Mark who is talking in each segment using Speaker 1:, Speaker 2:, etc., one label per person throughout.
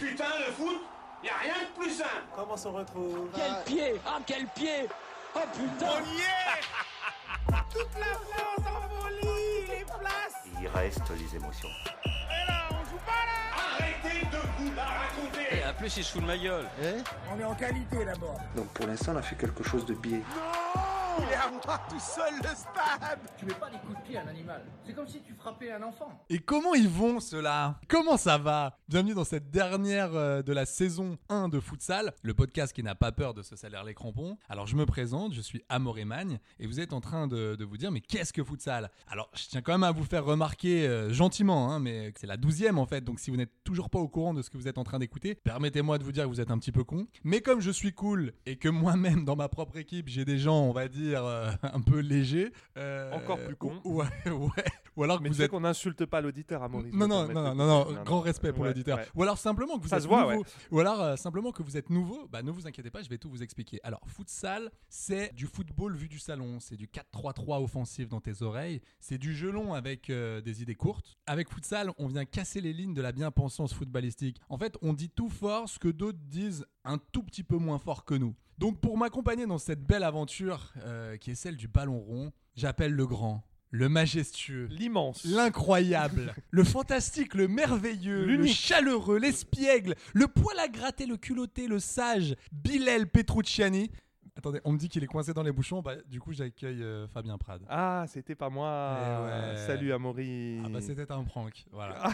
Speaker 1: Putain, le foot, y a rien de plus simple. Comment on se retrouve
Speaker 2: Quel pied Ah, quel pied Oh putain
Speaker 1: Toute la France en folie, les places. Il reste les émotions. Et là, on joue pas là. Arrêtez de vous la raconter.
Speaker 2: Et en plus, il se fout de ma gueule
Speaker 1: On est en qualité d'abord.
Speaker 3: Donc pour l'instant, on a fait quelque chose de biais.
Speaker 1: Il est à moi tout seul le stade.
Speaker 4: Tu mets pas des coups de pied à un animal. C'est comme si tu frappais un enfant.
Speaker 5: Et comment ils vont ceux-là Comment ça va Bienvenue dans cette dernière euh, de la saison 1 de Futsal, le podcast qui n'a pas peur de se salaire les crampons. Alors je me présente, je suis Amorémagne et vous êtes en train de, de vous dire mais qu'est-ce que Futsal Alors je tiens quand même à vous faire remarquer euh, gentiment, hein, mais c'est la douzième en fait, donc si vous n'êtes toujours pas au courant de ce que vous êtes en train d'écouter, permettez-moi de vous dire que vous êtes un petit peu con. Mais comme je suis cool et que moi-même dans ma propre équipe j'ai des gens on va dire euh, un peu légers, euh,
Speaker 6: Encore plus con.
Speaker 5: Ouais, ouais. Ou alors que
Speaker 6: Mais
Speaker 5: vous
Speaker 6: tu sais
Speaker 5: êtes
Speaker 6: qu'on n'insulte pas l'auditeur à mon
Speaker 5: non non, non, non, non, non, grand respect pour l'auditeur. Ou alors simplement que vous
Speaker 6: Ça
Speaker 5: êtes
Speaker 6: se voit,
Speaker 5: nouveau.
Speaker 6: ouais.
Speaker 5: Ou alors euh, simplement que vous êtes nouveau, bah ne vous inquiétez pas, je vais tout vous expliquer. Alors, futsal, c'est du football vu du salon, c'est du 4-3-3 offensif dans tes oreilles, c'est du jeu long avec euh, des idées courtes. Avec futsal, on vient casser les lignes de la bien-pensance footballistique. En fait, on dit tout fort ce que d'autres disent un tout petit peu moins fort que nous. Donc pour m'accompagner dans cette belle aventure euh, qui est celle du ballon rond, j'appelle le grand, le majestueux,
Speaker 6: L'immense.
Speaker 5: Eh L'incroyable, le fantastique, le merveilleux, le
Speaker 6: L'unique.
Speaker 5: chaleureux, l'espiègle, le poil à gratter, le culotté, le sage, Bilal Petrucciani. Attendez, on me dit qu'il est coincé dans les bouchons, bah, du coup j'accueille euh, Fabien Prade.
Speaker 6: Ah, c'était pas moi.
Speaker 5: Eh ouais.
Speaker 6: Ah, Salut Amaury.
Speaker 5: Ah bah c'était un prank, voilà.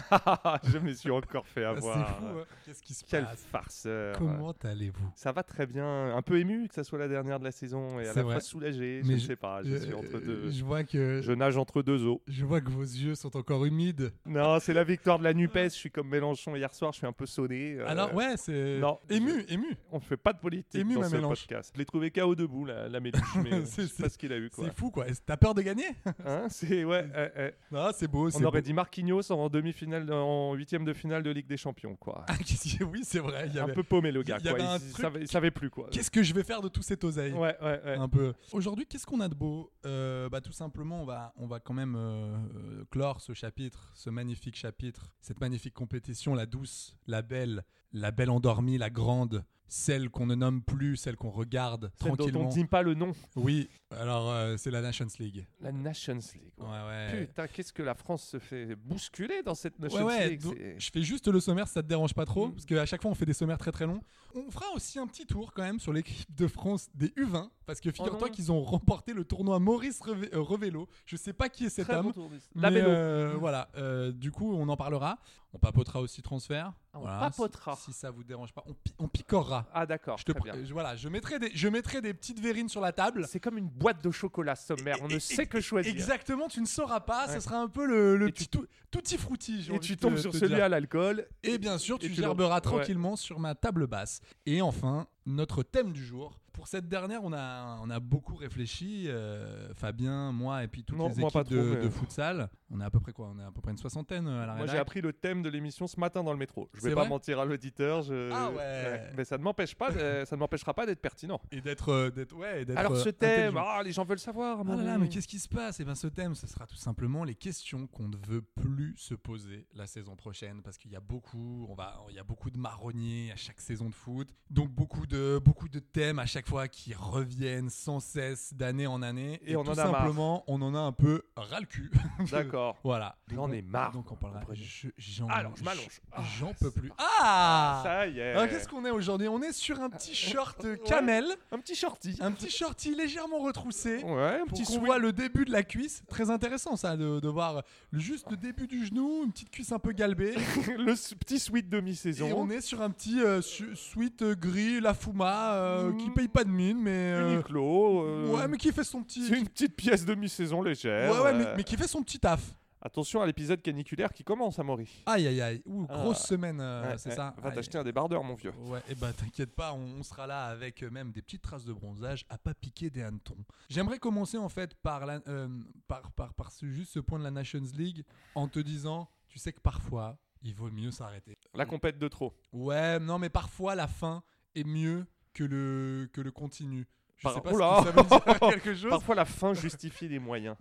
Speaker 6: Je me suis encore fait
Speaker 5: Ah, C'est fou,
Speaker 6: avoir.
Speaker 5: hein. qu'est-ce qui se
Speaker 6: Quel
Speaker 5: passe
Speaker 6: farceur.
Speaker 5: Comment allez-vous
Speaker 6: Ça va très bien. Un peu ému que ça soit la dernière de la saison et à
Speaker 5: C'est
Speaker 6: la
Speaker 5: vrai.
Speaker 6: fois soulagé.
Speaker 5: Mais
Speaker 6: je ne
Speaker 5: je- euh,
Speaker 6: sais pas. Ah, Je suis entre deux.
Speaker 5: Je vois que...
Speaker 6: Je nage entre deux eaux.
Speaker 5: Je vois que vos yeux sont encore humides.
Speaker 6: Non, c'est la victoire de la Nupes. Je suis comme Mélenchon hier soir. Je suis un peu sonné. euh,
Speaker 5: Alors ouais, c'est
Speaker 6: non,
Speaker 5: ému, ému.
Speaker 6: On ne fait pas de politique
Speaker 5: Ému,
Speaker 6: dans
Speaker 5: ma
Speaker 6: ce
Speaker 5: Mélenche.
Speaker 6: podcast. Je l'ai trouvé KO debout, la, la Mélenche, mais euh,
Speaker 5: C'est-
Speaker 6: je sais
Speaker 5: c'est-
Speaker 6: pas ce qu'il a eu. Quoi.
Speaker 5: C'est fou quoi. Est-ce- T'as peur de gagner
Speaker 6: Hein, c'est ouais. euh, euh,
Speaker 5: Ah, c'est beau.
Speaker 6: on
Speaker 5: c'est
Speaker 6: aurait
Speaker 5: beau.
Speaker 6: dit Marquinhos en demi-finale, en huitième de finale de Ligue des Champions, quoi.
Speaker 5: Ah, qu'est-ce que- oui, c'est vrai. il y
Speaker 6: un
Speaker 5: avait-
Speaker 6: peu paumé le
Speaker 5: il y
Speaker 6: gars,
Speaker 5: avait
Speaker 6: quoi.
Speaker 5: un
Speaker 6: il, il
Speaker 5: truc-
Speaker 6: savait, il savait plus, quoi.
Speaker 5: Qu'est-ce que je vais faire de tout cet oseille
Speaker 6: Ouais, ouais, ouais.
Speaker 5: Un peu. Aujourd'hui, qu'est-ce qu'on a de beau Euh, Bah tout simplement, on va, on va quand même euh, euh, clore ce chapitre, ce magnifique chapitre, cette magnifique compétition, la douce, la belle, la belle endormie, la grande, celle qu'on ne nomme plus, celle qu'on regarde
Speaker 6: Celle dont on
Speaker 5: tranquillement.
Speaker 6: ne dit pas le nom,
Speaker 5: Oui. Alors euh, c'est la Nations League.
Speaker 6: la Nations League.
Speaker 5: Ouais
Speaker 6: ouais.
Speaker 5: ouais.
Speaker 6: Putain, qu'est-ce que la France se fait bousculer dans cette
Speaker 5: Euh, Ouais,
Speaker 6: Nations
Speaker 5: ouais,
Speaker 6: League.
Speaker 5: donc,
Speaker 6: c'est-
Speaker 5: je fais juste le sommaire, ça te dérange pas trop,
Speaker 6: Mm.
Speaker 5: parce qu'à chaque fois on fait des sommaires très très longs. On fera aussi un petit tour quand même sur l'équipe de France des U20, parce que figure-toi
Speaker 6: non.
Speaker 5: qu'ils ont remporté le tournoi Maurice Reve- euh, Revello. Je sais pas qui est cet
Speaker 6: Très
Speaker 5: homme.
Speaker 6: bon tour Mm. de- La
Speaker 5: mais,
Speaker 6: Mélo.
Speaker 5: euh, voilà, euh, du coup on en parlera. On papotera aussi transfert.
Speaker 6: Ah, on
Speaker 5: Voilà,
Speaker 6: papotera.
Speaker 5: Si, si ça vous dérange pas, on, pi- on picorera.
Speaker 6: Ah d'accord,
Speaker 5: je te
Speaker 6: très
Speaker 5: pr-
Speaker 6: bien.
Speaker 5: je- voilà, je mettrai des, je mettrai des petites verrines sur la table.
Speaker 6: C'est comme une boîte de chocolat sommaire, on ne sait que choisir.
Speaker 5: Exactement, tu ne sauras pas. Ce
Speaker 6: Ouais.
Speaker 5: sera un peu le, le
Speaker 6: Et
Speaker 5: petit tout, touti frutti. j'ai
Speaker 6: Et
Speaker 5: envie
Speaker 6: tu
Speaker 5: de
Speaker 6: tombes
Speaker 5: te-
Speaker 6: sur
Speaker 5: te
Speaker 6: celui
Speaker 5: dire.
Speaker 6: à l'alcool.
Speaker 5: Et bien sûr,
Speaker 6: Et
Speaker 5: tu
Speaker 6: tu le-
Speaker 5: gerberas
Speaker 6: Ouais.
Speaker 5: tranquillement sur ma table basse. Et enfin, notre thème du jour. Pour cette dernière, on a, on a beaucoup réfléchi. euh, Fabien, moi et puis toutes
Speaker 6: Non,
Speaker 5: les
Speaker 6: moi
Speaker 5: équipes
Speaker 6: pas trop,
Speaker 5: de,
Speaker 6: mais- euh,
Speaker 5: de futsal. On a à peu près quoi On a à peu près une soixantaine euh, à la
Speaker 6: Moi, j'ai
Speaker 5: rédac.
Speaker 6: appris le thème de l'émission ce matin dans le métro. Je
Speaker 5: C'est
Speaker 6: vais pas
Speaker 5: vrai
Speaker 6: mentir à l'auditeur. je-
Speaker 5: Ah ouais.
Speaker 6: Mais ça ne m'empêche pas, de- ça ne m'empêchera pas d'être pertinent.
Speaker 5: Et d'être, euh, d'être, ouais, et d'être,
Speaker 6: Alors
Speaker 5: euh,
Speaker 6: ce thème,
Speaker 5: intelligent.
Speaker 6: ah, les gens veulent savoir.
Speaker 5: Ah
Speaker 6: mon
Speaker 5: là là,
Speaker 6: ami.
Speaker 5: mais qu'est-ce qui se passe Et bien ce thème, ce sera tout simplement les questions qu'on ne veut plus se poser la saison prochaine parce qu'il y a beaucoup, on va, il y a beaucoup de marronniers à chaque saison de foot, donc beaucoup de beaucoup de thèmes à chaque chaque fois qu'ils reviennent sans cesse d'année en année.
Speaker 6: Et on
Speaker 5: tout
Speaker 6: en a marre.
Speaker 5: simplement, on en a un peu ras le cul.
Speaker 6: D'accord.
Speaker 5: Voilà.
Speaker 6: J'en
Speaker 5: Donc,
Speaker 6: ai
Speaker 5: on-
Speaker 6: marre,
Speaker 5: Donc on parlera.
Speaker 6: comprenez.
Speaker 5: je- J'en
Speaker 6: Alors, je m'allonge. Ah,
Speaker 5: J'en peux plus. Ah
Speaker 6: Ça y est.
Speaker 5: Alors, Qu'est-ce qu'on est aujourd'hui On est sur un petit short camel,
Speaker 6: Un petit shorty.
Speaker 5: un petit shorty légèrement retroussé.
Speaker 6: Ouais, un
Speaker 5: Pour
Speaker 6: petit
Speaker 5: qu'on
Speaker 6: sweat.
Speaker 5: voit le début de la cuisse, très intéressant ça, de, de voir juste le début du genou, une petite cuisse un peu galbée,
Speaker 6: le s- petit sweat
Speaker 5: et on
Speaker 6: demi-saison.
Speaker 5: est sur un petit euh, su- sweat euh, gris, la Fuma, euh,
Speaker 6: Mm.
Speaker 5: qui paye pas de mine, mais euh,
Speaker 6: Uniqlo. euh,
Speaker 5: ouais, mais qui fait son petit,
Speaker 6: C'est une petite pièce demi-saison
Speaker 5: ouais,
Speaker 6: légère.
Speaker 5: ouais, mais,
Speaker 6: euh,
Speaker 5: mais qui fait son petit taf.
Speaker 6: Attention à l'épisode caniculaire qui commence à Maury.
Speaker 5: Aïe aïe aïe, Ouh,
Speaker 6: Ah.
Speaker 5: grosse semaine, euh,
Speaker 6: Ouais,
Speaker 5: c'est
Speaker 6: ouais.
Speaker 5: ça.
Speaker 6: Va
Speaker 5: Aïe.
Speaker 6: t'acheter un débardeur, mon vieux.
Speaker 5: Ouais, et bah t'inquiète pas, on, on sera là avec euh, même des petites traces de bronzage à pas piquer des hannetons. J'aimerais commencer en fait par, la- euh, par, par, par ce- juste ce point de la Nations League en te disant, tu sais que parfois, il vaut mieux s'arrêter.
Speaker 6: La compète de trop.
Speaker 5: Ouais, non mais parfois la fin est mieux que le, que le continu. Je
Speaker 6: Par-
Speaker 5: sais pas
Speaker 6: Oula.
Speaker 5: si ça veut dire quelque chose.
Speaker 6: Parfois, la fin justifie les moyens.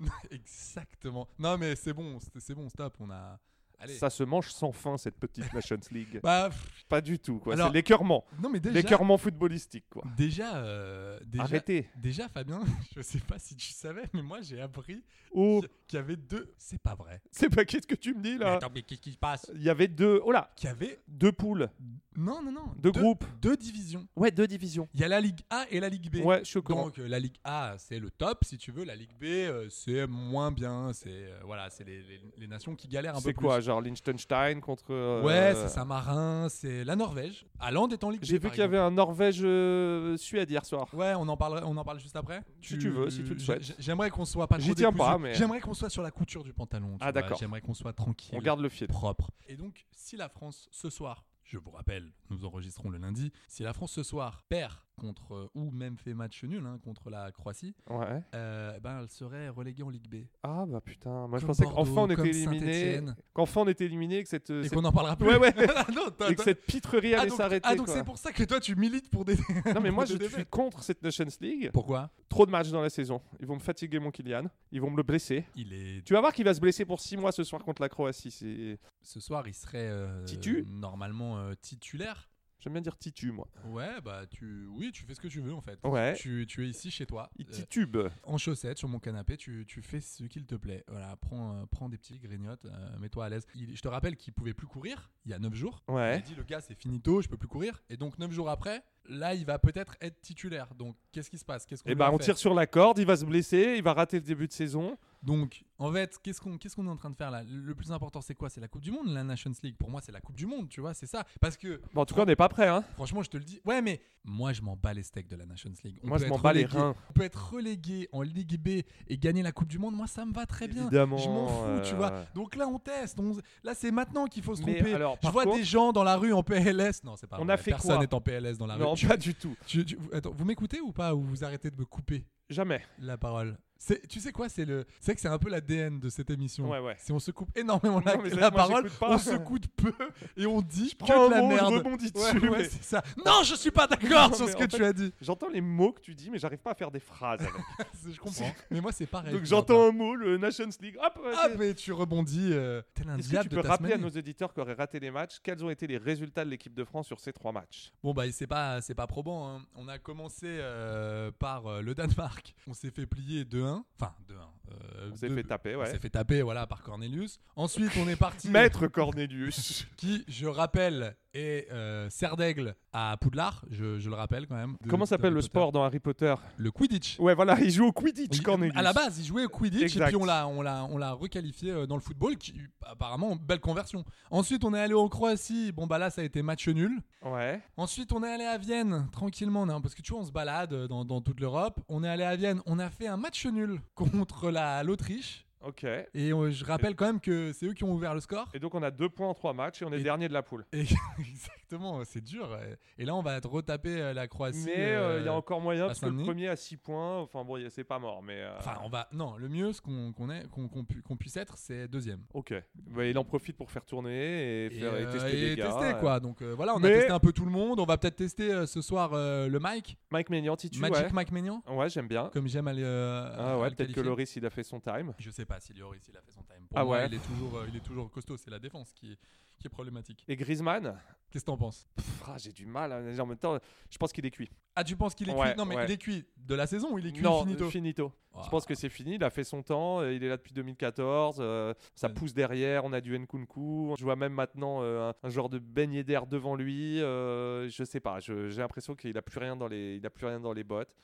Speaker 5: Exactement. Non mais c'est bon, c'est c'est bon, stop, on a... Allez.
Speaker 6: Ça se mange sans fin, cette petite Nations League.
Speaker 5: Bah, pff,
Speaker 6: Pas du tout, quoi.
Speaker 5: Alors-
Speaker 6: C'est l'écœurement.
Speaker 5: non mais déjà...
Speaker 6: L'écœurement footballistique, quoi.
Speaker 5: Déjà, euh, déjà,
Speaker 6: Arrêtez.
Speaker 5: déjà, Fabien, je sais pas si tu savais, mais moi j'ai appris
Speaker 6: Oh,
Speaker 5: Qui qu'il y avait deux. C'est pas vrai.
Speaker 6: c'est pas qu'est-ce que tu me dis,
Speaker 5: Mais
Speaker 6: là
Speaker 5: attends, mais qu'est-ce qui se passe
Speaker 6: Il y avait deux. Oh là
Speaker 5: Qu'il y avait.
Speaker 6: Deux poules.
Speaker 5: Non, non, non.
Speaker 6: Deux groupes.
Speaker 5: Deux divisions.
Speaker 6: Ouais, deux divisions.
Speaker 5: Il y a la Ligue A et la Ligue B.
Speaker 6: Ouais, je suis au courant.
Speaker 5: Donc euh, la Ligue A, c'est le top, si tu veux. La Ligue B, euh, c'est moins bien. C'est euh, voilà, c'est les, les- les nations qui galèrent un peu
Speaker 6: C'est
Speaker 5: plus.
Speaker 6: quoi, genre Liechtenstein contre. euh,
Speaker 5: Ouais, c'est Saint-Marin, c'est la Norvège. Hollande est en Ligue B.
Speaker 6: J'ai vu
Speaker 5: par
Speaker 6: qu'il y avait
Speaker 5: exemple.
Speaker 6: un Norvège-Suède hier soir.
Speaker 5: Ouais, on en parle, on en parle juste après.
Speaker 6: Si tu veux, si tu le
Speaker 5: j'a-
Speaker 6: souhaites.
Speaker 5: j'a- J'aimerais qu'on soit pas.
Speaker 6: J'y
Speaker 5: trop
Speaker 6: tiens
Speaker 5: décousu.
Speaker 6: pas, mais-
Speaker 5: J'aimerais qu'on soit sur la couture du pantalon. tu
Speaker 6: Ah,
Speaker 5: vois.
Speaker 6: d'accord.
Speaker 5: J'aimerais qu'on soit tranquille.
Speaker 6: On garde le fil.
Speaker 5: propre. Et donc, si la France ce soir, je vous rappelle, nous enregistrons le lundi, si la France ce soir perd contre euh, ou même fait match nul hein, contre la Croatie,
Speaker 6: Ouais.
Speaker 5: euh, ben elle serait reléguée en Ligue B.
Speaker 6: Ah bah putain, moi je
Speaker 5: Comme
Speaker 6: pensais
Speaker 5: Bordeaux,
Speaker 6: qu'enfin on était
Speaker 5: comme
Speaker 6: éliminé,
Speaker 5: Saint-Étienne.
Speaker 6: qu'enfin on était éliminé, que cette,
Speaker 5: Et
Speaker 6: cette-
Speaker 5: qu'on en parlera plus. Ah
Speaker 6: Ouais, ouais.
Speaker 5: non, t'as-
Speaker 6: et que
Speaker 5: t'as-
Speaker 6: cette piterie
Speaker 5: Ah
Speaker 6: allait
Speaker 5: donc-
Speaker 6: s'arrêter.
Speaker 5: ah, donc
Speaker 6: quoi.
Speaker 5: c'est pour ça que toi tu milites pour des.
Speaker 6: Non mais
Speaker 5: pour
Speaker 6: moi
Speaker 5: des
Speaker 6: je suis
Speaker 5: défaites.
Speaker 6: contre cette Nations League.
Speaker 5: Pourquoi
Speaker 6: Trop de matchs dans la saison. Ils vont me fatiguer mon Kylian. Ils vont me le blesser.
Speaker 5: Il est.
Speaker 6: Tu vas voir qu'il va se blesser pour 6 mois ce soir contre la Croatie. C'est...
Speaker 5: Ce soir, il serait euh,
Speaker 6: Titu
Speaker 5: normalement euh, titulaire.
Speaker 6: J'aime bien dire titu moi.
Speaker 5: Ouais, bah tu, oui, tu fais ce que tu veux en fait.
Speaker 6: Ouais.
Speaker 5: Tu, tu es ici chez toi.
Speaker 6: Il
Speaker 5: Euh,
Speaker 6: titube.
Speaker 5: en chaussettes sur mon canapé, tu, tu fais ce qu'il te plaît. Voilà, prends, euh, prends des petits grignotes, euh, mets-toi à l'aise. Il- Je te rappelle qu'il pouvait plus courir il y a 9 jours. Il a
Speaker 6: Ouais.
Speaker 5: dit le gars c'est finito, je peux plus courir. Et donc 9 jours après, là il va peut-être être titulaire. Donc qu'est-ce qui se passe Qu'est-ce qu'on
Speaker 6: Et
Speaker 5: lui
Speaker 6: bah
Speaker 5: a
Speaker 6: on
Speaker 5: fait
Speaker 6: tire sur la corde, il va se blesser, il va rater le début de saison.
Speaker 5: Donc en fait, qu'est-ce qu'on qu'est-ce qu'on est en train de faire là Le plus important c'est quoi C'est la Coupe du Monde, la Nations League. Pour moi c'est la Coupe du Monde, tu vois, c'est ça. Parce que
Speaker 6: Bon, en tout cas on n'est pas prêt hein.
Speaker 5: franchement je te le dis, ouais mais moi je m'en bats les steaks de la Nations League. On
Speaker 6: Moi,
Speaker 5: peut
Speaker 6: je m'en
Speaker 5: être
Speaker 6: bats les
Speaker 5: relégué-
Speaker 6: reins.
Speaker 5: On peut être relégué en Ligue B et gagner la Coupe du Monde, moi ça me va très bien.
Speaker 6: Évidemment.
Speaker 5: Je m'en fous, tu
Speaker 6: euh,
Speaker 5: vois. Donc là, on teste. on- Là, c'est maintenant qu'il faut se
Speaker 6: Mais
Speaker 5: tromper.
Speaker 6: alors,
Speaker 5: je
Speaker 6: par
Speaker 5: vois
Speaker 6: contre-
Speaker 5: des gens dans la rue en PLS. Non, c'est pas
Speaker 6: On
Speaker 5: vrai.
Speaker 6: a fait
Speaker 5: Personne
Speaker 6: quoi
Speaker 5: n'est en PLS dans la
Speaker 6: Non,
Speaker 5: rue. Ah, Tu-
Speaker 6: pas du tout.
Speaker 5: tu- tu- attends, vous m'écoutez ou pas Ou vous arrêtez de me couper
Speaker 6: Jamais.
Speaker 5: la parole C'est- tu sais quoi, c'est le, c'est vrai que c'est un peu l'ADN de cette émission.
Speaker 6: Ouais, ouais.
Speaker 5: Si on se coupe énormément la,
Speaker 6: Non, mais ça,
Speaker 5: la
Speaker 6: moi,
Speaker 5: parole,
Speaker 6: j'écoute pas.
Speaker 5: on se coupe peu et on dit que
Speaker 6: prends
Speaker 5: de
Speaker 6: un
Speaker 5: la
Speaker 6: mot, je
Speaker 5: merde.
Speaker 6: rebondis
Speaker 5: Ouais,
Speaker 6: dessus,
Speaker 5: ouais,
Speaker 6: mais-
Speaker 5: c'est ça. Non, je suis pas d'accord
Speaker 6: Non,
Speaker 5: sur
Speaker 6: mais
Speaker 5: ce que
Speaker 6: en
Speaker 5: tu
Speaker 6: fait-
Speaker 5: as dit.
Speaker 6: J'entends les mots que tu dis, mais j'arrive pas à faire des phrases. avec.
Speaker 5: je comprends. Mais moi, c'est pareil.
Speaker 6: Donc
Speaker 5: tu
Speaker 6: j'entends
Speaker 5: vois.
Speaker 6: un mot, le Nations League. Hop. ouais,
Speaker 5: Ah,
Speaker 6: c'est-
Speaker 5: mais tu rebondis. euh, tel un
Speaker 6: Est-ce que
Speaker 5: diable
Speaker 6: tu
Speaker 5: de
Speaker 6: peux rappeler à
Speaker 5: Tasmanie.
Speaker 6: nos éditeurs qui auraient raté les matchs quels ont été les résultats de l'équipe de France sur ces trois matchs
Speaker 5: Bon bah c'est pas c'est pas probant. hein. On a commencé euh, par euh, le Danemark. On s'est fait plier 2-1. Enfin 2-1. euh,
Speaker 6: On s'est
Speaker 5: deux-
Speaker 6: fait taper,
Speaker 5: On
Speaker 6: ouais.
Speaker 5: s'est fait taper voilà par Cornelius. Ensuite on est parti.
Speaker 6: Maître Cornelius.
Speaker 5: Qui je rappelle est euh, Serdaigle à Poudlard. Je, je le rappelle quand même. De-
Speaker 6: Comment
Speaker 5: de
Speaker 6: s'appelle
Speaker 5: Harry
Speaker 6: le
Speaker 5: Potter.
Speaker 6: sport dans Harry Potter
Speaker 5: Le Quidditch.
Speaker 6: Ouais, voilà, il joue au Quidditch,
Speaker 5: Il-
Speaker 6: Cornelius.
Speaker 5: à la base, il jouait au Quidditch
Speaker 6: Exact.
Speaker 5: et puis on l'a, on l'a, on l'a requalifié euh, dans le football, qui apparemment belle conversion. Ensuite, on est allé en Croatie. Bon bah là, ça a été match nul.
Speaker 6: Ouais.
Speaker 5: Ensuite, on est allé à Vienne, tranquillement, non, parce que tu vois, on se balade euh, dans, dans toute l'Europe. On est allé à Vienne, on a fait un match nul contre la- l'Autriche.
Speaker 6: Ok. Et
Speaker 5: et euh, je rappelle quand même que c'est eux qui ont ouvert le score.
Speaker 6: donc on a deux points en trois matchs et on est
Speaker 5: Et-
Speaker 6: dernier de la poule.
Speaker 5: Et- exactement, c'est dur. euh. Et là, on va te retaper euh, la Croatie.
Speaker 6: Mais euh, il y a
Speaker 5: euh,
Speaker 6: encore moyen
Speaker 5: à
Speaker 6: parce que le
Speaker 5: Saint-Denis
Speaker 6: premier à 6 points, enfin bon, y a- c'est pas mort, mais. euh,
Speaker 5: Enfin, on va. Non, le mieux, ce qu'on qu'on est- qu'on- qu'on pu- qu'on puisse être, c'est deuxième.
Speaker 6: Ok. Bah, il en profite pour faire tourner et, faire, et
Speaker 5: euh,
Speaker 6: tester
Speaker 5: et
Speaker 6: les gars.
Speaker 5: tester,
Speaker 6: euh.
Speaker 5: quoi. Donc euh, voilà, on a
Speaker 6: Mais-
Speaker 5: testé un peu tout le monde. On va peut-être tester euh, ce soir euh, le Mike,
Speaker 6: Mike Maignan, Titu,
Speaker 5: Magic
Speaker 6: ouais.
Speaker 5: Mike Maignan,
Speaker 6: Ouais, j'aime bien.
Speaker 5: comme j'aime aller. euh,
Speaker 6: Ah
Speaker 5: à
Speaker 6: ouais,
Speaker 5: le
Speaker 6: peut-être que
Speaker 5: qualifier.
Speaker 6: Loris, il a fait son time.
Speaker 5: Je sais pas si Lloris il a fait son time. Pour
Speaker 6: Ah
Speaker 5: moi,
Speaker 6: ouais.
Speaker 5: il est toujours, euh, il est toujours costaud. C'est la défense qui, qui est problématique.
Speaker 6: Et Griezmann,
Speaker 5: Qu'est-ce que t'en penses
Speaker 6: pff, ah, j'ai du mal. à analyser. En même temps, je pense qu'il est cuit.
Speaker 5: Ah, tu penses qu'il est
Speaker 6: Ouais,
Speaker 5: cuit Non, mais
Speaker 6: ouais.
Speaker 5: il est cuit de la saison ou il est cuit Oh.
Speaker 6: non, euh,
Speaker 5: finito Ah.
Speaker 6: Je pense que c'est fini. Il a fait son temps. euh, Il est là depuis 2014. euh, ça
Speaker 5: Ouais.
Speaker 6: pousse derrière. On a du Nkunku. Je vois même maintenant euh, un, un genre de beignet d'air devant lui. euh, je sais pas. je- J'ai l'impression qu'il a plus rien dans les. Il a plus rien dans les bottes.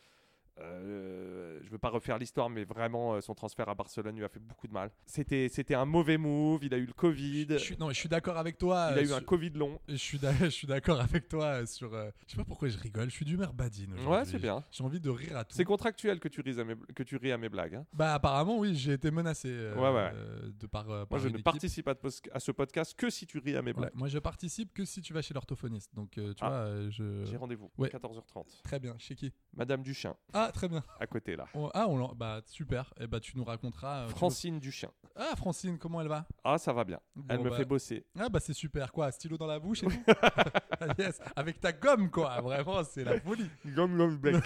Speaker 6: Euh, je veux pas refaire l'histoire, mais vraiment, euh, son transfert à Barcelone lui a fait beaucoup de mal. C'était, c'était un mauvais move. Il a eu le Covid.
Speaker 5: Je suis- non, je suis d'accord avec toi.
Speaker 6: il a
Speaker 5: euh,
Speaker 6: eu un
Speaker 5: sur-
Speaker 6: Covid long.
Speaker 5: je suis d'a- je suis d'accord avec toi euh, sur. euh, je sais pas pourquoi je rigole. Je suis d'humeur badine. aujourd'hui.
Speaker 6: Ouais, c'est bien.
Speaker 5: J'ai envie de rire à tout.
Speaker 6: C'est contractuel que tu, rises à mes, que tu ris à mes blagues. hein.
Speaker 5: Bah apparemment oui, j'ai été menacé euh,
Speaker 6: Ouais, ouais.
Speaker 5: euh, de par. euh, par
Speaker 6: Moi, je
Speaker 5: une
Speaker 6: ne
Speaker 5: équipe.
Speaker 6: participe à, te pos- à ce podcast que si tu ris à mes
Speaker 5: Ouais,
Speaker 6: blagues.
Speaker 5: moi je participe que si tu vas chez l'orthophoniste. Donc euh, tu
Speaker 6: Ah.
Speaker 5: vois, euh, je.
Speaker 6: J'ai rendez-vous,
Speaker 5: ouais.
Speaker 6: 14h30.
Speaker 5: Très bien. Chez qui
Speaker 6: Madame Duchien,
Speaker 5: Ah très bien.
Speaker 6: à côté là.
Speaker 5: On- ah on l'en- bah super. Et bah tu nous raconteras. euh, tu
Speaker 6: Francine Duchien.
Speaker 5: nous- Ah Francine, comment elle va
Speaker 6: Ah, ça va bien.
Speaker 5: Bon,
Speaker 6: Elle me
Speaker 5: bah,
Speaker 6: fait bosser.
Speaker 5: Ah bah c'est super quoi, stylo dans la bouche et tout. Ah, yes, avec ta gomme quoi, vraiment c'est la folie.
Speaker 6: Gomme, gomme, blague.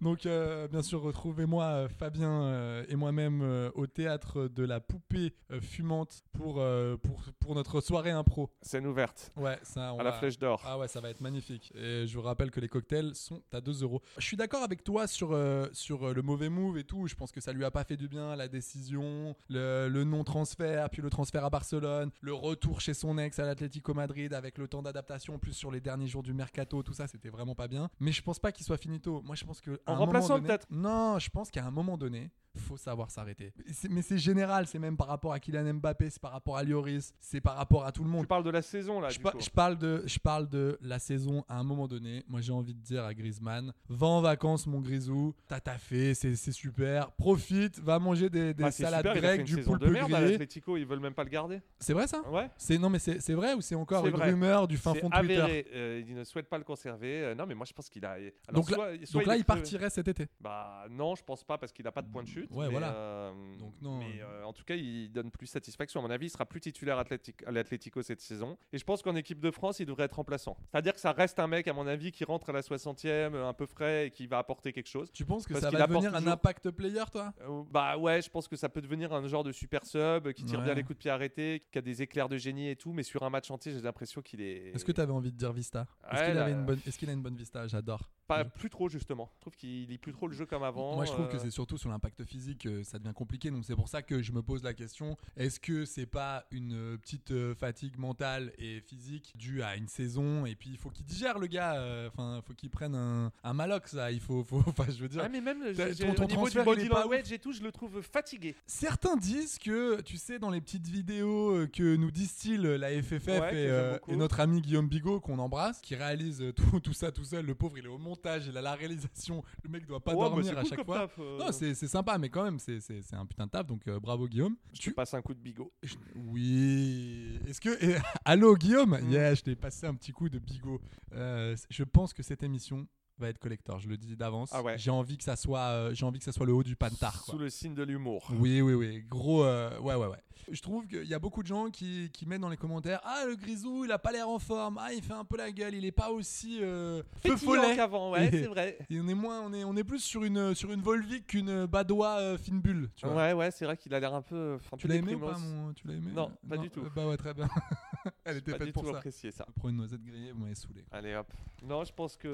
Speaker 5: Donc euh, bien sûr retrouvez-moi euh, Fabien euh, et moi-même euh, au théâtre de la poupée euh, fumante pour, euh, pour pour notre soirée impro.
Speaker 6: Scène ouverte,
Speaker 5: Ouais, ça on
Speaker 6: à la
Speaker 5: va-
Speaker 6: flèche d'or.
Speaker 5: Ah ouais, ça va être magnifique. Et je vous rappelle que les cocktails sont à 2 euros. Je suis d'accord avec toi sur, euh, sur euh, le mauvais move et tout. Je pense que ça lui a pas fait du bien, la décision, le, le non-transfert, puis le transfert à Barcelone, le retour chez son ex à l'Atlético Madrid avec le temps d'adaptation, en plus sur les derniers jours du mercato, tout ça, c'était vraiment pas bien. Mais je pense pas qu'il soit finito. Moi, je pense que. à
Speaker 6: En
Speaker 5: un moment
Speaker 6: remplaçant,
Speaker 5: donné-
Speaker 6: peut-être
Speaker 5: Non, je pense qu'à un moment donné. Faut savoir s'arrêter. Mais c'est- Mais c'est général, c'est même par rapport à Kylian Mbappé, c'est par rapport à Lloris, c'est par rapport à tout le monde.
Speaker 6: Tu parles de la saison là,
Speaker 5: Je,
Speaker 6: du
Speaker 5: pa-
Speaker 6: coup. Ah,
Speaker 5: je parle de, je parle de la saison à un moment donné. Moi, j'ai envie de dire à Griezmann Va en vacances, mon Grisou. T'as taffé, c'est c'est super. Profite, va manger des, des
Speaker 6: Ah, c'est
Speaker 5: salades
Speaker 6: super, il a fait
Speaker 5: grecques,
Speaker 6: une
Speaker 5: du
Speaker 6: saison
Speaker 5: poulpe
Speaker 6: de merde à
Speaker 5: grillé.
Speaker 6: l'Atlético, ils veulent même pas le garder.
Speaker 5: C'est vrai ça
Speaker 6: Ouais.
Speaker 5: C'est non, mais c'est c'est vrai ou c'est encore
Speaker 6: C'est
Speaker 5: une
Speaker 6: vrai.
Speaker 5: rumeur du fin
Speaker 6: C'est
Speaker 5: fond de Twitter
Speaker 6: avéré, euh, il ne souhaite pas le conserver. Euh, non, mais moi je pense qu'il a. Alors,
Speaker 5: Donc là-
Speaker 6: soit- soit
Speaker 5: Donc là,
Speaker 6: est
Speaker 5: il
Speaker 6: creux-
Speaker 5: partirait cet été.
Speaker 6: Bah non, je pense pas parce qu'il a pas de point de chute.
Speaker 5: Ouais,
Speaker 6: mais,
Speaker 5: voilà.
Speaker 6: euh,
Speaker 5: Donc, non.
Speaker 6: Mais euh, en tout cas, il donne plus satisfaction. À mon avis, il sera plus titulaire athlétique- à l'Atlético cette saison. Et je pense qu'en équipe de France, il devrait être remplaçant. C'est-à-dire que ça reste un mec, à mon avis, qui rentre à la 60e, euh, un peu frais et qui va apporter quelque chose.
Speaker 5: Tu penses que
Speaker 6: Parce
Speaker 5: ça
Speaker 6: qu'il
Speaker 5: va
Speaker 6: apporte
Speaker 5: devenir un
Speaker 6: toujours-
Speaker 5: impact player, toi
Speaker 6: Euh, Bah ouais, je pense que ça peut devenir un genre de super sub euh, qui tire
Speaker 5: Ouais.
Speaker 6: bien les coups de pied arrêtés, qui a des éclairs de génie et tout, mais sur un match entier, j'ai l'impression qu'il est.
Speaker 5: Est-ce que t'avais envie de dire Vista Est-ce
Speaker 6: Ouais,
Speaker 5: qu'il
Speaker 6: là-
Speaker 5: avait une bonne- est-ce qu'il a une bonne Vista J'adore.
Speaker 6: pas plus trop justement Je trouve qu'il lit plus trop le jeu comme avant.
Speaker 5: Moi, je trouve
Speaker 6: euh,
Speaker 5: que c'est surtout sur l'impact physique, euh, ça devient compliqué. Donc, c'est pour ça que je me pose la question est-ce que c'est pas une euh, petite euh, fatigue mentale et physique due à une saison Et puis, il faut qu'il digère le gars. euh, Enfin, il faut qu'il prenne un, un malox, là. Il faut. faut- Enfin, je veux dire.
Speaker 6: Ah, mais même
Speaker 5: T'as-
Speaker 6: j'ai-
Speaker 5: ton- ton
Speaker 6: au niveau du
Speaker 5: transfert, il est
Speaker 6: body
Speaker 5: pas
Speaker 6: language et tout, je le trouve fatigué.
Speaker 5: Certains disent que, tu sais, dans les petites vidéos euh, que nous distille euh, la FFF
Speaker 6: Ouais, que
Speaker 5: et,
Speaker 6: j'aime
Speaker 5: euh,
Speaker 6: beaucoup.
Speaker 5: et notre ami Guillaume Bigot, qu'on embrasse, qui réalise euh, tout, tout ça tout seul, le pauvre, il est au montage, il a la réalisation. Le mec doit pas
Speaker 6: Ouais, mais
Speaker 5: dormir
Speaker 6: c'est
Speaker 5: à
Speaker 6: cool
Speaker 5: chaque
Speaker 6: comme
Speaker 5: fois.
Speaker 6: taf, euh,
Speaker 5: Non, c'est c'est sympa, mais quand même, c'est c'est- c'est un putain de taf, donc euh, bravo Guillaume. Tu-
Speaker 6: passe un coup de bigot.
Speaker 5: Je- Oui. Est-ce que. eh, Allô, Guillaume
Speaker 6: Mm.
Speaker 5: Yeah, je t'ai passé un petit coup de bigot. Euh, c- je pense que cette émission va être collector. Je le dis d'avance.
Speaker 6: Ah ouais.
Speaker 5: J'ai envie que ça soit. euh, J'ai envie que ça soit le haut du pantard. quoi.
Speaker 6: Sous le signe de l'humour.
Speaker 5: Oui, oui, oui. Gros. euh, ouais, ouais, ouais. Je trouve qu'il y a beaucoup de gens qui, qui mettent dans les commentaires Ah, le grisou, il a pas l'air en forme. Ah, il fait un peu la gueule. Il est pas aussi. Euh, feu
Speaker 6: Pétillant
Speaker 5: follet.
Speaker 6: qu'avant, ouais,
Speaker 5: Et-
Speaker 6: c'est vrai.
Speaker 5: Et on est moins. On est, on est plus sur une, sur une Volvic qu'une Badois euh, fine bulle. Tu vois.
Speaker 6: Ouais, ouais, c'est vrai qu'il a l'air un peu. euh, un
Speaker 5: Tu
Speaker 6: peu
Speaker 5: l'as aimé ou
Speaker 6: déprimant.
Speaker 5: pas mon... Tu l'as aimé
Speaker 6: Non, pas du tout.
Speaker 5: euh, Bah ouais, très bien. Elle était
Speaker 6: Pas
Speaker 5: faite
Speaker 6: du
Speaker 5: pour
Speaker 6: tout
Speaker 5: ça.
Speaker 6: apprécié ça.
Speaker 5: Prends une noisette grillée, vous m'avez saoulé.
Speaker 6: Allez hop. Non, je pense que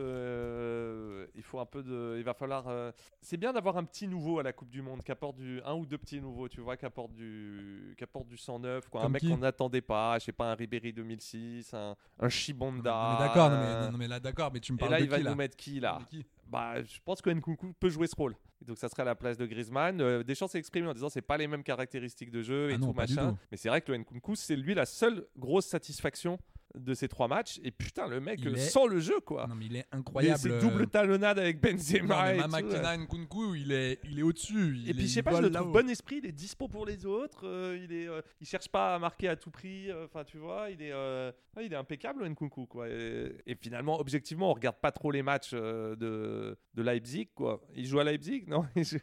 Speaker 6: euh, il faut un peu de. Il va falloir. euh, C'est bien d'avoir un petit nouveau à la Coupe du Monde, qui apporte du un ou deux petits nouveaux, tu vois, qui apporte du, qui apporte du 109, quoi.
Speaker 5: Comme
Speaker 6: un mec
Speaker 5: qui
Speaker 6: qu'on n'attendait pas. Je sais pas un Ribéry 2006, un, un Chibonda.
Speaker 5: Non, mais d'accord, non, mais- non, non, mais là, d'accord, mais tu me
Speaker 6: Bah, Et
Speaker 5: parles
Speaker 6: là,
Speaker 5: de
Speaker 6: il va
Speaker 5: qui, là
Speaker 6: nous mettre qui là
Speaker 5: De qui
Speaker 6: Bah, je pense que Nkunku peut jouer ce rôle. Et donc, ça serait à la place de Griezmann. Euh, Deschamps s'est exprimé en disant c'est pas les mêmes caractéristiques de jeu et
Speaker 5: Ah non,
Speaker 6: tout
Speaker 5: pas du
Speaker 6: machin.
Speaker 5: tout.
Speaker 6: Mais c'est vrai que le Nkunku, c'est lui la seule grosse satisfaction de ces trois matchs. Et putain, le mec
Speaker 5: Il
Speaker 6: euh,
Speaker 5: est
Speaker 6: sans le jeu, quoi.
Speaker 5: Non, mais il est
Speaker 6: Et
Speaker 5: incroyable.
Speaker 6: c'est
Speaker 5: euh,
Speaker 6: double talonnade avec
Speaker 5: non,
Speaker 6: Benzema
Speaker 5: mais
Speaker 6: et
Speaker 5: Mama
Speaker 6: tout, euh.
Speaker 5: Kina Nkunku, il est, il est au-dessus. il
Speaker 6: Et puis
Speaker 5: est-
Speaker 6: je sais
Speaker 5: il
Speaker 6: pas, je
Speaker 5: vole
Speaker 6: le trouve
Speaker 5: là-haut.
Speaker 6: bon esprit, il est dispo pour les autres, euh, il est, euh, il cherche pas à marquer à tout prix, euh, enfin tu vois, il est, euh, ouais, il est impeccable le Nkunku quoi. Et, et finalement, objectivement, on regarde pas trop les matchs euh, de, de Leipzig quoi. Il joue à Leipzig, non il joue-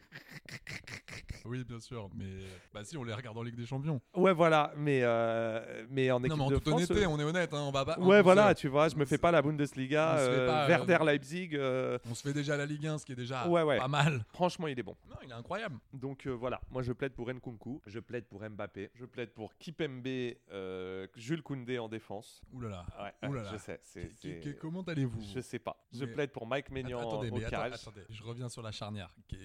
Speaker 5: Oui, bien sûr, mais bah si, on les regarde en Ligue des Champions.
Speaker 6: Ouais, voilà, mais, euh, mais en équipe
Speaker 5: Non, mais en
Speaker 6: de
Speaker 5: toute
Speaker 6: France,
Speaker 5: honnêteté,
Speaker 6: euh,
Speaker 5: on est honnête, hein, on va pas.
Speaker 6: Ouais,
Speaker 5: on-
Speaker 6: voilà,
Speaker 5: on-
Speaker 6: tu vois, je me fais pas la Bundesliga,
Speaker 5: on se fait
Speaker 6: euh,
Speaker 5: pas, euh,
Speaker 6: Werder Leipzig. euh,
Speaker 5: On se fait déjà la Ligue 1, ce qui est déjà
Speaker 6: Ouais, ouais.
Speaker 5: pas mal.
Speaker 6: franchement, il est bon.
Speaker 5: Non, il est incroyable.
Speaker 6: Donc euh, voilà, moi je plaide pour Nkunku, je plaide pour Mbappé, je plaide pour Kipembe, euh, Jules Koundé en défense.
Speaker 5: Ouh là là.
Speaker 6: Ouais,
Speaker 5: Ouh
Speaker 6: ouais,
Speaker 5: là là.
Speaker 6: je sais. c'est-
Speaker 5: Qui- qui-
Speaker 6: c'est-
Speaker 5: qui- comment allez-vous
Speaker 6: Je sais pas. Je
Speaker 5: Mais-
Speaker 6: plaide pour Mike Maignan
Speaker 5: Att-
Speaker 6: en-
Speaker 5: Attendez,
Speaker 6: au
Speaker 5: mais atta-
Speaker 6: cage.
Speaker 5: attendez, je reviens sur la charnière. Qu'est-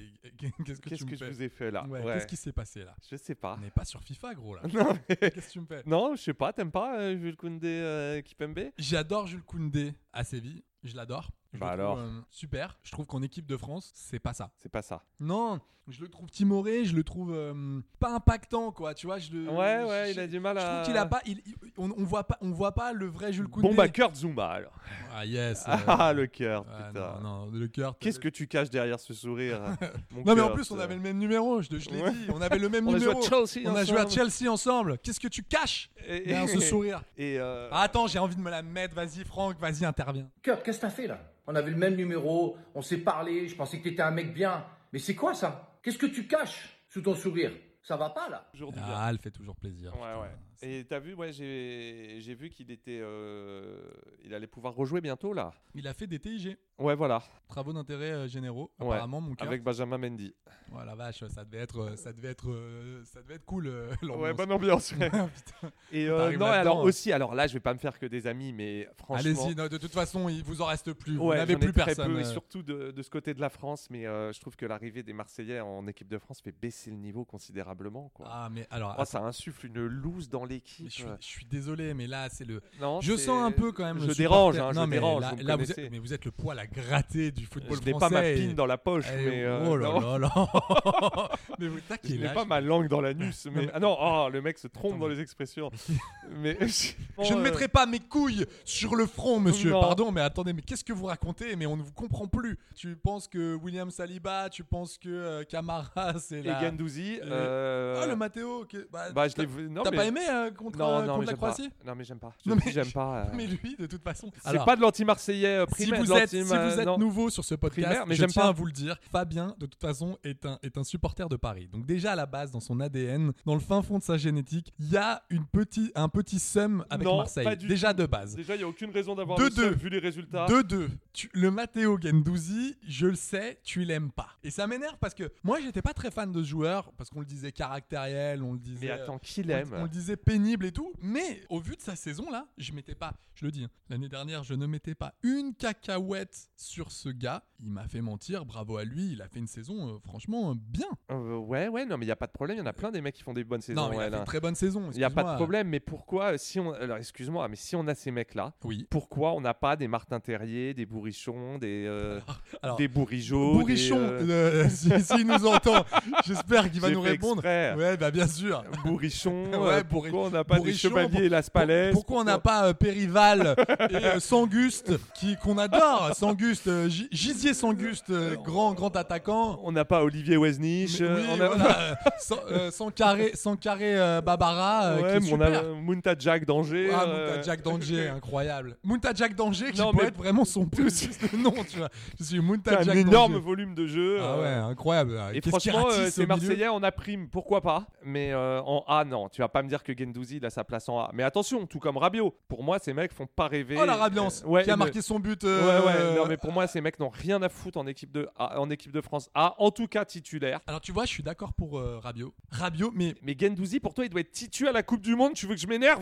Speaker 5: Qu'est-ce que
Speaker 6: Qu'est-ce
Speaker 5: tu me
Speaker 6: que
Speaker 5: fais
Speaker 6: je vous ai fait là
Speaker 5: Ouais,
Speaker 6: Ouais.
Speaker 5: Qu'est-ce qui s'est passé là
Speaker 6: Je sais pas.
Speaker 5: On n'est pas sur FIFA, gros, là.
Speaker 6: Non, mais-
Speaker 5: Qu'est-ce que tu me fais
Speaker 6: non, je sais pas. T'aimes pas euh, Jules Koundé, euh, Kipembe
Speaker 5: J'adore Jules Koundé à Séville. Je l'adore. Je
Speaker 6: Bah
Speaker 5: le
Speaker 6: alors.
Speaker 5: trouve, euh, super. Je trouve qu'en équipe de France, c'est pas ça.
Speaker 6: C'est pas ça.
Speaker 5: Non, je le trouve timoré, je le trouve euh, pas impactant, quoi. Tu vois, je le.
Speaker 6: Ouais, ouais,
Speaker 5: Euh, je-
Speaker 6: il a du mal
Speaker 5: Je
Speaker 6: à.
Speaker 5: trouve qu'il a pas. il- il- on, on voit pas, on voit pas le vrai Jules Koundé.
Speaker 6: Bon, bah, Kurt Zuma alors.
Speaker 5: Ah yes. euh,
Speaker 6: Ah, le cœur,
Speaker 5: ah,
Speaker 6: putain.
Speaker 5: non, non, le cœur.
Speaker 6: Qu'est-ce que tu caches derrière ce sourire mon euh.
Speaker 5: Non mais en
Speaker 6: cœur,
Speaker 5: plus on
Speaker 6: ça.
Speaker 5: avait le même numéro, je, je l'ai
Speaker 6: Ouais.
Speaker 5: dit, on avait le même
Speaker 6: On a joué
Speaker 5: numéro.
Speaker 6: à Chelsea.
Speaker 5: on a joué à
Speaker 6: ensemble.
Speaker 5: Chelsea ensemble. Qu'est-ce que tu caches
Speaker 6: Et,
Speaker 5: derrière ce sourire
Speaker 6: et, euh,
Speaker 5: Ah, Attends, j'ai envie de me la mettre. Vas-y Franck, vas-y interviens.
Speaker 4: Kurt, qu'est-ce que t'as fait là On avait le même numéro, on s'est parlé, je pensais que t'étais un mec bien. Mais c'est quoi ça Qu'est-ce que tu caches sous ton sourire Ça va pas là
Speaker 6: aujourd'hui,
Speaker 5: Ah, elle fait toujours plaisir.
Speaker 6: bien.
Speaker 5: putain.
Speaker 6: Ouais, ouais. Et t'as vu, ouais, j'ai j'ai vu qu'il était, euh, il allait pouvoir rejouer bientôt là.
Speaker 5: Il a fait des TIG,
Speaker 6: Ouais, voilà,
Speaker 5: travaux d'intérêt euh, généraux.
Speaker 6: Ouais,
Speaker 5: Apparemment mon cœur.
Speaker 6: avec Benjamin Mendy.
Speaker 5: Ouais, la vache, ça devait être, euh, ça devait être, euh, ça devait être cool. euh, l'ambiance.
Speaker 6: Ouais, bonne ambiance. ouais.
Speaker 5: Putain.
Speaker 6: et euh,
Speaker 5: T'arrives
Speaker 6: non,
Speaker 5: là-dedans,
Speaker 6: alors
Speaker 5: hein.
Speaker 6: aussi, alors là, je vais pas me faire que des amis, mais franchement.
Speaker 5: Allez-y, non, de toute façon, il vous en reste plus. vous
Speaker 6: Ouais,
Speaker 5: n'avez
Speaker 6: j'en ai
Speaker 5: plus
Speaker 6: très
Speaker 5: personne.
Speaker 6: peu, et
Speaker 5: euh.
Speaker 6: surtout de, de ce côté de la France, mais euh, je trouve que l'arrivée des Marseillais en équipe de France fait baisser le niveau considérablement. Quoi.
Speaker 5: Ah mais alors,
Speaker 6: Oh, ça insuffle une loose dans l'équipe.
Speaker 5: je suis- je suis désolé, mais là c'est le,
Speaker 6: Non,
Speaker 5: Je
Speaker 6: c'est-
Speaker 5: sens un peu quand même.
Speaker 6: Je
Speaker 5: le
Speaker 6: dérange,
Speaker 5: supporter.
Speaker 6: hein,
Speaker 5: Non,
Speaker 6: je
Speaker 5: mais
Speaker 6: dérange.
Speaker 5: Là,
Speaker 6: vous me
Speaker 5: là, vous,
Speaker 6: connaissez.
Speaker 5: êtes, mais vous êtes le poil à gratter du football
Speaker 6: je
Speaker 5: français.
Speaker 6: n'ai pas ma
Speaker 5: et-
Speaker 6: pine dans la poche,
Speaker 5: et-
Speaker 6: mais euh,
Speaker 5: oh là
Speaker 6: non.
Speaker 5: là là. mais vous taquez
Speaker 6: je n'ai
Speaker 5: là,
Speaker 6: pas
Speaker 5: je-
Speaker 6: ma langue dans l'anus. Mais ah non, oh, le mec se trompe
Speaker 5: Attends,
Speaker 6: dans les expressions. mais
Speaker 5: Je ne mettrai pas mes couilles sur le front, monsieur.
Speaker 6: euh, Non.
Speaker 5: Pardon, mais attendez, mais qu'est-ce que vous racontez Mais on ne vous comprend plus. Tu penses que William Saliba, tu penses que euh, Camara, c'est
Speaker 6: Et
Speaker 5: la.
Speaker 6: Gendouzi.
Speaker 5: Euh,
Speaker 6: euh,
Speaker 5: Ah, le Matteo. que- Bah,
Speaker 6: bah, je
Speaker 5: t'as
Speaker 6: l'ai vu- non,
Speaker 5: t'as
Speaker 6: mais-
Speaker 5: pas aimé euh, contre,
Speaker 6: Non,
Speaker 5: euh,
Speaker 6: non,
Speaker 5: contre
Speaker 6: mais
Speaker 5: la
Speaker 6: j'aime pas.
Speaker 5: Croatie
Speaker 6: Non, mais j'aime pas. Je
Speaker 5: Non,
Speaker 6: dis,
Speaker 5: mais-
Speaker 6: j'aime pas. euh,
Speaker 5: Mais lui, de toute façon.
Speaker 6: C'est
Speaker 5: Alors,
Speaker 6: pas de l'anti-marseillais euh,
Speaker 5: Si
Speaker 6: primaire.
Speaker 5: vous
Speaker 6: de
Speaker 5: êtes, si
Speaker 6: l'anti-
Speaker 5: vous
Speaker 6: euh,
Speaker 5: êtes
Speaker 6: non.
Speaker 5: nouveau sur ce podcast,
Speaker 6: Primaire, mais
Speaker 5: je
Speaker 6: j'aime
Speaker 5: tiens
Speaker 6: pas.
Speaker 5: à vous le dire, Fabien, de toute façon, est un, est un supporter de Paris. Donc déjà, à la base, dans son ADN, dans le fin fond de sa génétique, il y a une petit, un petit seum avec
Speaker 6: Non,
Speaker 5: Marseille.
Speaker 6: pas du
Speaker 5: déjà de base.
Speaker 6: Déjà, il n'y a aucune raison d'avoir
Speaker 5: De
Speaker 6: le seum,
Speaker 5: deux.
Speaker 6: vu les résultats.
Speaker 5: 2-2. Tu- Le Matteo Gendouzi, je le sais, tu l'aimes pas. Et ça m'énerve parce que moi, j'étais pas très fan de ce joueur, parce qu'on le disait caractériel, on le disait...
Speaker 6: Mais attends, qui
Speaker 5: On- On,
Speaker 6: l'aime
Speaker 5: le disait pénible et tout, mais au vu de sa saison là, je mettais pas, je le dis, hein, l'année dernière, je ne mettais pas une cacahuète sur ce gars. Il m'a fait mentir, bravo à lui, il a fait une saison euh, franchement euh, bien.
Speaker 6: Euh, Ouais, ouais, non, mais il n'y a pas de problème. Il y en a plein des mecs qui font des bonnes saisons.
Speaker 5: non, mais il
Speaker 6: ouais,
Speaker 5: a fait
Speaker 6: là.
Speaker 5: une très bonne saison.
Speaker 6: Il n'y a pas de
Speaker 5: excuse-moi.
Speaker 6: problème, mais pourquoi, euh, si on, alors excuse-moi, mais si on a ces mecs-là,
Speaker 5: Oui.
Speaker 6: pourquoi on n'a pas des Martin Terrier, des Bourrichons, des, euh,
Speaker 5: alors,
Speaker 6: des Bourrigeaux
Speaker 5: Bourrichon,
Speaker 6: des, euh,
Speaker 5: euh, si- s'il nous entend, j'espère qu'il va
Speaker 6: J'ai
Speaker 5: nous
Speaker 6: fait
Speaker 5: répondre.
Speaker 6: exprès.
Speaker 5: Ouais, bah bien sûr.
Speaker 6: Bourrichon,
Speaker 5: Ouais,
Speaker 6: euh,
Speaker 5: Bourri-
Speaker 6: pourquoi on n'a pas des
Speaker 5: Bourrichon,
Speaker 6: Chevaliers
Speaker 5: pour-
Speaker 6: et Las Palais
Speaker 5: Pourquoi on n'a pas euh, Périval et euh, Sanguste qui qu'on adore, Sanguste, euh, Gi- Gisier Sanguste, euh, grand grand attaquant.
Speaker 6: on n'a pas Olivier Wesnich
Speaker 5: Mais
Speaker 6: euh,
Speaker 5: oui,
Speaker 6: on a-
Speaker 5: voilà, euh, sans, euh, sans carré, sans carré euh, Barbara, euh,
Speaker 6: Ouais,
Speaker 5: qui est
Speaker 6: mais on a
Speaker 5: super.
Speaker 6: Munta Jack d'Angers.
Speaker 5: Ah,
Speaker 6: euh,
Speaker 5: Mounta Jack Danger, incroyable. Mounta Jack Danger qui
Speaker 6: Non,
Speaker 5: peut
Speaker 6: mais-
Speaker 5: être vraiment son plus nom, tu vois. Je suis
Speaker 6: t'as
Speaker 5: Mounta
Speaker 6: un
Speaker 5: Jack
Speaker 6: énorme
Speaker 5: Danger.
Speaker 6: volume de jeux.
Speaker 5: Ah ouais,
Speaker 6: euh,
Speaker 5: incroyable.
Speaker 6: Et
Speaker 5: Qu'est-ce qu'il
Speaker 6: franchement, euh,
Speaker 5: ratisse
Speaker 6: ces
Speaker 5: au milieu
Speaker 6: Marseillais en A prime, pourquoi pas Mais euh, en A, non. Tu vas pas me dire que Gendouzi, il a sa place en A. Mais attention, tout comme Rabiot. Pour moi, ces mecs font pas rêver.
Speaker 5: Oh la Rabiance,
Speaker 6: Euh, ouais,
Speaker 5: qui a
Speaker 6: une-
Speaker 5: marqué son but.
Speaker 6: Ouais,
Speaker 5: euh,
Speaker 6: ouais. Non, mais pour moi, ces mecs n'ont rien à foutre en équipe de, A- en équipe de France A, en tout cas titulaire.
Speaker 5: Alors tu vois, je suis d'accord pour euh, Rabiot. Rabiot, mais
Speaker 6: Mais Gendouzi, pour toi, il doit être titu à la Coupe du Monde. Tu veux que je m'énerve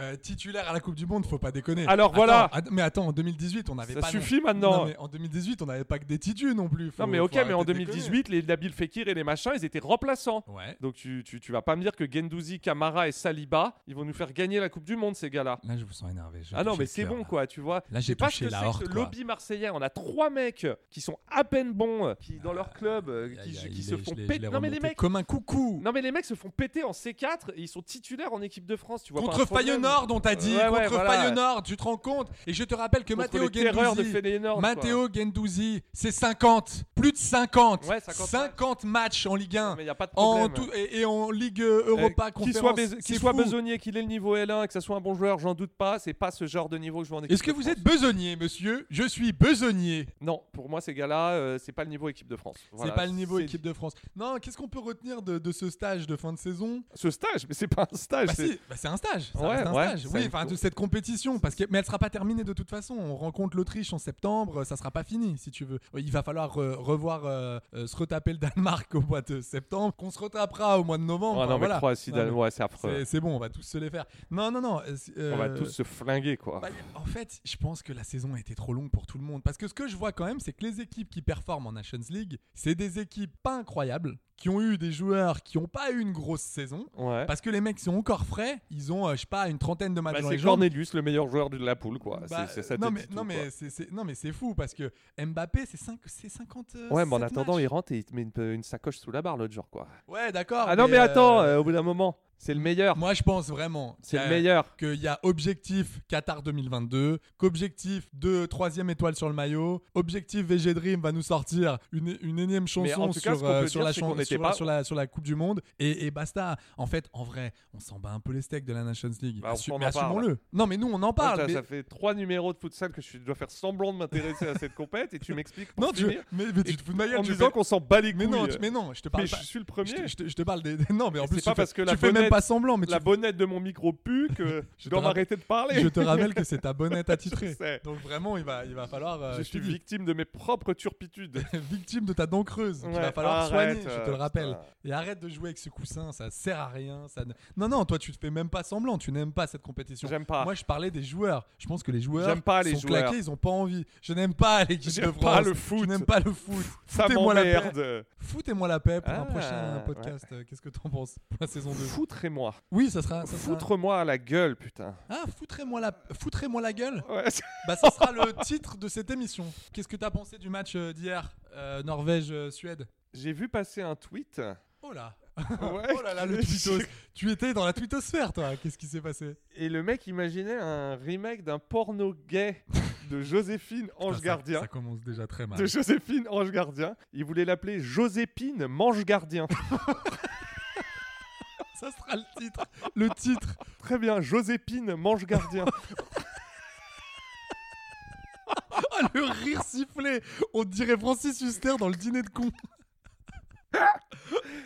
Speaker 5: euh, titulaire à la Coupe du Monde, faut pas déconner.
Speaker 6: Alors, voilà.
Speaker 5: Attends, att- mais attends, en 2018, on avait
Speaker 6: Ça
Speaker 5: pas.
Speaker 6: suffit maintenant.
Speaker 5: Non, mais en 2018, on n'avait pas que des titus non plus. Faut-
Speaker 6: Non, mais
Speaker 5: faut
Speaker 6: ok, mais en
Speaker 5: arrêter de déconner.
Speaker 6: 2018, les Nabil Fekir et les machins, ils étaient remplaçants.
Speaker 5: Ouais.
Speaker 6: Donc tu, tu, tu vas pas me dire que Gendouzi, Camara et Saliba, ils vont nous faire gagner la Coupe du Monde, ces gars-là.
Speaker 5: Là, je vous sens énervé. j'ai
Speaker 6: Ah non,
Speaker 5: touché
Speaker 6: mais
Speaker 5: le
Speaker 6: c'est
Speaker 5: cœur,
Speaker 6: bon
Speaker 5: là.
Speaker 6: quoi, tu vois.
Speaker 5: Là,
Speaker 6: Je
Speaker 5: j'ai
Speaker 6: sais pas
Speaker 5: touché
Speaker 6: ce que
Speaker 5: la
Speaker 6: c'est que
Speaker 5: horte,
Speaker 6: ce
Speaker 5: quoi.
Speaker 6: lobby marseillais. On a trois mecs qui sont à peine bons, euh, qui dans leur club, euh,
Speaker 5: Aïe,
Speaker 6: qui,
Speaker 5: aïe,
Speaker 6: qui
Speaker 5: il
Speaker 6: se
Speaker 5: est- je
Speaker 6: font
Speaker 5: l'ai- je
Speaker 6: péter.
Speaker 5: l'ai
Speaker 6: Non mais les
Speaker 5: remonté
Speaker 6: mecs,
Speaker 5: Comme un coucou.
Speaker 6: non mais les mecs se font péter en C4 et ils sont titulaires en équipe de France. Tu vois pas un
Speaker 5: Contre
Speaker 6: problème
Speaker 5: Feyenoord, on t'a dit.
Speaker 6: Ouais, ouais,
Speaker 5: contre
Speaker 6: voilà.
Speaker 5: Feyenoord, tu te rends compte Et je te rappelle que
Speaker 6: Contre
Speaker 5: Matteo
Speaker 6: les terreurs de
Speaker 5: Gendouzi.
Speaker 6: Feyenoord,
Speaker 5: Matteo Gendouzi, c'est 50. Plus de 50.
Speaker 6: Ouais, 50,
Speaker 5: 50 matchs en Ligue 1.
Speaker 6: Mais y a pas de
Speaker 5: En
Speaker 6: problème.
Speaker 5: tout- et, et en Ligue euh, Europa,
Speaker 6: Qui
Speaker 5: conférence.
Speaker 6: soit, Bez- qui
Speaker 5: c'est
Speaker 6: soit soit
Speaker 5: fou.
Speaker 6: besognier, qu'il ait le niveau L1 et que ça soit un bon joueur, j'en doute pas. C'est pas ce genre de niveau que je vois en équipe.
Speaker 5: Est-ce que
Speaker 6: de
Speaker 5: vous
Speaker 6: France.
Speaker 5: êtes besognier, monsieur Je suis besognier.
Speaker 6: Non, pour moi, ces gars-là, euh, c'est pas le niveau équipe de France. Voilà,
Speaker 5: c'est pas le niveau
Speaker 6: c'est-
Speaker 5: équipe de France. Non, qu'est-ce qu'on peut retenir de, de ce stage de fin de saison
Speaker 6: Ce stage, mais c'est pas un stage.
Speaker 5: Bah
Speaker 6: Eh, c'est-
Speaker 5: si, bah c'est un stage. ça
Speaker 6: Ouais,
Speaker 5: reste un
Speaker 6: ouais,
Speaker 5: stage.
Speaker 6: ça
Speaker 5: Oui,
Speaker 6: me-
Speaker 5: enfin de cette compétition, parce que mais elle sera pas terminée de toute façon. On rencontre l'Autriche en septembre, ça sera pas fini si tu veux. Il va falloir euh, revoir euh, euh, se retaper le Danemark au mois de septembre, qu'on se retapera au mois de
Speaker 6: Ah
Speaker 5: novembre.
Speaker 6: non,
Speaker 5: enfin,
Speaker 6: mais
Speaker 5: voilà.
Speaker 6: Croatie,
Speaker 5: Non, mais
Speaker 6: Dan- ouais, c'est affreux.
Speaker 5: c'est- C'est bon, on va tous se les faire. Non, non, non. euh, c'est-
Speaker 6: euh. On va
Speaker 5: euh,
Speaker 6: tous se flinguer, quoi.
Speaker 5: bah, en fait, je pense que la saison a été trop longue pour tout le monde. Parce que ce que je vois quand même, c'est que les équipes qui performent en Nations League, c'est des équipes pas incroyables, qui ont eu des joueurs qui n'ont pas eu une grosse saison.
Speaker 6: Ouais.
Speaker 5: Parce que les mecs sont encore frais, ils ont, euh, je sais pas, une trentaine de matchs
Speaker 6: Bah,
Speaker 5: dans
Speaker 6: c'est
Speaker 5: les jambes.
Speaker 6: Cornelius, le meilleur joueur de la poule, quoi.
Speaker 5: Bah,
Speaker 6: c'est, c'est ça
Speaker 5: non,
Speaker 6: te
Speaker 5: mais,
Speaker 6: dit tout,
Speaker 5: non,
Speaker 6: quoi.
Speaker 5: mais c'est, c'est- non mais c'est fou parce que Mbappé c'est 5, c'est 50 euh,
Speaker 6: Ouais, mais en
Speaker 5: 7
Speaker 6: attendant,
Speaker 5: matchs.
Speaker 6: il rentre et il te met une, une sacoche sous la barre, l'autre jour, quoi.
Speaker 5: Ouais d'accord
Speaker 6: Ah non, mais attends,
Speaker 5: euh,
Speaker 6: euh, au bout d'un moment, c'est le meilleur.
Speaker 5: Moi je pense vraiment euh, qu'il
Speaker 6: C'est
Speaker 5: y
Speaker 6: le
Speaker 5: a-
Speaker 6: meilleur.
Speaker 5: qu'il y a objectif Qatar 2022, qu'objectif de troisième étoile sur le maillot, objectif VG Dream va nous sortir une, une énième
Speaker 6: en
Speaker 5: chanson
Speaker 6: tout
Speaker 5: sur,
Speaker 6: cas, ce qu'on peut
Speaker 5: euh,
Speaker 6: dire,
Speaker 5: sur, la
Speaker 6: c'est
Speaker 5: chan-
Speaker 6: qu'on n'était
Speaker 5: sur,
Speaker 6: pas-
Speaker 5: sur la, sur la Coupe du Monde et, et basta. En fait, en vrai, on s'en bat un peu les steaks de la Nations League.
Speaker 6: Bah, on
Speaker 5: Assu-
Speaker 6: s'en
Speaker 5: mais
Speaker 6: en parle.
Speaker 5: assumons-le. Non mais nous on en
Speaker 6: Moi,
Speaker 5: parle.
Speaker 6: ça,
Speaker 5: mais-
Speaker 6: ça fait trois numéros de futsal que je dois faire semblant de m'intéresser à cette compète et tu m'expliques pour
Speaker 5: Non, tu,
Speaker 6: finir
Speaker 5: mais, mais tu
Speaker 6: Et
Speaker 5: te fous de ma gueule,
Speaker 6: en me
Speaker 5: tu
Speaker 6: disant
Speaker 5: fais-
Speaker 6: qu'on s'en bat les couilles.
Speaker 5: mais non, tu- mais non, je te parle
Speaker 6: Mais
Speaker 5: pas.
Speaker 6: je suis le
Speaker 5: je, te-
Speaker 6: premier.
Speaker 5: je te, je te parle des. des- Non, mais en
Speaker 6: Et
Speaker 5: plus,
Speaker 6: c'est
Speaker 5: tu,
Speaker 6: pas
Speaker 5: fais,
Speaker 6: parce que la
Speaker 5: tu fais même
Speaker 6: bonnette-
Speaker 5: pas semblant, mais tu
Speaker 6: La bonnette de mon micro pue que je dois
Speaker 5: te rappelle-
Speaker 6: m'arrêter de parler.
Speaker 5: je te rappelle que c'est ta bonnette
Speaker 6: Je
Speaker 5: attitrée.
Speaker 6: sais.
Speaker 5: Donc vraiment, il va, il va falloir. euh,
Speaker 6: je
Speaker 5: je
Speaker 6: suis
Speaker 5: te dis,
Speaker 6: victime de mes propres turpitudes.
Speaker 5: victime de ta dent creuse. il va
Speaker 6: Ouais,
Speaker 5: falloir
Speaker 6: arrête,
Speaker 5: soigner, je te
Speaker 6: euh,
Speaker 5: le rappelle.
Speaker 6: putain.
Speaker 5: Et arrête de jouer avec ce coussin, ça sert à rien. Ça... ne- Non, non, toi, tu te fais même pas semblant. Tu n'aimes pas cette compétition.
Speaker 6: J'aime pas.
Speaker 5: Moi, je parlais des joueurs. Je pense que les joueurs
Speaker 6: J'aime pas les
Speaker 5: sont
Speaker 6: joueurs.
Speaker 5: claqués, ils ont pas envie. Je n'aime pas l'équipe de
Speaker 6: J'aime
Speaker 5: France.
Speaker 6: pas le foot.
Speaker 5: Je n'aime pas le foot.
Speaker 6: Ça
Speaker 5: Foutez-moi la paix.
Speaker 6: m'emmerde.
Speaker 5: Foutez-moi la paix pour
Speaker 6: Ah,
Speaker 5: un prochain
Speaker 6: ouais.
Speaker 5: podcast. Euh, Qu'est-ce que t'en penses pour la saison 2
Speaker 6: Foutrez-moi.
Speaker 5: Oui, ça sera. Ah, Ça sera-
Speaker 6: Foutre-moi à la gueule, putain.
Speaker 5: Ah, foutrez-moi la... foutrez-moi la gueule
Speaker 6: Ouais.
Speaker 5: Bah, ça sera le titre de cette émission. Qu'est-ce que t'as pensé du match euh, d'hier Euh, Norvège-Suède
Speaker 6: J'ai vu passer un tweet.
Speaker 5: Oh là
Speaker 6: Ouais.
Speaker 5: Oh là là, le tweetos Tu étais dans la twittosphère, toi Qu'est-ce qui s'est passé
Speaker 6: Et le mec imaginait un remake d'un porno gay de Joséphine
Speaker 5: Putain,
Speaker 6: Ange
Speaker 5: ça-
Speaker 6: Gardien.
Speaker 5: Ça commence déjà très mal.
Speaker 6: De Joséphine Ange Gardien. Il voulait l'appeler Joséphine Mange Gardien.
Speaker 5: Ça sera le titre Le titre
Speaker 6: Très bien, Joséphine Mange Gardien.
Speaker 5: Oh, le rire sifflé On dirait Francis Huster dans le dîner de con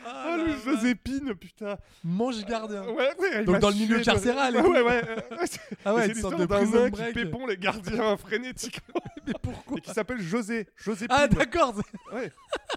Speaker 6: Ah, le Joséphine, putain.
Speaker 5: Mange gardien
Speaker 6: Ouais, ouais, il
Speaker 5: Donc
Speaker 6: m'a
Speaker 5: dans le milieu
Speaker 6: tué de-
Speaker 5: carcéral et
Speaker 6: Ouais,
Speaker 5: tout.
Speaker 6: ouais, ouais. ouais. C'est-
Speaker 5: Ah ouais,
Speaker 6: c'est
Speaker 5: une sorte
Speaker 6: l'histoire
Speaker 5: de
Speaker 6: d'un
Speaker 5: prison
Speaker 6: nain qui
Speaker 5: break.
Speaker 6: pépon les gardiens frénétiquement
Speaker 5: Mais pourquoi
Speaker 6: et qui s'appelle José. Joséphine.
Speaker 5: Ah d'accord
Speaker 6: Ouais.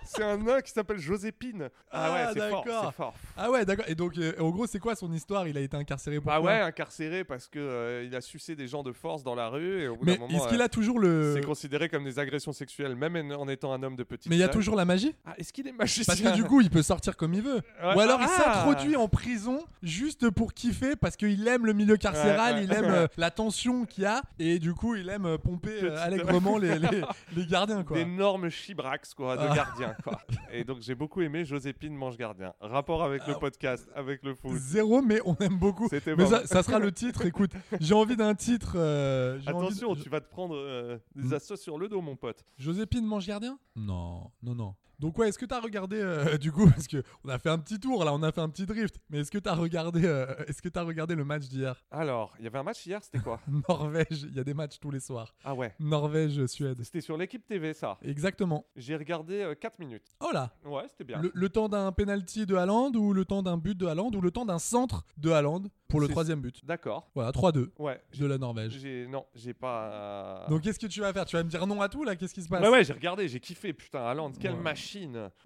Speaker 6: C'est un nain qui s'appelle Joséphine. Ah,
Speaker 5: Ah,
Speaker 6: ouais, c'est fort,
Speaker 5: d'accord.
Speaker 6: c'est fort.
Speaker 5: Ah ouais d'accord Et donc euh, en gros c'est quoi son histoire Il a été incarcéré pour
Speaker 6: Bah ouais, incarcéré parce que euh, il a sucé des gens de force dans la rue et au bout d'un
Speaker 5: Mais
Speaker 6: moment,
Speaker 5: est-ce qu'il
Speaker 6: euh,
Speaker 5: a toujours le
Speaker 6: c'est considéré comme des agressions sexuelles même en- en étant un homme de petite
Speaker 5: Mais il y a
Speaker 6: taille.
Speaker 5: toujours la magie
Speaker 6: Ah, est-ce qu'il est magicien
Speaker 5: Parce que du coup, il peut sortir comme il veut.
Speaker 6: Ouais.
Speaker 5: Ou alors, il
Speaker 6: Ah.
Speaker 5: s'introduit en prison juste pour kiffer parce qu'il aime le milieu carcéral,
Speaker 6: Ouais, ouais.
Speaker 5: il aime euh, la tension qu'il y a et du coup, il aime euh, pomper euh, allègrement les, les, les gardiens. Quoi.
Speaker 6: d'énormes chibrax quoi de
Speaker 5: Ah.
Speaker 6: gardien quoi. et donc j'ai beaucoup aimé Joséphine mange gardien. Rapport avec
Speaker 5: Ah.
Speaker 6: le podcast, avec le foot.
Speaker 5: Zéro, mais on aime beaucoup.
Speaker 6: C'était
Speaker 5: Mais
Speaker 6: bon.
Speaker 5: ça, ça sera le titre. Écoute, j'ai envie d'un titre. euh, j'ai envie de- Hmm.
Speaker 6: Attention, tu vas te prendre euh, des assos sur le dos mon pote.
Speaker 5: Joséphine mange gardien Non, non, non. Donc ouais, est-ce que t'as regardé euh, du coup parce que on a fait un petit tour là, on a fait un petit drift. Mais est-ce que t'as regardé, euh, est-ce que t'as regardé le match d'hier
Speaker 6: Alors, il y avait un match hier, c'était quoi
Speaker 5: Norvège, il y a des matchs tous les soirs.
Speaker 6: Ah ouais.
Speaker 5: Norvège-Suède.
Speaker 6: C'était sur l'équipe TV ça.
Speaker 5: Exactement.
Speaker 6: J'ai regardé 4 minutes.
Speaker 5: Oh là
Speaker 6: Ouais, c'était bien.
Speaker 5: le, le temps d'un penalty de Haaland ou le temps d'un but de Haaland ou le temps d'un centre de Haaland pour le
Speaker 6: C'est-
Speaker 5: troisième but.
Speaker 6: D'accord.
Speaker 5: Voilà, 3-2
Speaker 6: Ouais.
Speaker 5: de la Norvège.
Speaker 6: J'ai non, j'ai pas euh,
Speaker 5: Donc qu'est-ce que tu vas faire Tu vas me dire non à tout là Qu'est-ce qui se passe
Speaker 6: Ouais, ouais, j'ai regardé, j'ai kiffé, putain, Haaland, quelle
Speaker 5: Ouais.
Speaker 6: machine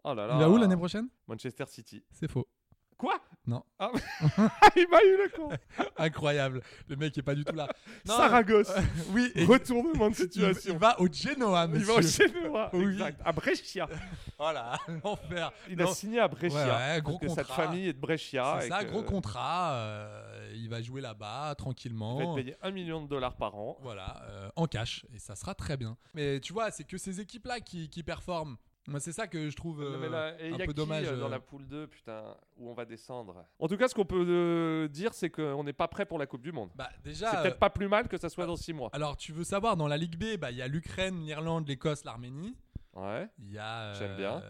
Speaker 6: Oh là là
Speaker 5: Il va où l'année prochaine
Speaker 6: Manchester City.
Speaker 5: C'est faux.
Speaker 6: Quoi
Speaker 5: Non.
Speaker 6: Ah, il m'a eu le con
Speaker 5: Incroyable. Le mec est pas du tout là. Non,
Speaker 6: Saragosse
Speaker 5: euh, Oui, et-
Speaker 6: Retournement de
Speaker 5: il, il
Speaker 6: situation
Speaker 5: va au Genoa,
Speaker 6: Il
Speaker 5: monsieur.
Speaker 6: va au Genoa
Speaker 5: Oui.
Speaker 6: Exact, à Brescia
Speaker 5: Oh là, l'enfer.
Speaker 6: Il
Speaker 5: Non,
Speaker 6: a signé à Brescia
Speaker 5: Ouais, ouais, gros
Speaker 6: Parce que sa
Speaker 5: contrat.
Speaker 6: famille est de Brescia
Speaker 5: C'est
Speaker 6: et
Speaker 5: ça,
Speaker 6: que
Speaker 5: gros contrat. euh, il va jouer là-bas
Speaker 6: Il va être
Speaker 5: tranquillement.
Speaker 6: payé 1 million de dollars par an
Speaker 5: Voilà, euh, en cash, et ça sera très bien. Mais tu vois, c'est que ces équipes-là qui, qui performent. Moi, c'est ça que je trouve euh,
Speaker 6: Mais là, et
Speaker 5: un
Speaker 6: il y a
Speaker 5: peu
Speaker 6: qui,
Speaker 5: dommage.
Speaker 6: euh, dans
Speaker 5: euh,
Speaker 6: la poule 2 putain où on va descendre en tout cas ce qu'on peut euh, dire c'est qu'on n'est pas prêt pour la coupe du monde
Speaker 5: Bah,
Speaker 6: c'est
Speaker 5: déjà, euh,
Speaker 6: peut-être pas plus mal que ça soit dans 6 mois
Speaker 5: alors tu veux savoir, dans la Ligue B, bah, il y a l'Ukraine, l'Irlande, l'Écosse, l'Arménie.
Speaker 6: ouais
Speaker 5: Il y a. euh,
Speaker 6: J'aime bien.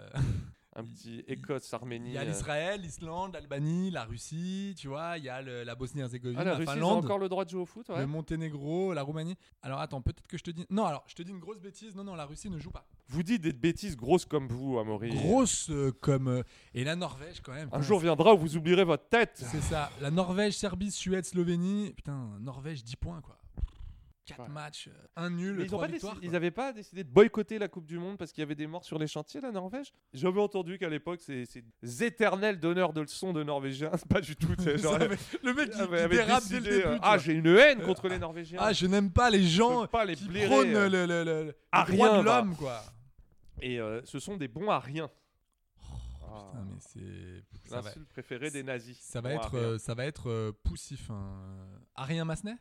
Speaker 6: un petit Écosse-Arménie.
Speaker 5: Il y a
Speaker 6: euh.
Speaker 5: l'Israël, l'Islande, l'Albanie, la Russie, tu vois, il y a le- la Bosnie-Herzégovine,
Speaker 6: Ah, la
Speaker 5: la,
Speaker 6: Russie, ils ont
Speaker 5: Finlande,
Speaker 6: encore le droit de jouer au foot, ouais.
Speaker 5: le Monténégro, la Roumanie. Alors attends, peut-être que je te dis. Non, alors je te dis une grosse bêtise. Non, non, la Russie ne joue pas.
Speaker 6: Vous dites des bêtises grosses comme vous, Amaury.
Speaker 5: Grosse euh, comme. euh, Et la Norvège quand même.
Speaker 6: Un
Speaker 5: putain,
Speaker 6: jour viendra où vous oublierez votre tête.
Speaker 5: C'est ça. La Norvège, Serbie, Suède, Slovénie. Putain, Norvège 10 points quoi. 4
Speaker 6: Ouais.
Speaker 5: matchs, euh, un nul,
Speaker 6: Mais ils
Speaker 5: trois
Speaker 6: n'avaient pas,
Speaker 5: victoires.
Speaker 6: décidé- ils
Speaker 5: quoi.
Speaker 6: avaient pas décidé de boycotter la Coupe du Monde parce qu'il y avait des morts sur les chantiers, la Norvège J'avais entendu qu'à l'époque, ces ces éternels donneurs de leçons de Norvégiens, pas du tout. tu sais, genre,
Speaker 5: Ça avait- le mec, il,
Speaker 6: avaient-
Speaker 5: il
Speaker 6: avaient
Speaker 5: dérape dès le
Speaker 6: décidé,
Speaker 5: début.
Speaker 6: euh,
Speaker 5: tu
Speaker 6: ah,
Speaker 5: vois.
Speaker 6: j'ai une haine contre
Speaker 5: Euh,
Speaker 6: les Norvégiens.
Speaker 5: Ah, je n'aime pas les gens
Speaker 6: peux pas les
Speaker 5: qui
Speaker 6: blairer,
Speaker 5: prônent
Speaker 6: euh,
Speaker 5: le, le, le, le
Speaker 6: à
Speaker 5: droit
Speaker 6: rien,
Speaker 5: de
Speaker 6: va.
Speaker 5: l'homme, quoi.
Speaker 6: Et euh, ce sont des bons à rien. Ah,
Speaker 5: Oh, Putain, mais c'est. Ça va,
Speaker 6: L'insulte préférée des nazis.
Speaker 5: ça va
Speaker 6: Bons à
Speaker 5: être,
Speaker 6: rien.
Speaker 5: euh, ça va être euh, poussif. Hein. Arien Massenet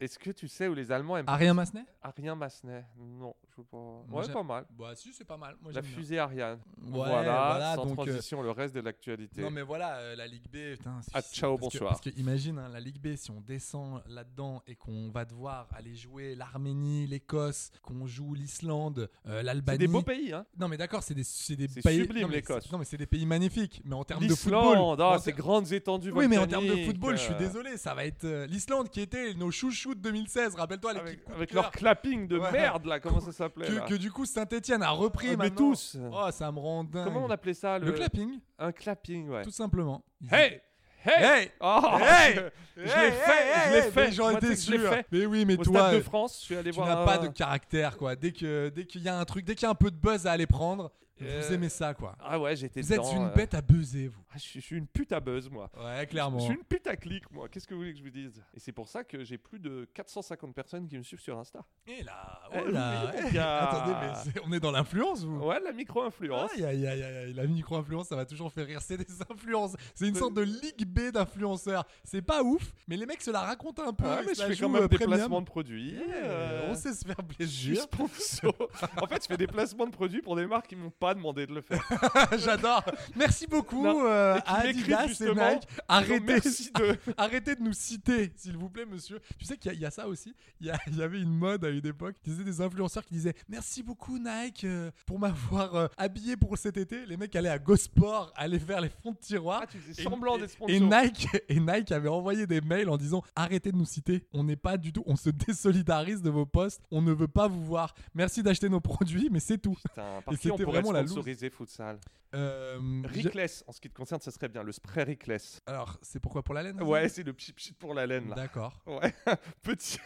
Speaker 6: Est-ce que tu sais où les Allemands aiment
Speaker 5: Arien Massenet
Speaker 6: Ariane Massenet Non, je sais pas.
Speaker 5: Moi,
Speaker 6: Ouais,
Speaker 5: j'ai-
Speaker 6: pas mal.
Speaker 5: Bah, si, c'est pas mal. Moi,
Speaker 6: La
Speaker 5: j'aime bien.
Speaker 6: fusée Ariane.
Speaker 5: Ouais,
Speaker 6: voilà, sans
Speaker 5: donc. euh,
Speaker 6: transition, le reste de l'actualité.
Speaker 5: Non mais voilà, euh, la Ligue B, putain, c'est
Speaker 6: Ah,
Speaker 5: c'est-
Speaker 6: ciao,
Speaker 5: parce que-
Speaker 6: bonsoir.
Speaker 5: parce que imagine, hein, la Ligue B, si on descend là-dedans et qu'on va devoir aller jouer l'Arménie, l'Écosse, qu'on joue l'Islande, euh,
Speaker 6: C'est
Speaker 5: l'Albanie.
Speaker 6: des beaux pays, hein.
Speaker 5: Non mais d'accord, c'est des, c'est des
Speaker 6: C'est
Speaker 5: pays.
Speaker 6: sublime,
Speaker 5: non, mais
Speaker 6: l'Écosse.
Speaker 5: c'est- Non mais c'est des pays magnifiques, mais en termes de football.
Speaker 6: L'Islande,
Speaker 5: en
Speaker 6: ah,
Speaker 5: ter-
Speaker 6: ces grandes étendues
Speaker 5: Oui, mais en termes de
Speaker 6: volcaniques,
Speaker 5: football, je suis
Speaker 6: euh,
Speaker 5: désolé, ça va être euh, l'Islande qui était nos chouchous de 2016. Rappelle-toi les
Speaker 6: Avec,
Speaker 5: petits coups de
Speaker 6: avec
Speaker 5: cœur
Speaker 6: leur clapping de
Speaker 5: Ouais.
Speaker 6: merde, là, comment ça s'appelait là
Speaker 5: que, que du coup Saint-Étienne a repris
Speaker 6: Ah, Mais
Speaker 5: maintenant.
Speaker 6: tous
Speaker 5: Oh, ça me rend dingue.
Speaker 6: Comment on appelait ça
Speaker 5: le clapping,
Speaker 6: Un clapping, ouais.
Speaker 5: tout simplement. Ils
Speaker 6: Hey Hey
Speaker 5: Hey
Speaker 6: Oh,
Speaker 5: Hey
Speaker 6: je- Je l'ai fait, je l'ai fait.
Speaker 5: Les gens
Speaker 6: Moi, tu
Speaker 5: étaient
Speaker 6: sais que je l'ai
Speaker 5: sûrs.
Speaker 6: fait.
Speaker 5: Mais oui, mais
Speaker 6: Au
Speaker 5: toi,
Speaker 6: Stade de
Speaker 5: euh,
Speaker 6: France, je suis allé
Speaker 5: tu
Speaker 6: voir.
Speaker 5: n'as
Speaker 6: un-
Speaker 5: pas de caractère, quoi. Dès que dès qu'il y a un truc, dès qu'il y a un peu de buzz à aller prendre,
Speaker 6: Euh,
Speaker 5: vous aimez ça, quoi.
Speaker 6: Ah ouais, j'étais
Speaker 5: Vous êtes
Speaker 6: dedans,
Speaker 5: une
Speaker 6: euh.
Speaker 5: bête à buzzer, vous.
Speaker 6: Ah, je, suis- je suis une pute à buzz, moi.
Speaker 5: Ouais, clairement.
Speaker 6: Je suis une pute à clic, moi. Qu'est-ce que vous voulez que je vous dise Et c'est pour ça que j'ai plus de 450 personnes qui me suivent sur Insta.
Speaker 5: Et là,
Speaker 6: Eh,
Speaker 5: oh là.
Speaker 6: oui, mon gars. Oh,
Speaker 5: Attendez, mais c'est- on est dans l'influence, vous.
Speaker 6: Ouais, la micro-influence.
Speaker 5: Aïe, aïe, aïe, aïe, aïe, la micro-influence, ça va toujours faire rire. C'est des influences. C'est une sorte de ligue B d'influenceurs. C'est pas ouf, mais les mecs se la racontent un peu.
Speaker 6: Ah,
Speaker 5: ils
Speaker 6: mais
Speaker 5: se
Speaker 6: je
Speaker 5: la
Speaker 6: fais quand
Speaker 5: jouent,
Speaker 6: même
Speaker 5: euh,
Speaker 6: des
Speaker 5: premium.
Speaker 6: placements de produits. euh,
Speaker 5: Euh, On sait se faire
Speaker 6: je suis
Speaker 5: plaisir.
Speaker 6: sponsor. en fait, je fais des placements de produits pour des marques qui m'ont pas demandé de le faire.
Speaker 5: J'adore. Merci beaucoup
Speaker 6: Non,
Speaker 5: euh,
Speaker 6: et qui
Speaker 5: à
Speaker 6: m'écrivent
Speaker 5: Adidas et
Speaker 6: justement,
Speaker 5: Nike. Arrêtez,
Speaker 6: merci de-
Speaker 5: arrêtez de nous citer, s'il vous plaît, monsieur. Tu sais qu'il y, a- il y a ça aussi. Il y, a- il y avait une mode à une époque. C'était des influenceurs qui disaient merci beaucoup Nike euh, pour m'avoir euh, habillé pour cet été. Les mecs allaient à GoSport, allaient faire les fonds de tiroir.
Speaker 6: Ah, tu faisais
Speaker 5: Et-
Speaker 6: semblant
Speaker 5: et-
Speaker 6: d'être
Speaker 5: et
Speaker 6: sponsor.
Speaker 5: Nike, et Nike avait envoyé des mails en disant arrêtez de nous citer, on n'est pas du tout, on se désolidarise de vos posts, on ne veut pas vous voir. Merci d'acheter nos produits, mais c'est tout.
Speaker 6: Putain, par
Speaker 5: Et
Speaker 6: qui on
Speaker 5: c'était
Speaker 6: pourrait
Speaker 5: vraiment la loose.
Speaker 6: sponsoriser futsal
Speaker 5: Euh, j'ai-
Speaker 6: Rickless, en ce qui te concerne, ça serait bien. Le spray Rickless.
Speaker 5: Alors, c'est pourquoi pour la laine
Speaker 6: Ouais, c'est le pchit pchit pour la laine, là.
Speaker 5: Ah D'accord.
Speaker 6: Ouais, petit.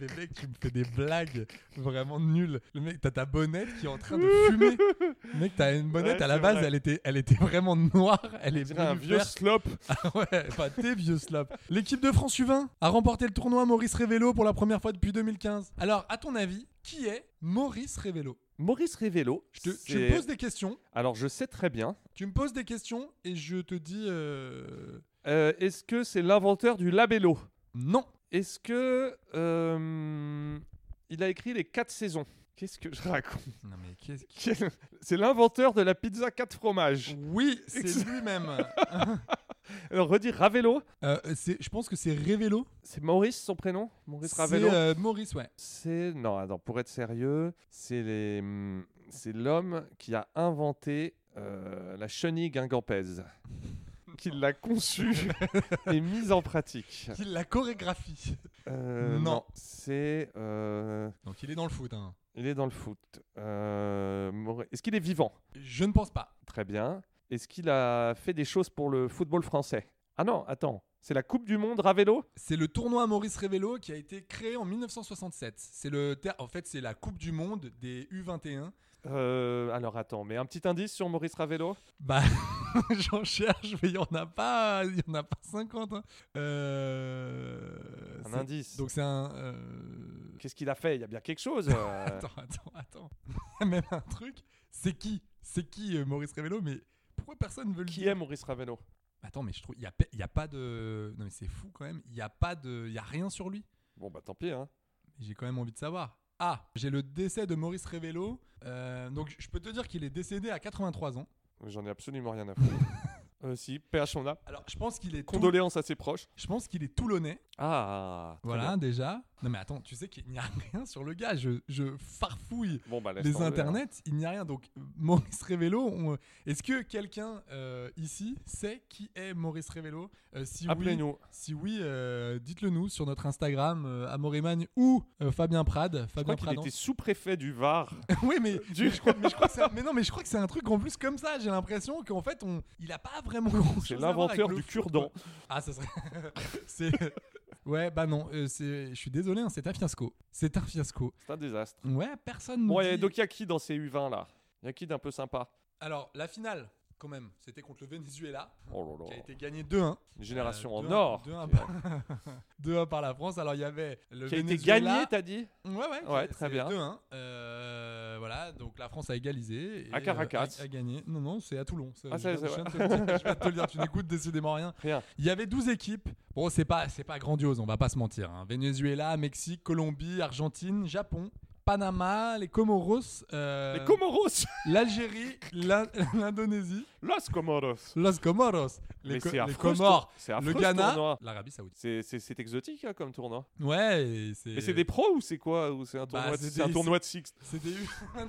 Speaker 5: Mais mec, tu me fais des blagues vraiment nulles. Le mec, t'as ta bonnette qui est en train de fumer. Mec, t'as une bonnette
Speaker 6: Ouais,
Speaker 5: à la
Speaker 6: c'est
Speaker 5: base,
Speaker 6: vrai.
Speaker 5: elle était, elle était vraiment noire. Elle est
Speaker 6: On dirait un
Speaker 5: venue
Speaker 6: vieux
Speaker 5: faire-
Speaker 6: slope.
Speaker 5: Ah ouais, enfin, t'es vieux slop. L'équipe de France U20 a remporté le tournoi Maurice Révélo pour la première fois depuis 2015. Alors, à ton avis, qui est Maurice Révélo
Speaker 6: Maurice Révélo.
Speaker 5: Je te- Tu
Speaker 6: c'est-
Speaker 5: me poses des questions.
Speaker 6: Alors, je sais très bien.
Speaker 5: Tu me poses des questions et je te dis euh,
Speaker 6: Euh, Est-ce que c'est l'inventeur du labello
Speaker 5: non.
Speaker 6: Est-ce que euh, il a écrit les quatre saisons Qu'est-ce que je raconte
Speaker 5: Non mais qu'est-ce qui-
Speaker 6: Quel- C'est l'inventeur de la pizza quatre fromages.
Speaker 5: Oui, c'est lui-même.
Speaker 6: Alors redire Ravello,
Speaker 5: Euh, c'est- je pense que c'est Révélo.
Speaker 6: c'est Maurice son prénom Maurice
Speaker 5: C'est
Speaker 6: Ravello.
Speaker 5: euh, Maurice, ouais.
Speaker 6: C'est non, attends, pour être sérieux, c'est les hum, c'est l'homme qui a inventé euh, la chenille guingampèse. qui l'a conçue et mise en pratique.
Speaker 5: Qui la chorégraphie.
Speaker 6: Euh,
Speaker 5: Non.
Speaker 6: c'est euh,
Speaker 5: Donc il est dans le foot. hein.
Speaker 6: il est dans le foot. Euh, Maurice- Est-ce qu'il est vivant
Speaker 5: Je ne pense pas.
Speaker 6: Très bien. Est-ce qu'il a fait des choses pour le football français Ah non, attends. C'est la Coupe du Monde Ravello
Speaker 5: C'est le tournoi Maurice Révélo qui a été créé en 1967. C'est le ter- en fait c'est la Coupe du monde des U21.
Speaker 6: euh, Alors attends, mais un petit indice sur Maurice Ravello
Speaker 5: Bah j'en cherche mais il y en a pas il y en a pas 50. hein. Euh,
Speaker 6: Un
Speaker 5: c'est-
Speaker 6: indice.
Speaker 5: Donc c'est un euh,
Speaker 6: Qu'est-ce qu'il a fait Il y a bien quelque chose. euh.
Speaker 5: Attends attends attends. Même un truc, c'est qui C'est qui euh, Maurice Révélo mais pourquoi personne veut le
Speaker 6: Qui
Speaker 5: dire
Speaker 6: est Maurice Ravello
Speaker 5: Attends mais je trouve il y a pe- il y a pas de non mais c'est fou quand même, il y a pas de il y a rien sur lui.
Speaker 6: Bon bah tant pis. Hein.
Speaker 5: J'ai quand même envie de savoir. Ah, j'ai le décès de Maurice Révélo. Euh, donc je peux te dire qu'il est décédé à 83 ans.
Speaker 6: J'en ai absolument rien à foutre. Euh, si, PH, on a.
Speaker 5: Alors, je pense qu'il est tout-
Speaker 6: Condoléances à ses proches.
Speaker 5: Je pense qu'il est toulonnais.
Speaker 6: Ah, très
Speaker 5: Voilà,
Speaker 6: bien.
Speaker 5: déjà. Non, mais attends, tu sais qu'il n'y a rien sur le gars. Je, je farfouille
Speaker 6: Bon, bah, laisse
Speaker 5: les
Speaker 6: tomber, hein.
Speaker 5: internets, il n'y a rien. Donc, euh, Maurice Révélo, on- est-ce que quelqu'un euh, ici sait qui est Maurice Révélo Euh, si, oui,
Speaker 6: Appelez-nous.
Speaker 5: si oui, euh, dites-le nous sur notre Instagram, euh, Amoremagne ou euh, Fabien Prade.
Speaker 6: Je crois
Speaker 5: Fabien
Speaker 6: qu'il
Speaker 5: Prade.
Speaker 6: était sous-préfet du Var.
Speaker 5: oui, mais, mais je crois, mais je crois que c'est un- mais non, mais je crois que c'est un truc en plus comme ça. J'ai l'impression qu'en fait, on, il a pas vraiment. grand-chose
Speaker 6: C'est
Speaker 5: à voir avec
Speaker 6: l'inventeur
Speaker 5: le
Speaker 6: du
Speaker 5: foot,
Speaker 6: cure-dent.
Speaker 5: quoi. Ah, ça serait. c'est. Ouais, bah non, euh, c'est- je suis désolé, hein, c'est un fiasco. C'est un fiasco.
Speaker 6: C'est un désastre.
Speaker 5: Ouais, personne. nous
Speaker 6: Bon, y a-
Speaker 5: dit-
Speaker 6: donc il y a qui dans ces U20 là Il y a qui d'un peu sympa
Speaker 5: Alors, la finale, quand même, c'était contre le Venezuela,
Speaker 6: Oh là
Speaker 5: qui a
Speaker 6: là.
Speaker 5: été gagnée 2-1.
Speaker 6: Une génération
Speaker 5: Euh,
Speaker 6: en
Speaker 5: 2-1,
Speaker 6: or.
Speaker 5: 2-1
Speaker 6: qui-
Speaker 5: par, 2-1 par la France. Alors, il y avait le
Speaker 6: Qui a été
Speaker 5: Venezuela.
Speaker 6: gagné, t'as dit
Speaker 5: Ouais, ouais,
Speaker 6: Ouais,
Speaker 5: c'est-
Speaker 6: très
Speaker 5: c'est
Speaker 6: bien.
Speaker 5: 2-1. Euh, voilà, donc la France a égalisé. et,
Speaker 6: À Caracas.
Speaker 5: euh, a, a gagné. Non, non, c'est à Toulon. ça,
Speaker 6: Ah,
Speaker 5: je
Speaker 6: ça,
Speaker 5: viens-
Speaker 6: c'est
Speaker 5: je viens
Speaker 6: vrai.
Speaker 5: de te le dire, je viens de te le dire, tu n'écoutes décidément rien.
Speaker 6: Rien.
Speaker 5: Il y avait 12 équipes. Bon, c'est pas, c'est pas grandiose, on va pas se mentir. hein. Venezuela, Mexique, Colombie, Argentine, Japon, Panama, les Comoros, euh,
Speaker 6: Les Comoros
Speaker 5: l'Algérie, l'In- l'Indonésie,
Speaker 6: Los Comoros
Speaker 5: Los Comoros, les,
Speaker 6: Mais
Speaker 5: Co-
Speaker 6: c'est
Speaker 5: les
Speaker 6: affreux, ce
Speaker 5: Comores,
Speaker 6: tour- c'est
Speaker 5: le
Speaker 6: affreux, ce
Speaker 5: Ghana,
Speaker 6: tournoi.
Speaker 5: l'Arabie Saoudite.
Speaker 6: C'est- C'est c'est exotique hein, comme tournoi.
Speaker 5: Ouais, et c'est.
Speaker 6: Mais c'est des pros ou c'est quoi Ou c'est un
Speaker 5: Bah,
Speaker 6: tournoi, de,
Speaker 5: c'est
Speaker 6: c'est un
Speaker 5: des-
Speaker 6: tournoi de six
Speaker 5: C'est des U...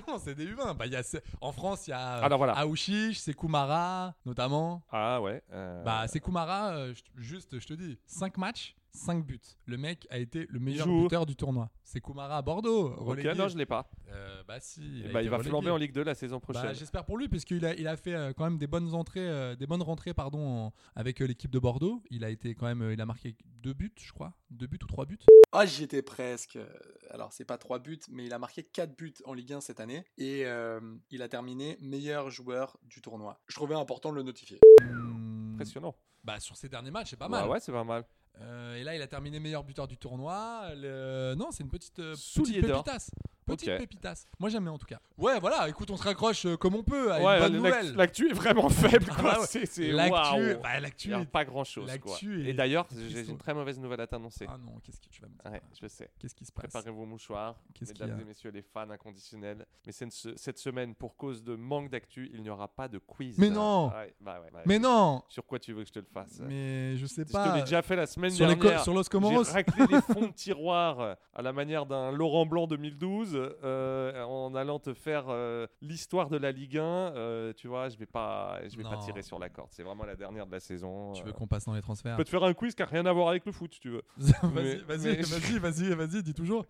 Speaker 5: non, c'est des U20. Bah, il y a... ce- En France, il y a euh,
Speaker 6: Alors voilà.
Speaker 5: Aouchiche, Sekoumara, notamment.
Speaker 6: Ah ouais. euh,
Speaker 5: Bah, Sekoumara, euh, je- juste, je te dis, 5 matchs, 5 buts. Le mec a été le meilleur
Speaker 6: joue.
Speaker 5: buteur du tournoi. Sekoumara à Bordeaux,
Speaker 6: Ok,
Speaker 5: relégué.
Speaker 6: non, je l'ai pas.
Speaker 5: Euh, bah, si.
Speaker 6: Eh
Speaker 5: a
Speaker 6: bah,
Speaker 5: été
Speaker 6: il va
Speaker 5: relégué.
Speaker 6: flamber en Ligue 2 la saison
Speaker 5: Bah,
Speaker 6: prochaine.
Speaker 5: J'espère pour lui, puisqu'il a, il a fait euh, quand même des bonnes entrées, euh, des bonnes rentrées pardon, en- avec euh, l'équipe de Bordeaux. Il a été quand même, euh, il a marqué deux buts, je crois, deux buts ou trois buts.
Speaker 7: Ah, j'y étais presque. Euh, Alors, c'est pas trois buts, mais il a marqué quatre buts en Ligue 1 cette année. Et euh, il a terminé meilleur joueur du tournoi. Je trouvais important de le notifier.
Speaker 5: Hmm,
Speaker 6: Impressionnant.
Speaker 5: bah, sur ses derniers matchs, c'est pas
Speaker 6: Bah
Speaker 5: mal.
Speaker 6: ouais, c'est pas mal.
Speaker 5: Euh, et là, il a terminé meilleur buteur du tournoi. Le- Non, c'est une petite, euh,
Speaker 6: Soulier
Speaker 5: petite
Speaker 6: d'or.
Speaker 5: pépitasse. Petite
Speaker 6: Ok.
Speaker 5: pépitasse. Moi, j'aimais en tout cas. Ouais, voilà. Écoute, on se raccroche euh, comme on peut à
Speaker 6: Ouais,
Speaker 5: une bonne
Speaker 6: l'ac-
Speaker 5: nouvelle.
Speaker 6: l'actu est vraiment faible.
Speaker 5: Ah
Speaker 6: quoi.
Speaker 5: ouais.
Speaker 6: C'est- c'est
Speaker 5: L'actu,
Speaker 6: waouh.
Speaker 5: bah,
Speaker 6: Il
Speaker 5: l'actu.
Speaker 6: y a
Speaker 5: est-
Speaker 6: pas grand chose.
Speaker 5: l'actu est-
Speaker 6: Et d'ailleurs,
Speaker 5: est triste,
Speaker 6: j'ai j'ai
Speaker 5: ouais.
Speaker 6: une très mauvaise nouvelle à t'annoncer.
Speaker 5: Ah non, qu'est-ce que tu vas me dire hein.
Speaker 6: Ouais, je sais.
Speaker 5: Qu'est-ce qui se passe
Speaker 6: Préparez vos mouchoirs,
Speaker 5: Qu'est-ce qu'il y
Speaker 6: mesdames
Speaker 5: a
Speaker 6: et messieurs les fans inconditionnels. Mais c'est une se- cette semaine, pour cause de manque d'actu, il n'y aura pas de quiz.
Speaker 5: Mais non
Speaker 6: Ouais, bah ouais, bah ouais.
Speaker 5: Mais non.
Speaker 6: Sur quoi tu veux que je te le fasse
Speaker 5: Mais je sais
Speaker 6: Je
Speaker 5: pas.
Speaker 6: te l'ai déjà fait la semaine
Speaker 5: sur, les co-
Speaker 6: dernière.
Speaker 5: sur Los Comoros.
Speaker 6: J'ai raclé les fonds de tiroir euh, à la manière d'un Laurent Blanc 2012 euh, en allant te faire euh, l'histoire de la Ligue 1. euh, tu vois, je vais pas, je vais pas
Speaker 5: Non.
Speaker 6: tirer sur la corde. C'est vraiment la dernière de la saison.
Speaker 5: Tu
Speaker 6: euh.
Speaker 5: veux qu'on passe dans les transferts
Speaker 6: Je peux te faire un quiz qui n'a rien à voir avec le foot, si tu veux. Mais-
Speaker 5: Vas-y, vas-y,
Speaker 6: mais-
Speaker 5: vas-y, vas-y, vas-y, dis toujours.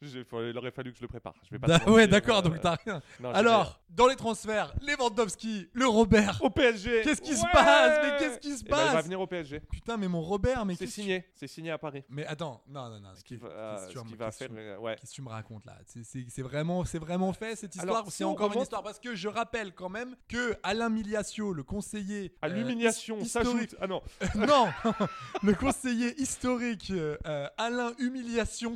Speaker 6: J'ai- Il aurait fallu que je le prépare. Je vais pas te
Speaker 5: Da- ouais,
Speaker 6: mentir,
Speaker 5: d'accord,
Speaker 6: euh,
Speaker 5: donc t'as rien.
Speaker 6: non, j'ai rien.
Speaker 5: Alors, dans les transferts, les Vandovski, le Robert.
Speaker 6: Au PSG.
Speaker 5: Qu'est-ce qui se
Speaker 6: Ouais
Speaker 5: passe Mais qu'est-ce qui se
Speaker 6: Eh ben, Il va
Speaker 5: passe
Speaker 6: venir au PSG.
Speaker 5: Putain, mais mon Robert, mais
Speaker 6: C'est
Speaker 5: qu'est-ce que tu-
Speaker 6: signé. C'est signé à Paris.
Speaker 5: Mais attends, non, non, non.
Speaker 6: Ce qu'il
Speaker 5: qu'est-
Speaker 6: va,
Speaker 5: qu'est-ce que tu
Speaker 6: ce
Speaker 5: vas-
Speaker 6: qu'il va
Speaker 5: qu'est-ce
Speaker 6: faire.
Speaker 5: que tu-
Speaker 6: euh, Ouais.
Speaker 5: Qu'est-ce que tu me racontes là C'est- C'est c'est vraiment, c'est vraiment fait cette histoire
Speaker 6: Alors,
Speaker 5: ou
Speaker 6: si
Speaker 5: c'est
Speaker 6: on
Speaker 5: encore une
Speaker 6: remonte-
Speaker 5: histoire Parce que je rappelle quand même que Alain Miliacio, le conseiller
Speaker 6: À
Speaker 5: euh,
Speaker 6: l'humiliation,
Speaker 5: his-
Speaker 6: ça
Speaker 5: historique,
Speaker 6: s'ajoute. Ah non.
Speaker 5: non, le conseiller historique euh, euh, Alain Humiliation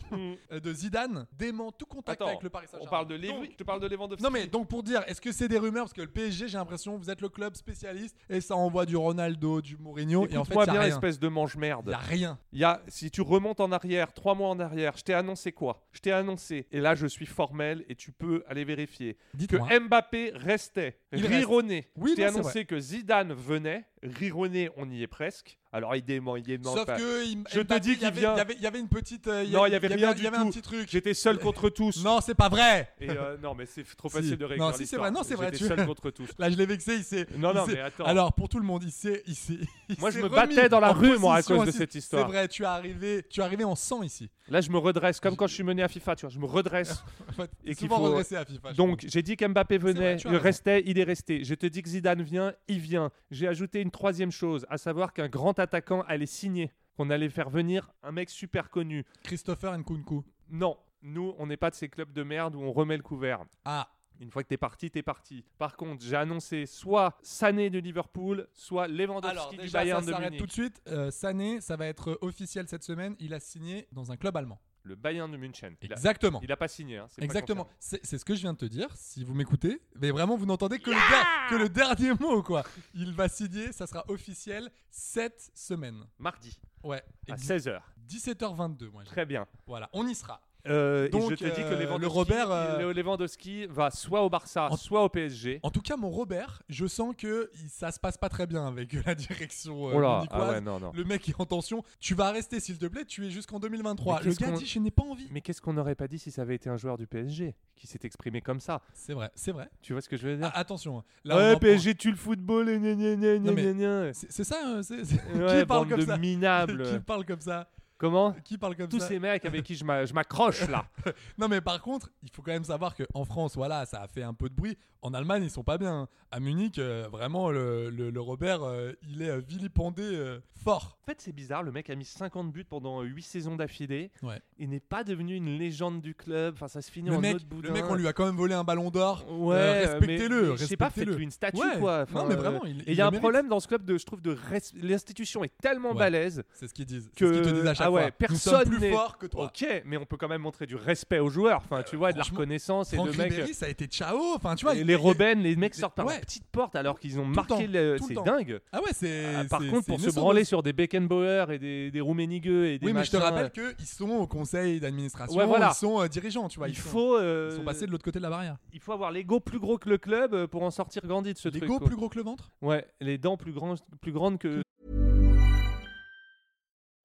Speaker 5: euh, de Zidane dément tout contact
Speaker 6: Hmm. Attends,
Speaker 5: avec le Paris
Speaker 6: on
Speaker 5: Saint-Germain.
Speaker 6: parle de
Speaker 5: Donc,
Speaker 6: Lewandowski. Tu parles de Lewandowski.
Speaker 5: Non mais donc pour dire, est-ce que c'est des rumeurs parce que le PSG, j'ai l'impression vous êtes le club spécialiste et ça envoie du Ronaldo, du Mourinho et en fait
Speaker 6: Écoute-moi
Speaker 5: y a
Speaker 6: bien,
Speaker 5: rien.
Speaker 6: espèce de mange
Speaker 5: Y a
Speaker 6: merde.
Speaker 5: rien.
Speaker 6: Il y a, si tu remontes en arrière, trois mois en arrière, je t'ai annoncé quoi Je t'ai annoncé, et là je suis formel et tu peux aller vérifier, que
Speaker 5: Dites-moi.
Speaker 6: Mbappé restait,
Speaker 5: Il
Speaker 6: Rironé.
Speaker 5: Oui,
Speaker 6: je t'ai
Speaker 5: non, c'est
Speaker 6: annoncé que Zidane venait, Rironé, on y est presque. Alors il dément, il dément
Speaker 5: Sauf
Speaker 6: pas.
Speaker 5: que il-
Speaker 6: Je te
Speaker 5: Mbappé,
Speaker 6: dis
Speaker 5: il y
Speaker 6: qu'il
Speaker 5: avait-
Speaker 6: vient.
Speaker 5: Il y avait, il y avait une petite. euh,
Speaker 6: Non, il y avait rien
Speaker 5: Il y
Speaker 6: du
Speaker 5: avait un
Speaker 6: tout.
Speaker 5: petit truc.
Speaker 6: J'étais seul contre tous.
Speaker 5: Non, c'est pas vrai.
Speaker 6: Et euh, non, mais c'est trop
Speaker 5: Si.
Speaker 6: facile de réécrire
Speaker 5: Non, si, c'est
Speaker 6: l'histoire.
Speaker 5: vrai, non, c'est vrai,
Speaker 6: J'étais
Speaker 5: tu-
Speaker 6: seul contre tous.
Speaker 5: Là, je l'ai vexé. Il s'est.
Speaker 6: Non,
Speaker 5: il
Speaker 6: non,
Speaker 5: s'est-
Speaker 6: mais attends.
Speaker 5: Alors, pour tout le monde, il s'est. Il s'est. il
Speaker 6: Moi,
Speaker 5: s'est
Speaker 6: je me
Speaker 5: remis
Speaker 6: battais dans la
Speaker 5: en
Speaker 6: rue, moi, à
Speaker 5: position,
Speaker 6: cause de
Speaker 5: si-
Speaker 6: cette histoire.
Speaker 5: C'est vrai. Tu es arrivé. Tu es arrivé en sang ici.
Speaker 6: Là, je me redresse, comme quand je suis mené à FIFA, tu vois, je me redresse.
Speaker 5: En fait,
Speaker 6: Et
Speaker 5: c'est
Speaker 6: qu'il
Speaker 5: souvent
Speaker 6: faut-
Speaker 5: redressé à FIFA. je
Speaker 6: Donc,
Speaker 5: pense.
Speaker 6: j'ai dit qu'Mbappé
Speaker 5: vrai,
Speaker 6: venait,
Speaker 5: tu as
Speaker 6: il
Speaker 5: raison.
Speaker 6: restait, il est resté. Je te dis que Zidane vient, il vient. J'ai ajouté une troisième chose, à savoir qu'un grand attaquant allait signer, qu'on allait faire venir un mec super connu.
Speaker 5: Christopher Nkunku.
Speaker 6: Non, nous, on n'est pas de ces clubs de merde où on remet le couvert.
Speaker 5: Ah.
Speaker 6: Une fois que t'es parti, t'es parti. Par contre, j'ai annoncé soit Sané de Liverpool, soit Lewandowski
Speaker 5: Alors,
Speaker 6: du
Speaker 5: déjà, ça
Speaker 6: Bayern de
Speaker 5: s'arrête
Speaker 6: Munich.
Speaker 5: tout de suite. Euh, Sané, ça va être officiel cette semaine. Il a signé dans un club allemand.
Speaker 6: Le Bayern de München. Il a,
Speaker 5: Exactement.
Speaker 6: il a pas signé. hein, c'est pas
Speaker 5: Exactement.
Speaker 6: confirmé.
Speaker 5: C'est c'est ce que je viens de te dire. Si vous m'écoutez, mais vraiment, vous n'entendez que, le der- que le dernier mot, quoi. Il va signer, ça sera officiel cette semaine.
Speaker 6: Mardi,
Speaker 5: Ouais.
Speaker 6: à
Speaker 5: Ex-
Speaker 6: 16h.
Speaker 5: 17h22, moi. j'ai-
Speaker 6: Très bien.
Speaker 5: Voilà, on y sera.
Speaker 6: Euh, et
Speaker 5: Donc,
Speaker 6: je te dis que
Speaker 5: euh,
Speaker 6: Lewandowski,
Speaker 5: le Robert, euh,
Speaker 6: le Lewandowski va soit au Barça, soit au PSG.
Speaker 5: En tout cas, mon Robert, je sens que il- ça se passe pas très bien avec la direction euh,
Speaker 6: Oh là,
Speaker 5: munichoise.
Speaker 6: ah ouais, non, non.
Speaker 5: Le mec est en tension. Tu vas rester, s'il te plaît. Tu es jusqu'en 2023.
Speaker 6: Mais
Speaker 5: Le
Speaker 6: qu'est-ce
Speaker 5: gars
Speaker 6: qu'on-
Speaker 5: dit, je n'ai pas envie.
Speaker 6: Mais qu'est-ce qu'on n'aurait pas dit si ça avait été un joueur du PSG qui s'est exprimé comme ça
Speaker 5: C'est vrai, c'est vrai.
Speaker 6: Tu vois ce que je veux dire
Speaker 5: Ah, attention.
Speaker 6: Ouais,
Speaker 5: on en
Speaker 6: PSG tue le football et gna gna gna
Speaker 5: Non,
Speaker 6: gna
Speaker 5: mais
Speaker 6: gna gna.
Speaker 5: C'est c'est ça, euh, c'est- c'est-
Speaker 6: Ouais,
Speaker 5: qui parle
Speaker 6: bande
Speaker 5: comme
Speaker 6: de
Speaker 5: ça
Speaker 6: minables.
Speaker 5: Qui parle comme ça
Speaker 6: Comment
Speaker 5: Qui parle comme
Speaker 6: Tous
Speaker 5: ça
Speaker 6: ces mecs avec qui je m'a- je m'accroche là.
Speaker 5: Non, mais par contre, il faut quand même savoir qu'en France, voilà, ça a fait un peu de bruit. En Allemagne, ils sont pas bien. hein. À Munich, euh, vraiment, le, le- le Robert, euh, il est euh, vilipendé euh, fort.
Speaker 6: En fait, c'est bizarre, le mec a mis 50 buts pendant 8 saisons d'affilée.
Speaker 5: Ouais.
Speaker 6: Il n'est pas devenu une légende du club. Enfin, ça se finit
Speaker 5: Le
Speaker 6: en
Speaker 5: mec,
Speaker 6: autre
Speaker 5: le
Speaker 6: boudin.
Speaker 5: mec, on lui a quand même volé un ballon d'or. Euh,
Speaker 6: Ouais, mais-
Speaker 5: respectez-le.
Speaker 6: mais Je sais pas,
Speaker 5: respectez-le.
Speaker 6: faites-lui une statue
Speaker 5: Ouais.
Speaker 6: quoi.
Speaker 5: non,
Speaker 6: Enfin,
Speaker 5: mais
Speaker 6: euh,
Speaker 5: vraiment. Il,
Speaker 6: et
Speaker 5: il
Speaker 6: il y a
Speaker 5: le
Speaker 6: un
Speaker 5: mérite.
Speaker 6: problème dans ce club de, je trouve, de res- l'institution est tellement
Speaker 5: Ouais.
Speaker 6: balèze
Speaker 5: C'est ce qu'ils disent. C'est
Speaker 6: que
Speaker 5: ce qu'ils te disent à chaque
Speaker 6: ah ouais,
Speaker 5: fois.
Speaker 6: personne
Speaker 5: Nous sommes plus
Speaker 6: n'est-
Speaker 5: fort que toi.
Speaker 6: Ok, mais on peut quand même montrer du respect aux joueurs. Enfin, tu vois, de la
Speaker 5: franchement,
Speaker 6: reconnaissance et
Speaker 5: Franck
Speaker 6: de mecs.
Speaker 5: Ribéry, ça a été ciao. Enfin, tu vois,
Speaker 6: les
Speaker 5: il- il-
Speaker 6: les Robben, les mecs
Speaker 5: c'est-
Speaker 6: sortent par la
Speaker 5: ouais.
Speaker 6: petite porte alors qu'ils ont
Speaker 5: le
Speaker 6: marqué.
Speaker 5: temps,
Speaker 6: le-
Speaker 5: tout le
Speaker 6: C'est
Speaker 5: temps.
Speaker 6: dingue.
Speaker 5: Ah ouais, c'est.
Speaker 6: Ah, par
Speaker 5: c'est-
Speaker 6: contre,
Speaker 5: c'est
Speaker 6: pour
Speaker 5: une
Speaker 6: se
Speaker 5: essordeuse.
Speaker 6: branler sur des Beckenbauer et des, des Rummenigge et des
Speaker 5: Oui, mais je te
Speaker 6: machins,
Speaker 5: rappelle qu'ils sont au conseil d'administration,
Speaker 6: Ouais, voilà.
Speaker 5: ils sont euh, dirigeants, tu vois.
Speaker 6: il
Speaker 5: ils sont-
Speaker 6: faut, euh,
Speaker 5: Ils sont passés de l'autre côté de la barrière.
Speaker 6: il faut avoir l'ego plus gros que le club euh, pour en sortir grandi de ce truc.
Speaker 5: L'ego
Speaker 6: quoi.
Speaker 5: plus gros que le ventre
Speaker 6: Ouais, les dents plus, grands, plus grandes que.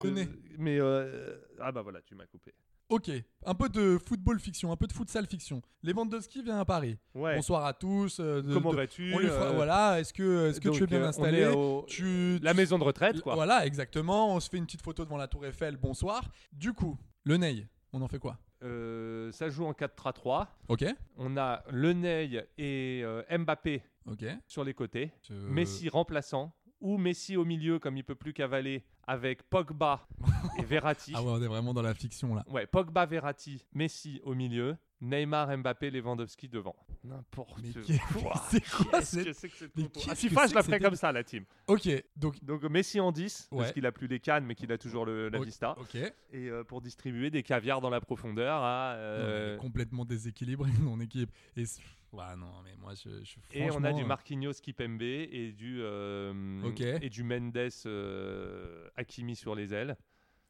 Speaker 5: Donné.
Speaker 6: Mais. euh, Ah bah voilà, tu m'as coupé.
Speaker 5: Ok, un peu de football fiction, un peu de futsal fiction. Lewandowski vient à Paris.
Speaker 6: Ouais.
Speaker 5: Bonsoir à tous. euh, de-
Speaker 6: Comment
Speaker 5: de-
Speaker 6: vas-tu,
Speaker 5: on lui fera-
Speaker 6: euh,
Speaker 5: Voilà, est-ce que, est que tu es
Speaker 6: donc,
Speaker 5: bien
Speaker 6: euh, on
Speaker 5: installé
Speaker 6: est au-
Speaker 5: tu,
Speaker 6: La
Speaker 5: tu-
Speaker 6: maison de retraite, quoi.
Speaker 5: Voilà, exactement. On se fait une petite photo devant la Tour Eiffel. Bonsoir. Du coup, le Ney, on en fait quoi
Speaker 6: Euh, ça joue en 4-3-3.
Speaker 5: Ok.
Speaker 6: On a Le Ney et euh, Mbappé
Speaker 5: Ok.
Speaker 6: sur les côtés.
Speaker 5: Je-
Speaker 6: Messi remplaçant. Ou Messi au milieu, comme il peut plus cavaler, avec Pogba et Verratti.
Speaker 5: Ah ouais, on est vraiment dans la fiction là.
Speaker 6: Ouais, Pogba, Verratti, Messi au milieu, Neymar, Mbappé, Lewandowski devant. N'importe quoi.
Speaker 5: Ah, c'est quoi
Speaker 6: Qu'est-ce
Speaker 5: cette-
Speaker 6: que c'est que cette
Speaker 5: mais
Speaker 6: compo-
Speaker 5: qu'est-ce
Speaker 6: Ah, si
Speaker 5: que
Speaker 6: pas,
Speaker 5: c'est
Speaker 6: je la
Speaker 5: que
Speaker 6: ferais
Speaker 5: cette-
Speaker 6: comme ça, la team.
Speaker 5: Ok, donc
Speaker 6: Donc Messi en 10, parce
Speaker 5: Ouais.
Speaker 6: qu'il a plus les cannes, mais qu'il a toujours le, la
Speaker 5: O-
Speaker 6: vista.
Speaker 5: ok.
Speaker 6: Et euh, pour distribuer des caviars dans la profondeur à... euh,
Speaker 5: on est complètement déséquilibré mon équipe. Et c'est- ouais, non, mais moi je, je
Speaker 6: et on a du
Speaker 5: franchement, euh,
Speaker 6: Marquinhos Kipembe et du, euh,
Speaker 5: Ok.
Speaker 6: et du Mendes euh, Hakimi sur les ailes.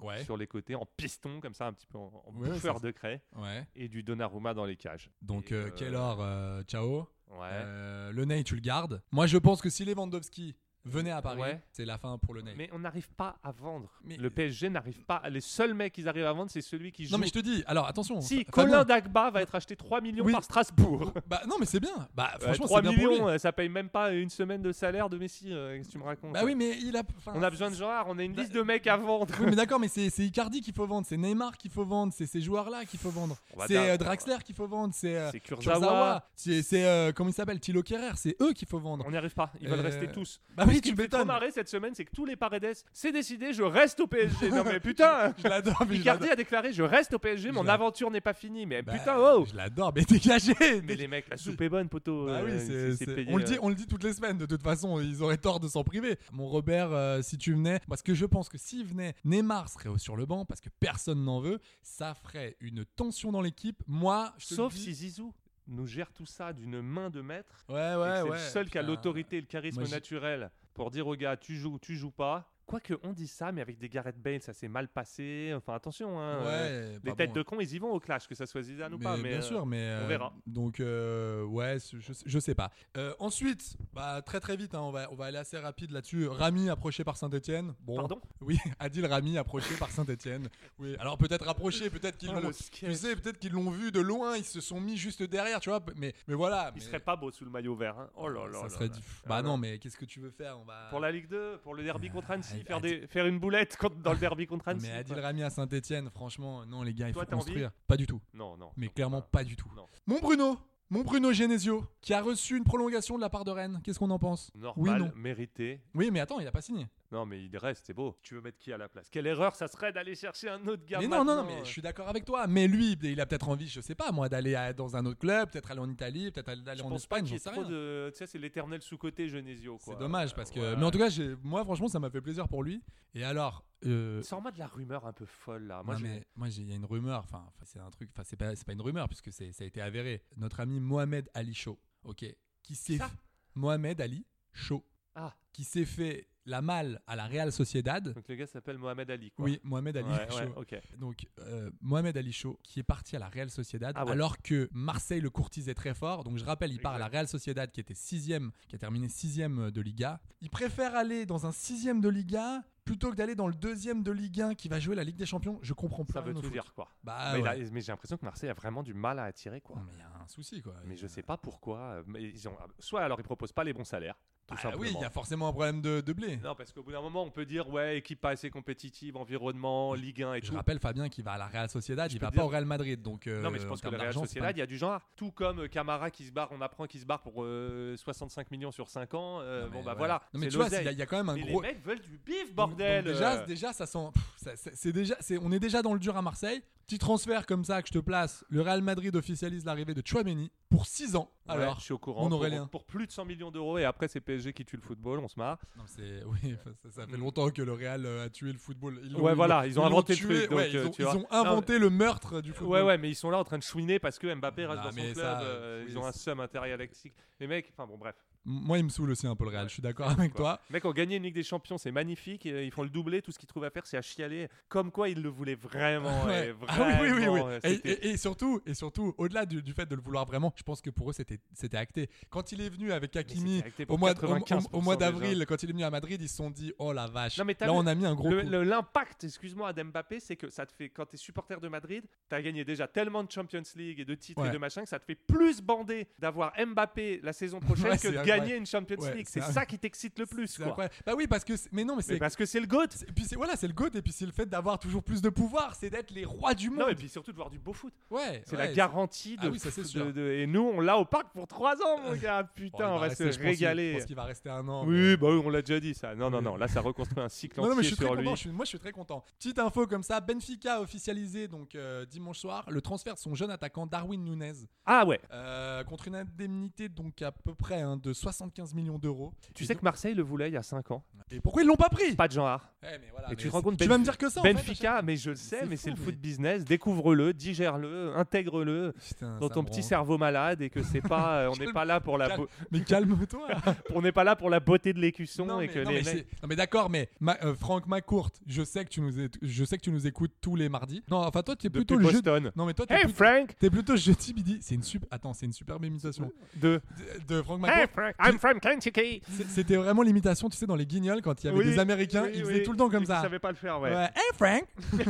Speaker 5: Ouais.
Speaker 6: Sur les côtés, en piston, comme ça, un petit peu en, en
Speaker 5: Ouais, ouais,
Speaker 6: bouffeur
Speaker 5: ça-
Speaker 6: de craie.
Speaker 5: Ouais.
Speaker 6: Et du Donnarumma dans les cages.
Speaker 5: Donc
Speaker 6: Et,
Speaker 5: euh,
Speaker 6: euh,
Speaker 5: Keller, euh, ciao.
Speaker 6: Ouais.
Speaker 5: Euh, le Ney, tu le gardes. Moi, je pense que si Lewandowski venait à Paris,
Speaker 6: Ouais.
Speaker 5: c'est la fin pour le Ney.
Speaker 6: Mais on n'arrive pas à vendre.
Speaker 5: Mais-
Speaker 6: Le PSG n'arrive pas. Les seuls mecs qu'ils arrivent à vendre, c'est celui qui joue.
Speaker 5: Non, mais je te dis, alors attention.
Speaker 6: Si
Speaker 5: Fa- Fabien-
Speaker 6: Colin Dagba va être acheté 3 millions
Speaker 5: Oui.
Speaker 6: par Strasbourg.
Speaker 5: Bah non, mais c'est bien. Bah
Speaker 6: Euh,
Speaker 5: franchement,
Speaker 6: 3
Speaker 5: c'est bien pour
Speaker 6: millions,
Speaker 5: lui.
Speaker 6: euh, ça paye même pas une semaine de salaire de Messi. euh, Qu'est-ce que tu me racontes euh
Speaker 5: Bah oui, mais il a. enfin,
Speaker 6: On a besoin de genre, on a une liste de mecs à vendre.
Speaker 5: Oui, mais d'accord, mais c'est c'est Icardi qu'il faut vendre, c'est Neymar qu'il faut vendre, c'est ces joueurs-là qu'il faut vendre,
Speaker 6: On va
Speaker 5: c'est
Speaker 6: dire-
Speaker 5: euh, Draxler qu'il faut vendre, c'est euh,
Speaker 6: C'est Kurzawa.
Speaker 5: c'est c'est, euh, comment il s'appelle, Thilo Kerrer, c'est eux qu'il faut vendre.
Speaker 6: On n'y arrive pas, ils veulent
Speaker 5: Euh,
Speaker 6: rester tous.
Speaker 5: Bah
Speaker 6: Ce
Speaker 5: oui,
Speaker 6: qui
Speaker 5: tu
Speaker 6: me fait trop
Speaker 5: m'étonnes.
Speaker 6: marrer cette semaine, c'est que tous les Paredes, c'est décidé, je reste au PSG. Non mais putain
Speaker 5: Je l'adore, mais je
Speaker 6: Icardi
Speaker 5: l'adore.
Speaker 6: a déclaré, je reste au PSG, mon
Speaker 5: l'adore.
Speaker 6: aventure n'est pas finie. Mais
Speaker 5: Bah,
Speaker 6: putain, oh
Speaker 5: Je l'adore, mais dégagez
Speaker 6: Mais les mecs, la soupe est bonne, poteau.
Speaker 5: Bah oui,
Speaker 6: euh,
Speaker 5: c'est-
Speaker 6: c'est
Speaker 5: c'est-
Speaker 6: payé,
Speaker 5: on, le
Speaker 6: euh.
Speaker 5: dit, on le dit toutes les semaines, de toute façon, ils auraient tort de s'en priver. Mon Robert, euh, si tu venais, parce que je pense que s'il venait, Neymar serait au- sur le banc, parce que personne n'en veut, ça ferait une tension dans l'équipe. Moi, je te le
Speaker 6: Sauf
Speaker 5: dis-
Speaker 6: si Zizou nous gère tout ça d'une main de maître.
Speaker 5: Ouais,
Speaker 6: et que
Speaker 5: ouais,
Speaker 6: c'est
Speaker 5: ouais,
Speaker 6: le seul qui a
Speaker 5: putain.
Speaker 6: l'autorité et le charisme
Speaker 5: Moi, j'ai-
Speaker 6: naturel pour dire aux gars, tu joues ou tu joues pas. Quoique on dit ça, mais avec des Gareth Bale, ça s'est mal passé. Enfin, attention, hein,
Speaker 5: Ouais,
Speaker 6: euh,
Speaker 5: bah
Speaker 6: les têtes
Speaker 5: bon.
Speaker 6: de con, ils y vont au clash, que ça soit Zidane ou
Speaker 5: Mais
Speaker 6: pas. Mais
Speaker 5: bien
Speaker 6: euh,
Speaker 5: sûr, mais
Speaker 6: on
Speaker 5: euh,
Speaker 6: verra.
Speaker 5: Donc euh, ouais, c'est- je, sais- je sais pas. Euh, ensuite, bah, très très vite, hein, on va on va aller assez rapide là-dessus. Rami approché par Saint-Étienne. Bon,
Speaker 6: Pardon
Speaker 5: Oui, Adil Rami approché par Saint-Étienne. Oui. Alors peut-être approché, peut-être qu'ils
Speaker 6: Oh,
Speaker 5: l'ont,
Speaker 6: le
Speaker 5: tu sais, peut-être qu'ils l'ont vu de loin, ils se sont mis juste derrière, tu vois. Mais mais voilà.
Speaker 6: Il
Speaker 5: mais-
Speaker 6: serait pas beau sous le maillot vert. hein. Oh là là.
Speaker 5: ça
Speaker 6: là
Speaker 5: serait
Speaker 6: là.
Speaker 5: du-
Speaker 6: Ah
Speaker 5: Bah
Speaker 6: là.
Speaker 5: non, mais qu'est-ce que tu veux faire On va.
Speaker 6: Pour la Ligue 2, pour le derby contre Annecy,
Speaker 5: Ah,
Speaker 6: faire,
Speaker 5: Adil-
Speaker 6: des, faire une boulette contre- dans le derby contre
Speaker 5: Non,
Speaker 6: Annecy.
Speaker 5: mais Adil
Speaker 6: quoi.
Speaker 5: Rami à Saint-Étienne, franchement, non les gars, il
Speaker 6: Toi,
Speaker 5: faut
Speaker 6: t'as envie
Speaker 5: construire. Pas du tout.
Speaker 6: Non, non.
Speaker 5: Mais
Speaker 6: non,
Speaker 5: clairement pas du tout.
Speaker 6: Non.
Speaker 5: Mon Bruno, mon Bruno Genesio, qui a reçu une prolongation de la part de Rennes. Qu'est-ce qu'on en pense
Speaker 6: Normal,
Speaker 5: Oui, non.
Speaker 6: mérité.
Speaker 5: Oui, mais attends, il a pas signé.
Speaker 6: Non, mais il reste, c'est beau. Tu veux mettre qui à la place Quelle erreur ça serait d'aller chercher un autre gars
Speaker 5: Mais non, non, non,
Speaker 6: maintenant,
Speaker 5: mais
Speaker 6: euh.
Speaker 5: je suis d'accord avec toi. Mais lui, il a peut-être envie, je sais pas, moi, d'aller à- dans un autre club, peut-être aller en Italie, peut-être aller aller
Speaker 6: Je
Speaker 5: en
Speaker 6: pense pas
Speaker 5: Espagne,
Speaker 6: qu'il y
Speaker 5: j'en
Speaker 6: ait
Speaker 5: sais rien.
Speaker 6: trop de. Tu sais, c'est l'éternel sous-côté Genesio.
Speaker 5: C'est dommage parce que. Mais en tout cas, j'ai- moi, franchement, ça m'a fait plaisir pour lui. Et alors. euh,
Speaker 6: Sors-moi de la rumeur un peu folle là. Ah, Moi,
Speaker 5: non,
Speaker 6: je-
Speaker 5: mais moi, j'ai- il y a une rumeur. Enfin, enfin, c'est un truc. Enfin, c'est pas, c'est pas une rumeur puisque c'est- ça a été avéré. Notre ami Mohamed Ali Shaw, ok, qui s'est
Speaker 6: Ça
Speaker 5: Mohamed Ali Shaw,
Speaker 6: Ah.
Speaker 5: qui s'est fait la malle à la Real Sociedad.
Speaker 6: Donc le gars s'appelle Mohamed Ali. Quoi.
Speaker 5: Oui, Mohamed Ali
Speaker 6: Ouais,
Speaker 5: Shaw.
Speaker 6: ouais, ok.
Speaker 5: Donc euh, Mohamed Ali Shaw qui est parti à la Real Sociedad
Speaker 6: Ah ouais.
Speaker 5: alors que Marseille le courtisait très fort. Donc je rappelle, il part à la Real Sociedad qui était sixième, qui a terminé sixième euh, de Liga. Il préfère aller dans un sixième de Liga plutôt que d'aller dans le deuxième de Ligue 1 qui va jouer la Ligue des Champions. Je comprends plus
Speaker 6: Ça
Speaker 5: rien
Speaker 6: veut
Speaker 5: au
Speaker 6: tout
Speaker 5: foot.
Speaker 6: dire quoi.
Speaker 5: Bah,
Speaker 6: mais
Speaker 5: ouais. Ah
Speaker 6: là- mais j'ai l'impression que Marseille a vraiment du mal à attirer quoi.
Speaker 5: mais il y a un souci quoi.
Speaker 6: Mais je sais pas pourquoi. euh, Mais ils ont... Soit alors ils proposent pas les bons salaires. Tout
Speaker 5: Ah oui,
Speaker 6: simplement.
Speaker 5: il y a forcément un problème de, de blé.
Speaker 6: Non, parce qu'au bout d'un moment, on peut dire, ouais, équipe pas assez compétitive, environnement, Ligue 1 et
Speaker 5: Je
Speaker 6: tout.
Speaker 5: rappelle Fabien qui va à la Real Sociedad, il
Speaker 6: peux
Speaker 5: va
Speaker 6: dire-
Speaker 5: pas au Real Madrid. Donc, euh,
Speaker 6: non, mais je
Speaker 5: en
Speaker 6: pense que
Speaker 5: termes
Speaker 6: le Real
Speaker 5: d'argent, c'est pas-
Speaker 6: Sociedad, il y a du genre. Tout comme euh, Camara qui se barre, on apprend qu'il se barre pour euh, 65 millions sur 5 ans. euh, bon, bah
Speaker 5: ouais.
Speaker 6: voilà.
Speaker 5: Non, mais
Speaker 6: c'est
Speaker 5: tu vois,
Speaker 6: l'oseille.
Speaker 5: il y a- il y a quand même un
Speaker 6: Mais
Speaker 5: gros-
Speaker 6: Les mecs veulent du bif,
Speaker 5: Donc,
Speaker 6: bordel
Speaker 5: donc déjà,
Speaker 6: euh.
Speaker 5: déjà, ça sent. pff, ça- ça- c'est déjà, c'est, on est déjà dans le dur à Marseille. Petit transfert comme ça que je te place. Le Real Madrid officialise l'arrivée de Chouameni pour 6 ans.
Speaker 6: Ouais,
Speaker 5: Alors,
Speaker 6: je suis au courant.
Speaker 5: Mon
Speaker 6: Pour-
Speaker 5: Aurélien.
Speaker 6: Pour, plus de 100 millions d'euros, et après, c'est PSG qui tue le football, on se marre.
Speaker 5: Non, c'est- oui, enfin, ça, ça fait longtemps que le Real euh, a tué le football. Ils l'ont-
Speaker 6: ouais,
Speaker 5: ils
Speaker 6: voilà,
Speaker 5: l'ont-
Speaker 6: ils ont
Speaker 5: l'ont
Speaker 6: inventé le
Speaker 5: tué,
Speaker 6: truc.
Speaker 5: ouais,
Speaker 6: donc,
Speaker 5: ils
Speaker 6: euh,
Speaker 5: ont-
Speaker 6: tu
Speaker 5: ils
Speaker 6: vois.
Speaker 5: ont
Speaker 6: Non,
Speaker 5: inventé
Speaker 6: mais-
Speaker 5: le meurtre du football.
Speaker 6: Ouais, ouais, mais ils sont là en train de chouiner parce que Mbappé reste
Speaker 5: Non,
Speaker 6: dans son
Speaker 5: mais
Speaker 6: club.
Speaker 5: ça,
Speaker 6: euh,
Speaker 5: oui,
Speaker 6: ils ont un
Speaker 5: c'est-
Speaker 6: seum intergalactique. Les mecs, enfin bon, bref.
Speaker 5: Moi, il me saoule aussi un peu le Real. je suis d'accord avec toi.
Speaker 6: Les mecs ont gagné une Ligue des Champions, c'est magnifique. et, euh, ils font le doublé, tout ce qu'ils trouvent à faire, c'est à chialer. Comme quoi, ils le voulaient vraiment.
Speaker 5: Ouais.
Speaker 6: et vraiment
Speaker 5: Ah oui, oui, oui, oui.
Speaker 6: euh,
Speaker 5: Et,
Speaker 6: c'était-
Speaker 5: et- et sureux, et surtout, au-delà du, du fait de le vouloir vraiment, je pense que pour eux, c'était c'était acté. Quand il est venu avec Hakimi
Speaker 6: acté pour
Speaker 5: au mois, au- au- au
Speaker 6: 95%
Speaker 5: mois d'avril,
Speaker 6: déjà.
Speaker 5: quand il est venu à Madrid, ils se sont dit Oh la vache,
Speaker 6: Non, mais t'as
Speaker 5: là
Speaker 6: vu,
Speaker 5: on a mis un gros
Speaker 6: le-
Speaker 5: coup.
Speaker 6: le- L'impact, excuse-moi, d'Mbappé, c'est que ça te fait, quand t'es supporter de Madrid, t'as gagné déjà tellement de Champions League et de titres
Speaker 5: Ouais.
Speaker 6: et de machin que ça te fait plus bander d'avoir Mbappé la saison prochaine
Speaker 5: Ouais,
Speaker 6: que
Speaker 5: c'est
Speaker 6: de
Speaker 5: incroyable.
Speaker 6: gagner une Champions
Speaker 5: Ouais,
Speaker 6: League.
Speaker 5: c'est
Speaker 6: C'est
Speaker 5: un-
Speaker 6: ça qui t'excite le plus.
Speaker 5: C'est
Speaker 6: quoi.
Speaker 5: incroyable. Bah oui, parce que c'est- mais non, mais c'est
Speaker 6: parce que c'est le goat.
Speaker 5: Et puis c'est voilà, c'est le goat. Et puis c'est le fait d'avoir toujours plus de pouvoir, c'est d'être les rois du monde.
Speaker 6: Non, et puis surtout de voir du beau foot.
Speaker 5: Ouais,
Speaker 6: C'est
Speaker 5: ouais,
Speaker 6: la garantie de,
Speaker 5: Ah oui, ça, c'est
Speaker 6: de-
Speaker 5: sûr.
Speaker 6: de- Et nous, on l'a au parc pour 3 ans, mon gars.
Speaker 5: Bon,
Speaker 6: Putain,
Speaker 5: il
Speaker 6: on
Speaker 5: va
Speaker 6: va
Speaker 5: rester, je
Speaker 6: se
Speaker 5: pense qu'il-
Speaker 6: régaler.
Speaker 5: je pense qu'il va rester un an,
Speaker 6: Oui, bah oui, on l'a déjà dit ça. Non, non, non. Là, ça reconstruit un cycle
Speaker 5: Non, non, mais je
Speaker 6: entier
Speaker 5: suis très
Speaker 6: sur lui.
Speaker 5: content. je suis- moi, je suis très content. Petite info comme ça Benfica a officialisé donc, euh, dimanche soir le transfert de son jeune attaquant Darwin Nunez.
Speaker 6: Ah ouais.
Speaker 5: Euh, contre une indemnité donc à peu près hein, de 75 millions d'euros.
Speaker 6: Tu sais que Marseille le voulait il y a 5 ans.
Speaker 5: Et pourquoi ils l'ont pas pris
Speaker 6: Pas de Jean Hart.
Speaker 5: Eh, mais voilà,
Speaker 6: et
Speaker 5: mais
Speaker 6: tu te
Speaker 5: c'est-
Speaker 6: rends compte
Speaker 5: tu vas me dire que ça, en fait, à
Speaker 6: Benfica, mais je le sais,
Speaker 5: C'est
Speaker 6: mais c'est le
Speaker 5: fou,
Speaker 6: foot
Speaker 5: mais-
Speaker 6: business. Découvre-le, digère-le, intègre-le
Speaker 5: Putain,
Speaker 6: dans
Speaker 5: Ah, ça
Speaker 6: ton
Speaker 5: me
Speaker 6: petit
Speaker 5: rend-
Speaker 6: cerveau malade et que c'est pas, euh, on n'est pas là pour la,
Speaker 5: Calme-
Speaker 6: beau-
Speaker 5: Mais calme-toi.
Speaker 6: on n'est pas là pour la beauté de l'écusson
Speaker 5: Non,
Speaker 6: et
Speaker 5: mais,
Speaker 6: que
Speaker 5: non,
Speaker 6: les
Speaker 5: mais
Speaker 6: mecs-
Speaker 5: c'est- non, mais d'accord, mais Ma- euh, Franck Macourt, je sais que tu nous é- je sais que tu nous écoutes tous les mardis. Non, enfin toi tu es plutôt le
Speaker 6: Boston.
Speaker 5: jeudi. Non mais toi t'es
Speaker 6: Hey,
Speaker 5: plutôt...
Speaker 6: Frank
Speaker 5: T'es plutôt jeudi midi. C'est une super. Attends, c'est une superbe imitation
Speaker 6: de
Speaker 5: de, Franck Macourt.
Speaker 6: Hey, Frank, I'm from Kentucky.
Speaker 5: C'est- C'était vraiment l'imitation, tu sais, dans les guignols quand il y avait
Speaker 6: Oui,
Speaker 5: des Américains,
Speaker 6: oui,
Speaker 5: ils
Speaker 6: oui.
Speaker 5: faisaient tout le temps comme
Speaker 6: Ils
Speaker 5: ça.
Speaker 6: savaient pas le faire, ouais.
Speaker 5: Hey Frank.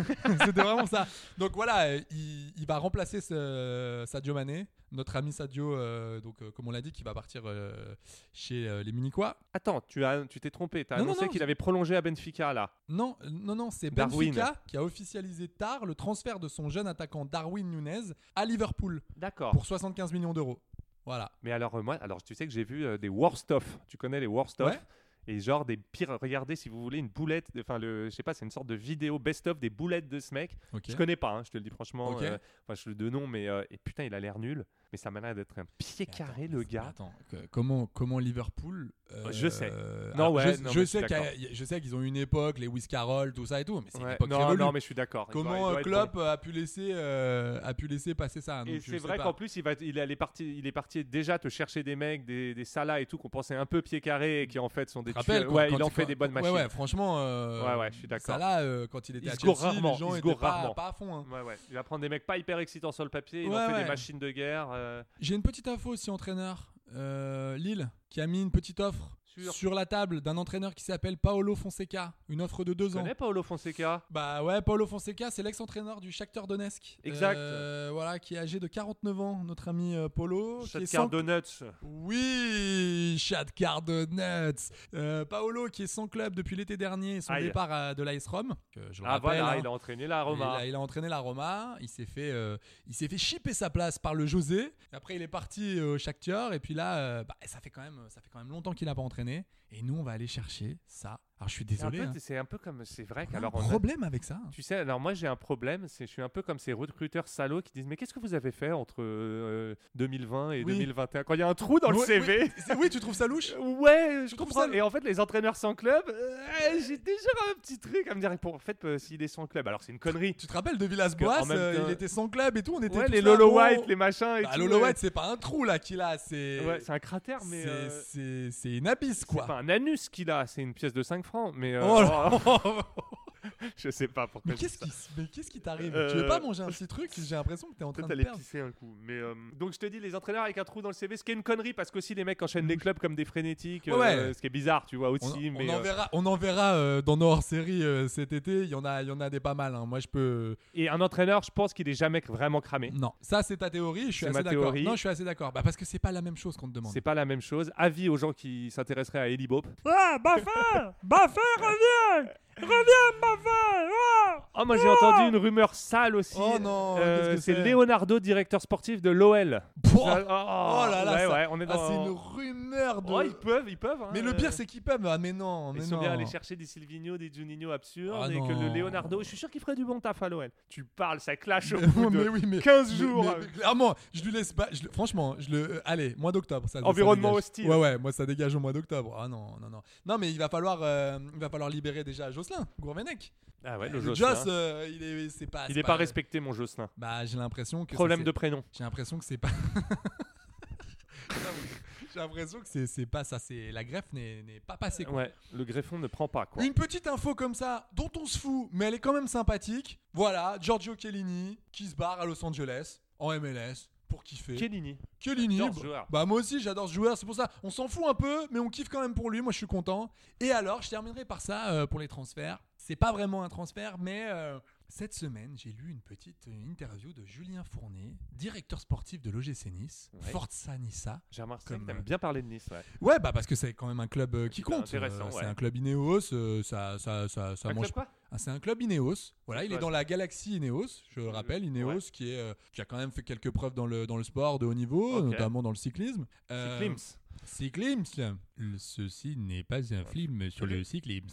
Speaker 5: C'était vraiment ça. Donc voilà, euh, il, il va remplacer ce- Sadio Mané, notre ami Sadio, euh, donc euh, comme on l'a dit, qui va partir euh, chez euh, les Munichois.
Speaker 6: Attends, tu as, tu t'es trompé. T'as
Speaker 5: Non, non,
Speaker 6: annoncé
Speaker 5: non,
Speaker 6: qu'il avait prolongé à Benfica là.
Speaker 5: Non, euh, non, non, c'est
Speaker 6: Darwin.
Speaker 5: Benfica qui a officialisé tard le transfert de son jeune attaquant Darwin Nunez à Liverpool.
Speaker 6: D'accord.
Speaker 5: Pour 75 millions d'euros. Voilà.
Speaker 6: Mais alors, euh, moi, alors tu sais que j'ai vu euh, des worst of. Tu connais les worst of
Speaker 5: Ouais.
Speaker 6: Et genre des pires. Regardez, si vous voulez, une boulette. de- Enfin, le, je sais pas, c'est une sorte de vidéo best of des boulettes de ce mec.
Speaker 5: Ok.
Speaker 6: Je connais pas, hein, je te le dis franchement.
Speaker 5: Ok.
Speaker 6: euh, Enfin, je le de nom, mais euh, et putain, il a l'air nul. Mais ça m'a l'air d'être un pied carré, le gars.
Speaker 5: Attends, que- comment, comment Liverpool euh,
Speaker 6: Je sais.
Speaker 5: euh,
Speaker 6: Non,
Speaker 5: alors,
Speaker 6: ouais,
Speaker 5: je,
Speaker 6: non,
Speaker 5: je
Speaker 6: mais je suis
Speaker 5: sais qu'il y a-
Speaker 6: d'accord.
Speaker 5: y a- je sais qu'ils ont une époque, les Wiz Carroll, tout ça et tout, mais c'est une
Speaker 6: Ouais.
Speaker 5: époque
Speaker 6: Non,
Speaker 5: révolue.
Speaker 6: non, mais je suis d'accord. Il doit- il
Speaker 5: Comment
Speaker 6: doit
Speaker 5: euh,
Speaker 6: être
Speaker 5: Klopp a pu laisser, euh, a pu laisser passer ça hein,
Speaker 6: Et
Speaker 5: donc je
Speaker 6: c'est
Speaker 5: sais
Speaker 6: vrai
Speaker 5: pas.
Speaker 6: qu'en plus, il, va, il, est allé parti, il est parti déjà te chercher des mecs, des, des salas et tout, qu'on pensait un peu pied carré et qui en fait sont des
Speaker 5: Je te rappelle,
Speaker 6: tueurs.
Speaker 5: quand-
Speaker 6: Ouais,
Speaker 5: quand-
Speaker 6: il en
Speaker 5: quand-
Speaker 6: fait des bonnes
Speaker 5: ouais,
Speaker 6: machines.
Speaker 5: Ouais, franchement, euh,
Speaker 6: Ouais, ouais, je suis d'accord.
Speaker 5: Salah, euh, quand il était
Speaker 6: Il
Speaker 5: à
Speaker 6: se
Speaker 5: Chelsea,
Speaker 6: gourre rarement.
Speaker 5: les gens
Speaker 6: il se
Speaker 5: étaient
Speaker 6: gourre
Speaker 5: pas,
Speaker 6: rarement.
Speaker 5: pas à fond. hein.
Speaker 6: Ouais, ouais. Il va prendre des mecs pas hyper excitants sur le papier. Il
Speaker 5: Ouais,
Speaker 6: en fait
Speaker 5: ouais.
Speaker 6: des machines de guerre. euh,
Speaker 5: J'ai une petite info aussi, entraîneur. Euh, Lille, qui a mis une petite offre
Speaker 6: Sur-
Speaker 5: sur la table d'un entraîneur qui s'appelle Paolo Fonseca. Une offre de deux
Speaker 6: Tu
Speaker 5: ans.
Speaker 6: connais Paolo Fonseca
Speaker 5: Bah ouais, Paolo Fonseca, c'est l'ex-entraîneur du Shakhtar Donetsk.
Speaker 6: Exact.
Speaker 5: Euh, voilà, qui est âgé de 49 ans, notre ami euh, Paolo. qui est
Speaker 6: Shakhtar
Speaker 5: sans-
Speaker 6: Donuts.
Speaker 5: Oui, Shakhtar Donetsk. Euh, Paolo, qui est sans club depuis l'été dernier, et son
Speaker 6: Aïe.
Speaker 5: départ à- de l'AS Rome. que je le
Speaker 6: Ah
Speaker 5: rappelle,
Speaker 6: voilà,
Speaker 5: hein.
Speaker 6: il a entraîné la Roma.
Speaker 5: Il a, il a entraîné la Roma. Il s'est fait, euh, il s'est fait chipper sa place par le José. Après, il est parti euh, au Shakhtar. Et puis là, euh, bah, ça fait quand même, ça fait quand même longtemps qu'il n'a pas entraîné. s'entraîner. Et nous, on va aller chercher ça. Alors, je suis
Speaker 6: C'est un
Speaker 5: désolé.
Speaker 6: peu-
Speaker 5: hein.
Speaker 6: C'est un peu comme. C'est vrai
Speaker 5: On a
Speaker 6: qu'alors.
Speaker 5: un
Speaker 6: on a-
Speaker 5: problème avec ça.
Speaker 6: Tu sais, alors moi j'ai un problème, c'est je suis un peu comme ces recruteurs salauds qui disent mais qu'est-ce que vous avez fait entre euh, 2020 et
Speaker 5: Oui.
Speaker 6: 2021 quand il y a un trou dans le
Speaker 5: Ouais,
Speaker 6: CV
Speaker 5: oui, c'est- oui, tu trouves ça louche
Speaker 6: Ouais, je
Speaker 5: trouve
Speaker 6: comprends.
Speaker 5: ça-
Speaker 6: Et en fait les entraîneurs sans club, euh, j'ai déjà un petit truc à me dire pour en fait euh, s'il est sans club, alors c'est une connerie.
Speaker 5: Tu te rappelles de Villas-Boas euh, Il était sans club et tout. On était
Speaker 6: Ouais,
Speaker 5: tous
Speaker 6: les
Speaker 5: là,
Speaker 6: Lolo
Speaker 5: bon.
Speaker 6: White, les machins et
Speaker 5: Bah,
Speaker 6: tout,
Speaker 5: Lolo
Speaker 6: ouais.
Speaker 5: White, c'est pas un trou là qu'il a. C'est
Speaker 6: Ouais, c'est un cratère, mais,
Speaker 5: c'est-
Speaker 6: euh,
Speaker 5: c'est c'est une abysse quoi.
Speaker 6: C'est pas un anus qu'il a, c'est une pièce de 5 francs, mais euh,
Speaker 5: Oh là-
Speaker 6: je sais pas pourquoi.
Speaker 5: Mais
Speaker 6: je dis
Speaker 5: qu'est-ce
Speaker 6: ça.
Speaker 5: qui, se- mais qu'est-ce qui t'arrive Tu
Speaker 6: Euh,
Speaker 5: veux pas manger un petit truc J'ai l'impression que t'es en train
Speaker 6: Peut-être
Speaker 5: de
Speaker 6: aller
Speaker 5: perdre.
Speaker 6: pisser un coup. Mais euh, donc je te dis les entraîneurs avec un trou dans le CV, ce qui est une connerie parce qu'aussi les mecs enchaînent les clubs comme des frénétiques, euh,
Speaker 5: Mm. Ouais.
Speaker 6: ce qui est bizarre, tu vois
Speaker 5: On,
Speaker 6: aussi. mais
Speaker 5: on en
Speaker 6: euh,
Speaker 5: verra, on en verra euh, dans nos hors-séries euh, cet été. Il y en a, il y en a des pas mal. hein. Moi, je peux.
Speaker 6: Et un entraîneur, je pense qu'il est jamais vraiment cramé.
Speaker 5: Non, ça c'est ta théorie. Je suis
Speaker 6: C'est ma
Speaker 5: assez d'accord.
Speaker 6: théorie.
Speaker 5: Non, je suis assez d'accord. Bah, parce que c'est pas la même chose qu'on te demande.
Speaker 6: C'est pas la même chose. Avis aux gens qui s'intéresseraient à Ellie Bop.
Speaker 5: Ah, Baffin Baffin, reviens Reviens, Baffin
Speaker 6: Oh, moi j'ai entendu une rumeur sale aussi.
Speaker 5: Oh non,
Speaker 6: Euh,
Speaker 5: qu'est-ce que
Speaker 6: c'est
Speaker 5: c'est
Speaker 6: Leonardo, directeur sportif de l'OL.
Speaker 5: Oh, là là,
Speaker 6: ouais,
Speaker 5: ça-
Speaker 6: ouais, on est
Speaker 5: ah,
Speaker 6: dans-
Speaker 5: c'est une rumeur de.
Speaker 6: Oh, ils peuvent, ils peuvent. hein.
Speaker 5: Mais le pire, c'est qu'ils peuvent. Ah, mais non, mais
Speaker 6: Ils sont bien
Speaker 5: non.
Speaker 6: allés chercher des Silvino, des Juninho absurdes
Speaker 5: Ah
Speaker 6: et que le
Speaker 5: non.
Speaker 6: Leonardo, je suis sûr qu'il ferait du bon taf à l'OL. Tu parles, ça clash au
Speaker 5: Mais
Speaker 6: bout
Speaker 5: oui,
Speaker 6: de
Speaker 5: Oh, mais oui, mais-
Speaker 6: 15
Speaker 5: mais-
Speaker 6: jours.
Speaker 5: mais- mais clairement, je lui laisse pas. je le- franchement, je le. euh, allez, mois d'octobre. Ça, ça
Speaker 6: Environnement
Speaker 5: dégage.
Speaker 6: hostile.
Speaker 5: Ouais, ouais, moi ça dégage au mois d'octobre. Ah non, non, non. Non, mais il va falloir, euh, il va falloir libérer déjà Jocelyn Gourvenec.
Speaker 6: Ah ouais, le
Speaker 5: Joss,
Speaker 6: Jocelyn.
Speaker 5: euh, il est, c'est pas.
Speaker 6: Il
Speaker 5: c'est
Speaker 6: n'est pas respecté, mon Jocelyn.
Speaker 5: Bah, j'ai l'impression que. ça,
Speaker 6: Problème
Speaker 5: c'est-
Speaker 6: de prénom.
Speaker 5: J'ai l'impression que c'est pas. j'ai l'impression que c'est, c'est pas ça. C'est la greffe n'est, n'est pas passée. Quoi.
Speaker 6: Ouais, le greffon ne prend pas, quoi.
Speaker 5: Une petite info comme ça, dont on se fout, mais elle est quand même sympathique. Voilà, Giorgio Chiellini qui se barre à Los Angeles en MLS pour kiffer.
Speaker 6: Chiellini.
Speaker 5: Chiellini.
Speaker 6: J'adore ce
Speaker 5: bah-
Speaker 6: joueur.
Speaker 5: Bah moi aussi j'adore ce joueur, c'est pour ça. On s'en fout un peu, mais on kiffe quand même pour lui. Moi je suis content. Et alors, je terminerai par ça euh, pour les transferts. C'est pas vraiment un transfert, mais euh, cette semaine j'ai lu une petite euh, interview de Julien Fournier, directeur sportif de l'OGC Nice,
Speaker 6: Ouais.
Speaker 5: Forza Nissa.
Speaker 6: J'ai remarqué
Speaker 5: Comme,
Speaker 6: que t'aimes
Speaker 5: euh,
Speaker 6: bien parler de Nice, ouais.
Speaker 5: Ouais, bah parce que c'est quand même un club euh, qui
Speaker 6: Super
Speaker 5: compte.
Speaker 6: intéressant,
Speaker 5: Euh, C'est
Speaker 6: ouais.
Speaker 5: un club Ineos, euh, ça, ça, ça, ça
Speaker 6: Un
Speaker 5: mange.
Speaker 6: club Bah, quoi
Speaker 5: Ah, c'est un club Ineos. Voilà,
Speaker 6: C'est
Speaker 5: il est
Speaker 6: quoi,
Speaker 5: dans
Speaker 6: ça
Speaker 5: la galaxie Ineos. Je le rappelle, Ineos qui, est, euh, qui a quand même fait quelques preuves dans le, dans le sport de haut niveau,
Speaker 6: Ok.
Speaker 5: notamment dans le cyclisme. Euh,
Speaker 6: Cyclims.
Speaker 5: Cyclims. Le- Ceci n'est pas un film sur le cyclisme.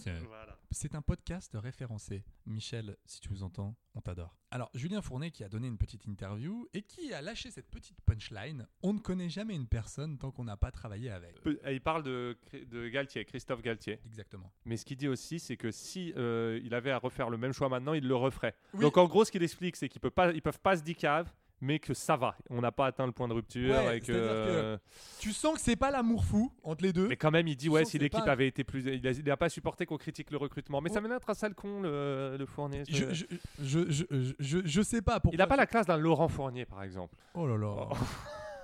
Speaker 5: C'est un podcast référencé. Michel, si tu nous entends, on t'adore. Alors, Julien Fournet qui a donné une petite interview et qui a lâché cette petite punchline On ne connaît jamais une personne tant qu'on n'a pas travaillé avec.
Speaker 6: Peu- Il parle de, de Galtier, Christophe Galtier.
Speaker 5: Exactement.
Speaker 6: Mais ce qu'il dit aussi, c'est que si euh, il avait à refaire le même choix maintenant, il le referait.
Speaker 5: Oui.
Speaker 6: Donc en gros, ce qu'il explique, c'est qu'ils peuvent pas, ils peuvent pas se dicave, mais que ça va. On n'a pas atteint le point de rupture
Speaker 5: Ouais,
Speaker 6: et que.
Speaker 5: c'est-à-dire que
Speaker 6: euh,
Speaker 5: Tu sens que c'est pas l'amour fou entre les deux.
Speaker 6: Mais quand même, il dit
Speaker 5: Je
Speaker 6: ouais,
Speaker 5: sens
Speaker 6: si
Speaker 5: que c'est
Speaker 6: l'équipe
Speaker 5: pas-
Speaker 6: avait été plus, il a, il a pas supporté qu'on critique le recrutement. Mais ça mène à un sale con le, le Fournier. ce-
Speaker 5: Je, je, je, je, je, je sais pas pourquoi.
Speaker 6: Il n'a pas la classe d'un Laurent Fournier, par exemple.
Speaker 5: Oh là là.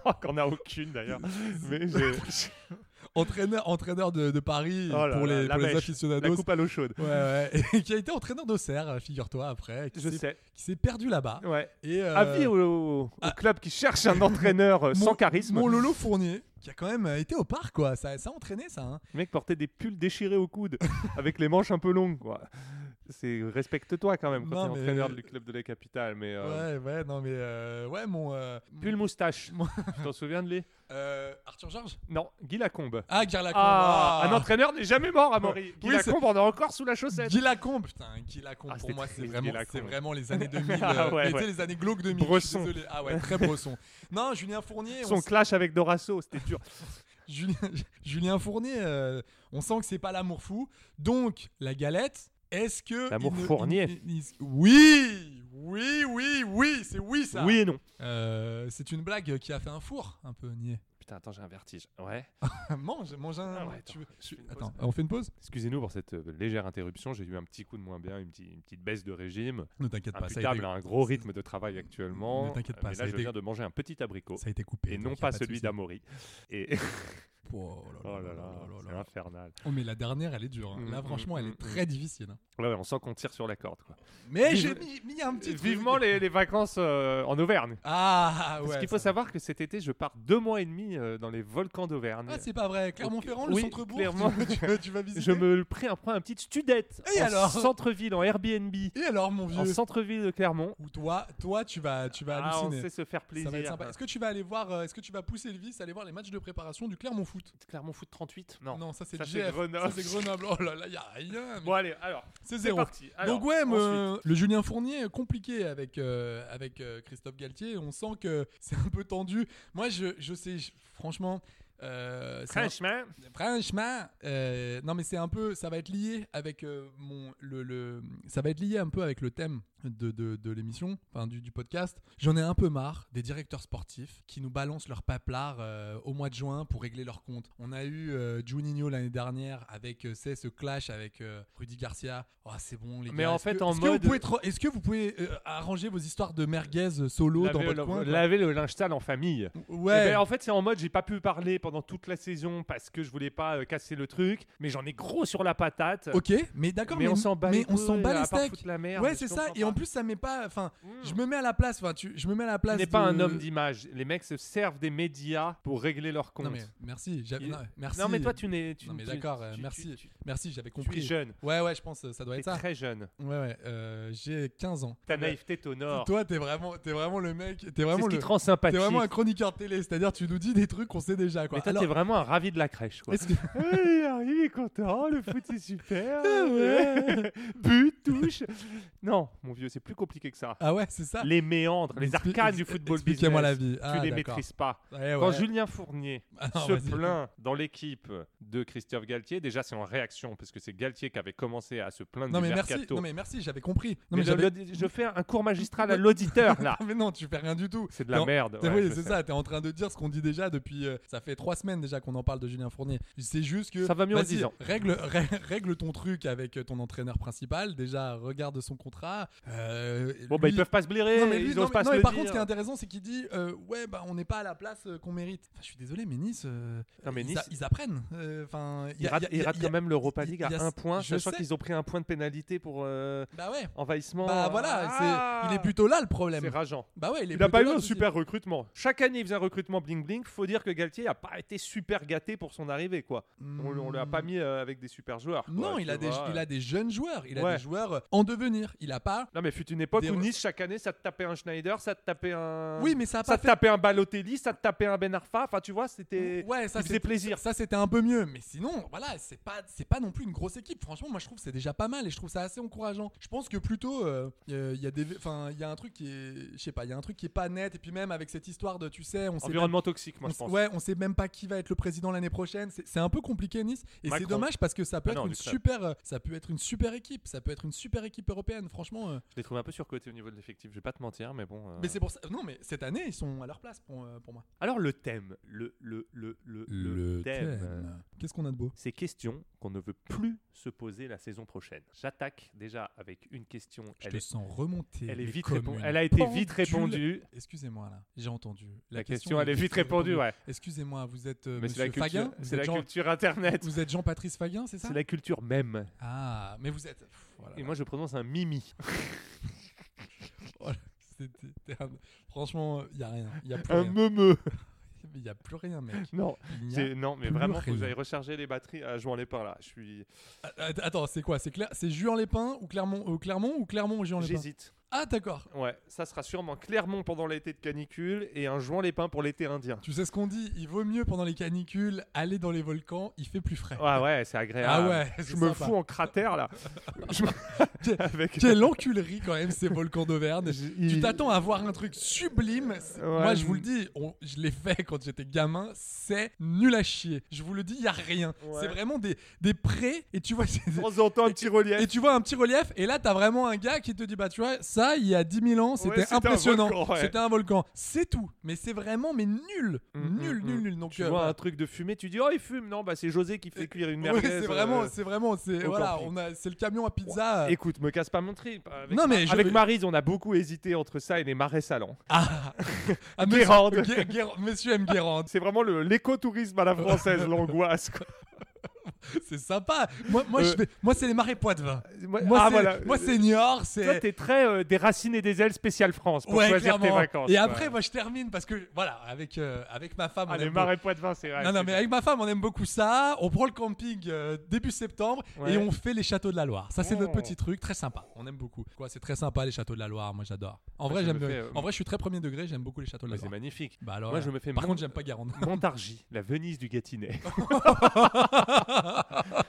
Speaker 6: Oh, Qu'on a aucune d'ailleurs. Mais j'ai-
Speaker 5: entraîneur, entraîneur de, de Paris
Speaker 6: Oh là
Speaker 5: pour
Speaker 6: là,
Speaker 5: les,
Speaker 6: la
Speaker 5: pour les
Speaker 6: mèche,
Speaker 5: aficionados.
Speaker 6: la coupe à l'eau chaude.
Speaker 5: Ouais, ouais. Et qui a été entraîneur d'Auxerre, figure-toi, après. Qui
Speaker 6: Je
Speaker 5: s'est-
Speaker 6: sais.
Speaker 5: Qui s'est perdu là-bas.
Speaker 6: Ouais.
Speaker 5: Et, euh,
Speaker 6: Avis au, au club qui cherche un entraîneur euh,
Speaker 5: mon-
Speaker 6: sans charisme.
Speaker 5: Mon Lolo Fournier, qui a quand même euh, été au parc, quoi. Ça, ça a entraîné, ça. hein.
Speaker 6: Le mec portait des pulls déchirés au coude, avec les manches un peu longues. quoi. C'est respecte-toi quand même quand
Speaker 5: Non,
Speaker 6: t'es
Speaker 5: mais-
Speaker 6: entraîneur du club de la capitale. Mais euh,
Speaker 5: Ouais, ouais, non, mais. euh, ouais, mon. euh,
Speaker 6: pull moustache. tu t'en souviens de lui
Speaker 5: euh, Arthur Georges
Speaker 6: Non, Guy Lacombe.
Speaker 5: Ah, Guy Lacombe.
Speaker 6: Ah,
Speaker 5: ah.
Speaker 6: un entraîneur n'est jamais mort, Amaury. Guy
Speaker 5: Oui, c'est-
Speaker 6: Lacombe, on est encore sous la chaussette.
Speaker 5: Guy Lacombe, putain, Guy Lacombe,
Speaker 6: Ah,
Speaker 5: pour
Speaker 6: c'était
Speaker 5: moi,
Speaker 6: très
Speaker 5: c'est
Speaker 6: Guy
Speaker 5: vraiment,
Speaker 6: Lacombe.
Speaker 5: c'est vraiment les années 2000. euh,
Speaker 6: Ah ouais,
Speaker 5: mais tu sais,
Speaker 6: ouais.
Speaker 5: les années glauques 2000. je suis
Speaker 6: Bresson.
Speaker 5: désolé. Ah ouais, très bresson. non, Julien Fournier. on
Speaker 6: Son
Speaker 5: s-
Speaker 6: clash avec Dorasso, c'était dur.
Speaker 5: Julien, Julien Fournier, euh, on sent que c'est pas l'amour fou. Donc, la galette, est-ce que.
Speaker 6: L'amour
Speaker 5: il ne-
Speaker 6: Fournier.
Speaker 5: il- il- il- oui Oui, oui, oui, c'est oui ça
Speaker 6: Oui et non.
Speaker 5: Euh, C'est une blague qui a fait un four, un peu, niais.
Speaker 6: Putain, attends, j'ai un vertige. Ouais.
Speaker 5: mange, mange un.
Speaker 6: Ah ouais,
Speaker 5: tu veux-
Speaker 6: je fais une
Speaker 5: Attends,
Speaker 6: pause.
Speaker 5: on fait une pause
Speaker 6: Excusez-nous pour cette euh, légère interruption, j'ai eu un petit coup de moins bien, une, petite- une petite baisse de régime.
Speaker 5: Ne t'inquiète pas, Ah bah, ça a
Speaker 6: Imputable
Speaker 5: été-
Speaker 6: à un gros rythme de travail actuellement.
Speaker 5: Ne t'inquiète pas,
Speaker 6: Mais
Speaker 5: ça
Speaker 6: là,
Speaker 5: a
Speaker 6: je
Speaker 5: été-
Speaker 6: viens de manger un petit abricot.
Speaker 5: Ça a été coupé,
Speaker 6: Et
Speaker 5: donc
Speaker 6: non
Speaker 5: y a
Speaker 6: pas
Speaker 5: pas de
Speaker 6: celui
Speaker 5: souci.
Speaker 6: d'Amaury. Et...
Speaker 5: Oh là là là là là
Speaker 6: c'est
Speaker 5: là.
Speaker 6: infernal.
Speaker 5: Oh, mais la dernière, elle est dure. hein.
Speaker 6: Mm,
Speaker 5: Là,
Speaker 6: mm,
Speaker 5: franchement, elle
Speaker 6: mm,
Speaker 5: est très difficile. hein.
Speaker 6: Ouais, ouais, on sent qu'on tire sur la corde. Quoi.
Speaker 5: Mais
Speaker 6: Vive-
Speaker 5: j'ai mis, mis un petit truc.
Speaker 6: Vivement les, les vacances euh, en Auvergne.
Speaker 5: Ah, ouais.
Speaker 6: Parce qu'il faut
Speaker 5: ça va.
Speaker 6: savoir que cet été, je pars deux mois et demi euh, dans les volcans d'Auvergne.
Speaker 5: Ah, c'est pas vrai. Clermont-Ferrand, le
Speaker 6: Oui,
Speaker 5: centre-bourg.
Speaker 6: clairement.
Speaker 5: Tu, tu- tu vas visiter.
Speaker 6: je me le prends un petit studette
Speaker 5: Et
Speaker 6: en
Speaker 5: alors
Speaker 6: centre-ville, en Airbnb,
Speaker 5: Et alors, mon
Speaker 6: en
Speaker 5: vieux
Speaker 6: centre-ville de Clermont.
Speaker 5: Ou toi, toi, tu vas, tu vas
Speaker 6: Ah, on
Speaker 5: halluciner.
Speaker 6: sait se faire plaisir.
Speaker 5: Ça va être sympa. Est-ce que tu vas aller voir, euh, est-ce que tu vas pousser Elvis, aller voir les matchs de préparation du Clermont Foot
Speaker 6: Clermont Foot 38
Speaker 5: Non, ça c'est
Speaker 6: ça,
Speaker 5: GF.
Speaker 6: Grenoble.
Speaker 5: Ça, c'est Grenoble. Oh là là, y a rien.
Speaker 6: Bon, allez, alors.
Speaker 5: C'est
Speaker 6: c'est
Speaker 5: zéro.
Speaker 6: parti. Alors,
Speaker 5: Donc ouais, mais,
Speaker 6: ensuite.
Speaker 5: euh, le Julien Fournier compliqué avec euh, avec euh, Christophe Galtier. On sent que c'est un peu tendu. Moi, je je sais je- franchement. euh, c'est un-
Speaker 6: Franchement.
Speaker 5: franchement, euh, non mais c'est un peu, ça va être lié avec euh, mon le, le- ça va être lié un peu avec le thème de, de, de l'émission, enfin du, du podcast. J'en ai un peu marre des directeurs sportifs qui nous balancent leur paplard euh, au mois de juin pour régler leurs comptes. On a eu euh, Juninho l'année dernière avec euh, c'est ce clash avec euh, Rudy Garcia. Oh, c'est bon les
Speaker 6: Mais
Speaker 5: gars,
Speaker 6: en
Speaker 5: est-ce
Speaker 6: fait,
Speaker 5: que-
Speaker 6: en
Speaker 5: est-ce que vous
Speaker 6: mode-
Speaker 5: pouvez tro- est-ce que vous pouvez euh, arranger vos histoires de merguez euh, solo dans
Speaker 6: Laver
Speaker 5: votre
Speaker 6: le-
Speaker 5: coin quoi
Speaker 6: laver le linge sale en famille.
Speaker 5: Ouais.
Speaker 6: Eh ben, en fait, c'est en mode j'ai pas pu parler pendant toute la saison parce que je voulais pas euh, casser le truc, mais j'en ai gros sur la patate.
Speaker 5: Ok, mais d'accord, mais,
Speaker 6: on s'en bat
Speaker 5: mais
Speaker 6: les
Speaker 5: on s'en
Speaker 6: couilles,
Speaker 5: bat
Speaker 6: à
Speaker 5: les
Speaker 6: part
Speaker 5: steaks.
Speaker 6: foutre la merde,
Speaker 5: ouais,
Speaker 6: je
Speaker 5: c'est ça.
Speaker 6: comprends
Speaker 5: Et en
Speaker 6: pas.
Speaker 5: plus, ça met pas. Enfin, je me mets à la place. Enfin, tu, je me mets à la place.
Speaker 6: Il n'est pas
Speaker 5: de-
Speaker 6: un homme d'image. Les mecs se servent des médias pour régler leurs comptes.
Speaker 5: Non mais merci, j'a-
Speaker 6: Il-
Speaker 5: non, merci.
Speaker 6: Non mais toi tu n'es. tu-
Speaker 5: Non mais
Speaker 6: tu-
Speaker 5: d'accord, euh,
Speaker 6: tu-
Speaker 5: merci,
Speaker 6: tu- tu-
Speaker 5: merci, j'avais compris.
Speaker 6: jeune.
Speaker 5: Ouais ouais, je pense euh, ça doit
Speaker 6: T'es
Speaker 5: être ça.
Speaker 6: très jeune.
Speaker 5: Ouais ouais, euh, j'ai 15 ans.
Speaker 6: Ta
Speaker 5: Ouais.
Speaker 6: naïveté t'honore.
Speaker 5: Toi t'es vraiment, t'es vraiment le mec, t'es
Speaker 6: C'est
Speaker 5: vraiment
Speaker 6: ce qui
Speaker 5: le-
Speaker 6: te rend sympathique.
Speaker 5: T'es vraiment un chroniqueur télé, c'est-à-dire tu nous dis des trucs qu'on sait déjà quoi.
Speaker 6: Mais toi
Speaker 5: Alors-
Speaker 6: t'es vraiment un ravi de la crèche quoi.
Speaker 5: Est-ce que-
Speaker 6: il est content, le foot c'est super. But, touche. Non, mon vieux, c'est plus compliqué que ça.
Speaker 5: Ah ouais, c'est ça.
Speaker 6: Les méandres, les
Speaker 5: Expli-
Speaker 6: arcanes
Speaker 5: ex-
Speaker 6: du football business.
Speaker 5: expliquez-moi la vie. Ah,
Speaker 6: tu les
Speaker 5: d'accord.
Speaker 6: maîtrises pas.
Speaker 5: Ouais,
Speaker 6: Quand
Speaker 5: ouais.
Speaker 6: Julien Fournier
Speaker 5: Ah non,
Speaker 6: se
Speaker 5: vas-y.
Speaker 6: plaint dans l'équipe de Christophe Galtier, déjà c'est en réaction parce que c'est Galtier qui avait commencé à se plaindre
Speaker 5: Non
Speaker 6: du
Speaker 5: mais merci,
Speaker 6: mercato.
Speaker 5: non mais merci, j'avais compris. Non
Speaker 6: Mais le-
Speaker 5: j'avais-
Speaker 6: le- je fais un cours magistral à l'auditeur là.
Speaker 5: Non, mais non, tu fais rien du tout.
Speaker 6: C'est de la
Speaker 5: T'es en-
Speaker 6: merde,
Speaker 5: t'es-
Speaker 6: ouais,
Speaker 5: oui,
Speaker 6: je
Speaker 5: c'est
Speaker 6: sais.
Speaker 5: ça. T'es en train de dire ce qu'on dit déjà depuis. euh, ça fait trois semaines déjà qu'on en parle de Julien Fournier. C'est juste que.
Speaker 6: Ça va mieux en
Speaker 5: vas-y,
Speaker 6: dix ans.
Speaker 5: Règle, rè- règle ton truc avec euh, ton entraîneur principal. Déjà, regarde son contrat. Euh,
Speaker 6: Bon, bah, ils peuvent pas se blairer,
Speaker 5: Non, mais lui-
Speaker 6: ils
Speaker 5: non,
Speaker 6: osent
Speaker 5: mais-
Speaker 6: pas
Speaker 5: non,
Speaker 6: se
Speaker 5: mais
Speaker 6: le
Speaker 5: par contre,
Speaker 6: dire.
Speaker 5: ce qui est intéressant, c'est qu'il dit euh, Ouais, bah, on n'est pas à la place euh, qu'on mérite. Enfin, je suis désolé, mais Nice. euh,
Speaker 6: Non, mais
Speaker 5: ils,
Speaker 6: Nice-
Speaker 5: a- ils apprennent. Euh, Enfin, il
Speaker 6: Ils
Speaker 5: y a-
Speaker 6: ratent,
Speaker 5: il y a-
Speaker 6: ils ratent
Speaker 5: il y a-
Speaker 6: quand même l'Europa League à
Speaker 5: il y a-
Speaker 6: un point,
Speaker 5: je
Speaker 6: sachant
Speaker 5: sais.
Speaker 6: qu'ils ont pris un point de pénalité pour euh,
Speaker 5: Bah ouais.
Speaker 6: envahissement.
Speaker 5: Bah voilà, c'est-
Speaker 6: Ah
Speaker 5: il est plutôt là le problème.
Speaker 6: C'est rageant.
Speaker 5: Bah ouais, il est
Speaker 6: n'a
Speaker 5: plutôt
Speaker 6: pas eu
Speaker 5: là,
Speaker 6: un
Speaker 5: le souci.
Speaker 6: super recrutement. Chaque année, il faisait un recrutement bling bling. Faut dire que Galtier n'a pas été super gâté pour son arrivée, quoi. On, on l'a pas mis euh, avec des super joueurs. quoi,
Speaker 5: Hmm. Non,
Speaker 6: tu
Speaker 5: il a, des,
Speaker 6: vois.
Speaker 5: il a des jeunes joueurs. Il a
Speaker 6: Ouais.
Speaker 5: des joueurs en devenir. Il a pas.
Speaker 6: Non, mais fut une époque
Speaker 5: Des
Speaker 6: où
Speaker 5: re-
Speaker 6: Nice, chaque année, ça te tapait un Schneider, ça te tapait un.
Speaker 5: Oui, mais ça a pas
Speaker 6: te
Speaker 5: fait-
Speaker 6: tapait un Balotelli, ça te tapait un Ben Arfa. Enfin, tu vois, c'était.
Speaker 5: Ouais, ça
Speaker 6: il faisait
Speaker 5: c'est-
Speaker 6: plaisir.
Speaker 5: Ça c'était un peu mieux, mais sinon, voilà, c'est pas c'est pas non plus une grosse équipe. Franchement, moi je trouve que c'est déjà pas mal et je trouve ça assez encourageant. Je pense que plutôt euh, euh, il y a des enfin il y a un truc qui est je sais pas, il y a un truc qui est pas net et puis même avec cette histoire de tu sais, on sait
Speaker 6: Environnement
Speaker 5: même-
Speaker 6: toxique, moi,
Speaker 5: on
Speaker 6: je
Speaker 5: s-
Speaker 6: pense.
Speaker 5: Ouais, on sait même pas qui va être le président l'année prochaine. C'est c'est un peu compliqué Nice et c'est
Speaker 6: Macron.
Speaker 5: dommage parce que ça peut
Speaker 6: Ah
Speaker 5: être
Speaker 6: non,
Speaker 5: une
Speaker 6: du club.
Speaker 5: super euh, ça peut être une super équipe, ça peut être une super équipe européenne, franchement. euh,
Speaker 6: Je les trouve un peu surcotés au niveau de l'effectif, je vais pas te mentir, mais bon. euh,
Speaker 5: Mais c'est pour ça non mais cette année, ils sont à leur place pour euh, pour moi.
Speaker 6: Alors le thème, le le le le,
Speaker 5: Le
Speaker 6: thème.
Speaker 5: thème. Qu'est-ce qu'on a de beau
Speaker 6: Ces questions qu'on ne veut plus se poser la saison prochaine. J'attaque déjà avec une question.
Speaker 5: Je te sens remonter.
Speaker 6: Elle
Speaker 5: les
Speaker 6: est vite
Speaker 5: communes.
Speaker 6: répon- Elle a été vite
Speaker 5: Pendule.
Speaker 6: répondue.
Speaker 5: Excusez-moi là, j'ai entendu.
Speaker 6: La question, elle est vite répondue, ouais.
Speaker 5: Excusez-moi, vous êtes euh,
Speaker 6: Mais c'est la
Speaker 5: Monsieur
Speaker 6: culture-
Speaker 5: Fagin
Speaker 6: c'est
Speaker 5: Vous êtes
Speaker 6: la
Speaker 5: Jean-
Speaker 6: culture Internet.
Speaker 5: Vous êtes Jean-Patrice Fagin, c'est ça
Speaker 6: C'est la culture même.
Speaker 5: Ah, mais vous êtes. Pff, voilà.
Speaker 6: Et moi je prononce un mimi.
Speaker 5: Oh là, c'était- c'était un- Franchement, il y a rien. Y a plus
Speaker 6: Un
Speaker 5: rien.
Speaker 6: meumeux.
Speaker 5: Mais il y a plus rien, mec.
Speaker 6: Non,
Speaker 5: Il n'y a
Speaker 6: j'ai- non mais
Speaker 5: plus
Speaker 6: vraiment,
Speaker 5: rien.
Speaker 6: vous avez rechargé les batteries. Ah, je m'en ai par là. Je suis.
Speaker 5: Ah, Att- Attends, c'est quoi C'est Cla- c'est Juan-les-Pins ou Clermont, ou Clermont ou Clermont ou Juan-les-Pins
Speaker 6: J'hésite.
Speaker 5: Ah, d'accord.
Speaker 6: Ouais, ça sera sûrement Clermont pendant l'été de canicule et un joint les pins pour l'été indien.
Speaker 5: Tu sais ce qu'on dit Il vaut mieux pendant les canicules aller dans les volcans, il fait plus frais.
Speaker 6: Ouais, ouais, c'est agréable.
Speaker 5: Ah ouais,
Speaker 6: je
Speaker 5: c'est
Speaker 6: me
Speaker 5: sympa.
Speaker 6: fous en cratère là. Je me- Avec- euh,
Speaker 5: Quelle enculerie quand même ces volcans d'Auvergne. Tu t'attends à voir un truc sublime. C'est-
Speaker 6: Ouais,
Speaker 5: Moi je vous
Speaker 6: je-
Speaker 5: le dis, on- je l'ai fait quand j'étais gamin, c'est nul à chier. Je vous le dis, il y a rien.
Speaker 6: Ouais.
Speaker 5: C'est vraiment des, des prés et tu vois c'est des-
Speaker 6: De temps en temps, un petit relief.
Speaker 5: et tu vois un petit relief et là t'as vraiment un gars qui te dit bah tu vois ça il y a 10 000 ans c'était
Speaker 6: Ouais, c'était un
Speaker 5: impressionnant
Speaker 6: volcan, ouais.
Speaker 5: c'était un volcan c'est tout mais c'est vraiment mais nul
Speaker 6: Mm,
Speaker 5: nul nul
Speaker 6: mm, mm.
Speaker 5: nul donc
Speaker 6: tu
Speaker 5: euh,
Speaker 6: vois
Speaker 5: voilà.
Speaker 6: un truc de fumée, tu dis oh il fume. Non, bah c'est José qui fait cuire une
Speaker 5: Ouais,
Speaker 6: merguez.
Speaker 5: c'est vraiment
Speaker 6: euh,
Speaker 5: c'est vraiment c'est
Speaker 6: au
Speaker 5: voilà
Speaker 6: camping.
Speaker 5: on a c'est le camion à pizza euh,
Speaker 6: Écoute, me casse pas mon trip. Avec,
Speaker 5: Non, mais je-
Speaker 6: avec Maryse, on a beaucoup hésité entre ça et les marais salants.
Speaker 5: Ah, Ah, monsieur-
Speaker 6: Guérande.
Speaker 5: Gué- Guérande- Monsieur M. Guérande.
Speaker 6: C'est vraiment le- l'écotourisme à la française, l'angoisse. quoi.
Speaker 5: C'est sympa. Moi, moi, je vais- moi, c'est les marais Poitevin. Moi,
Speaker 6: Euh, ah,
Speaker 5: c'est-
Speaker 6: voilà.
Speaker 5: moi, c'est Niort.
Speaker 6: Toi,
Speaker 5: C'est
Speaker 6: t'es très euh, des racines et des ailes spécial France pour
Speaker 5: Ouais,
Speaker 6: choisir tes
Speaker 5: clairement.
Speaker 6: vacances.
Speaker 5: Et
Speaker 6: quoi.
Speaker 5: après, moi, je termine parce que, voilà, avec, euh, avec ma femme.
Speaker 6: Ah,
Speaker 5: on
Speaker 6: les
Speaker 5: aime
Speaker 6: marais
Speaker 5: beaucoup-
Speaker 6: Poitevin, c'est vrai,
Speaker 5: Non, non,
Speaker 6: c'est
Speaker 5: mais
Speaker 6: ça.
Speaker 5: avec ma femme, on aime beaucoup ça. On prend le camping euh, début septembre
Speaker 6: Ouais.
Speaker 5: et on fait les châteaux de la Loire. Ça, c'est notre
Speaker 6: Oh.
Speaker 5: petit truc, très sympa. On aime beaucoup. Quoi, c'est très sympa les châteaux de la Loire. Moi, j'adore. En
Speaker 6: Moi,
Speaker 5: vrai,
Speaker 6: je
Speaker 5: j'aime.
Speaker 6: me fais, euh,
Speaker 5: En vrai, je suis très premier degré. J'aime beaucoup les châteaux de la
Speaker 6: Mais
Speaker 5: Loire.
Speaker 6: c'est magnifique.
Speaker 5: Bah alors,
Speaker 6: Moi,
Speaker 5: là.
Speaker 6: je me fais
Speaker 5: Par
Speaker 6: Mont-
Speaker 5: contre, j'aime pas Garonne.
Speaker 6: Montargis, la Venise du Gâtinais.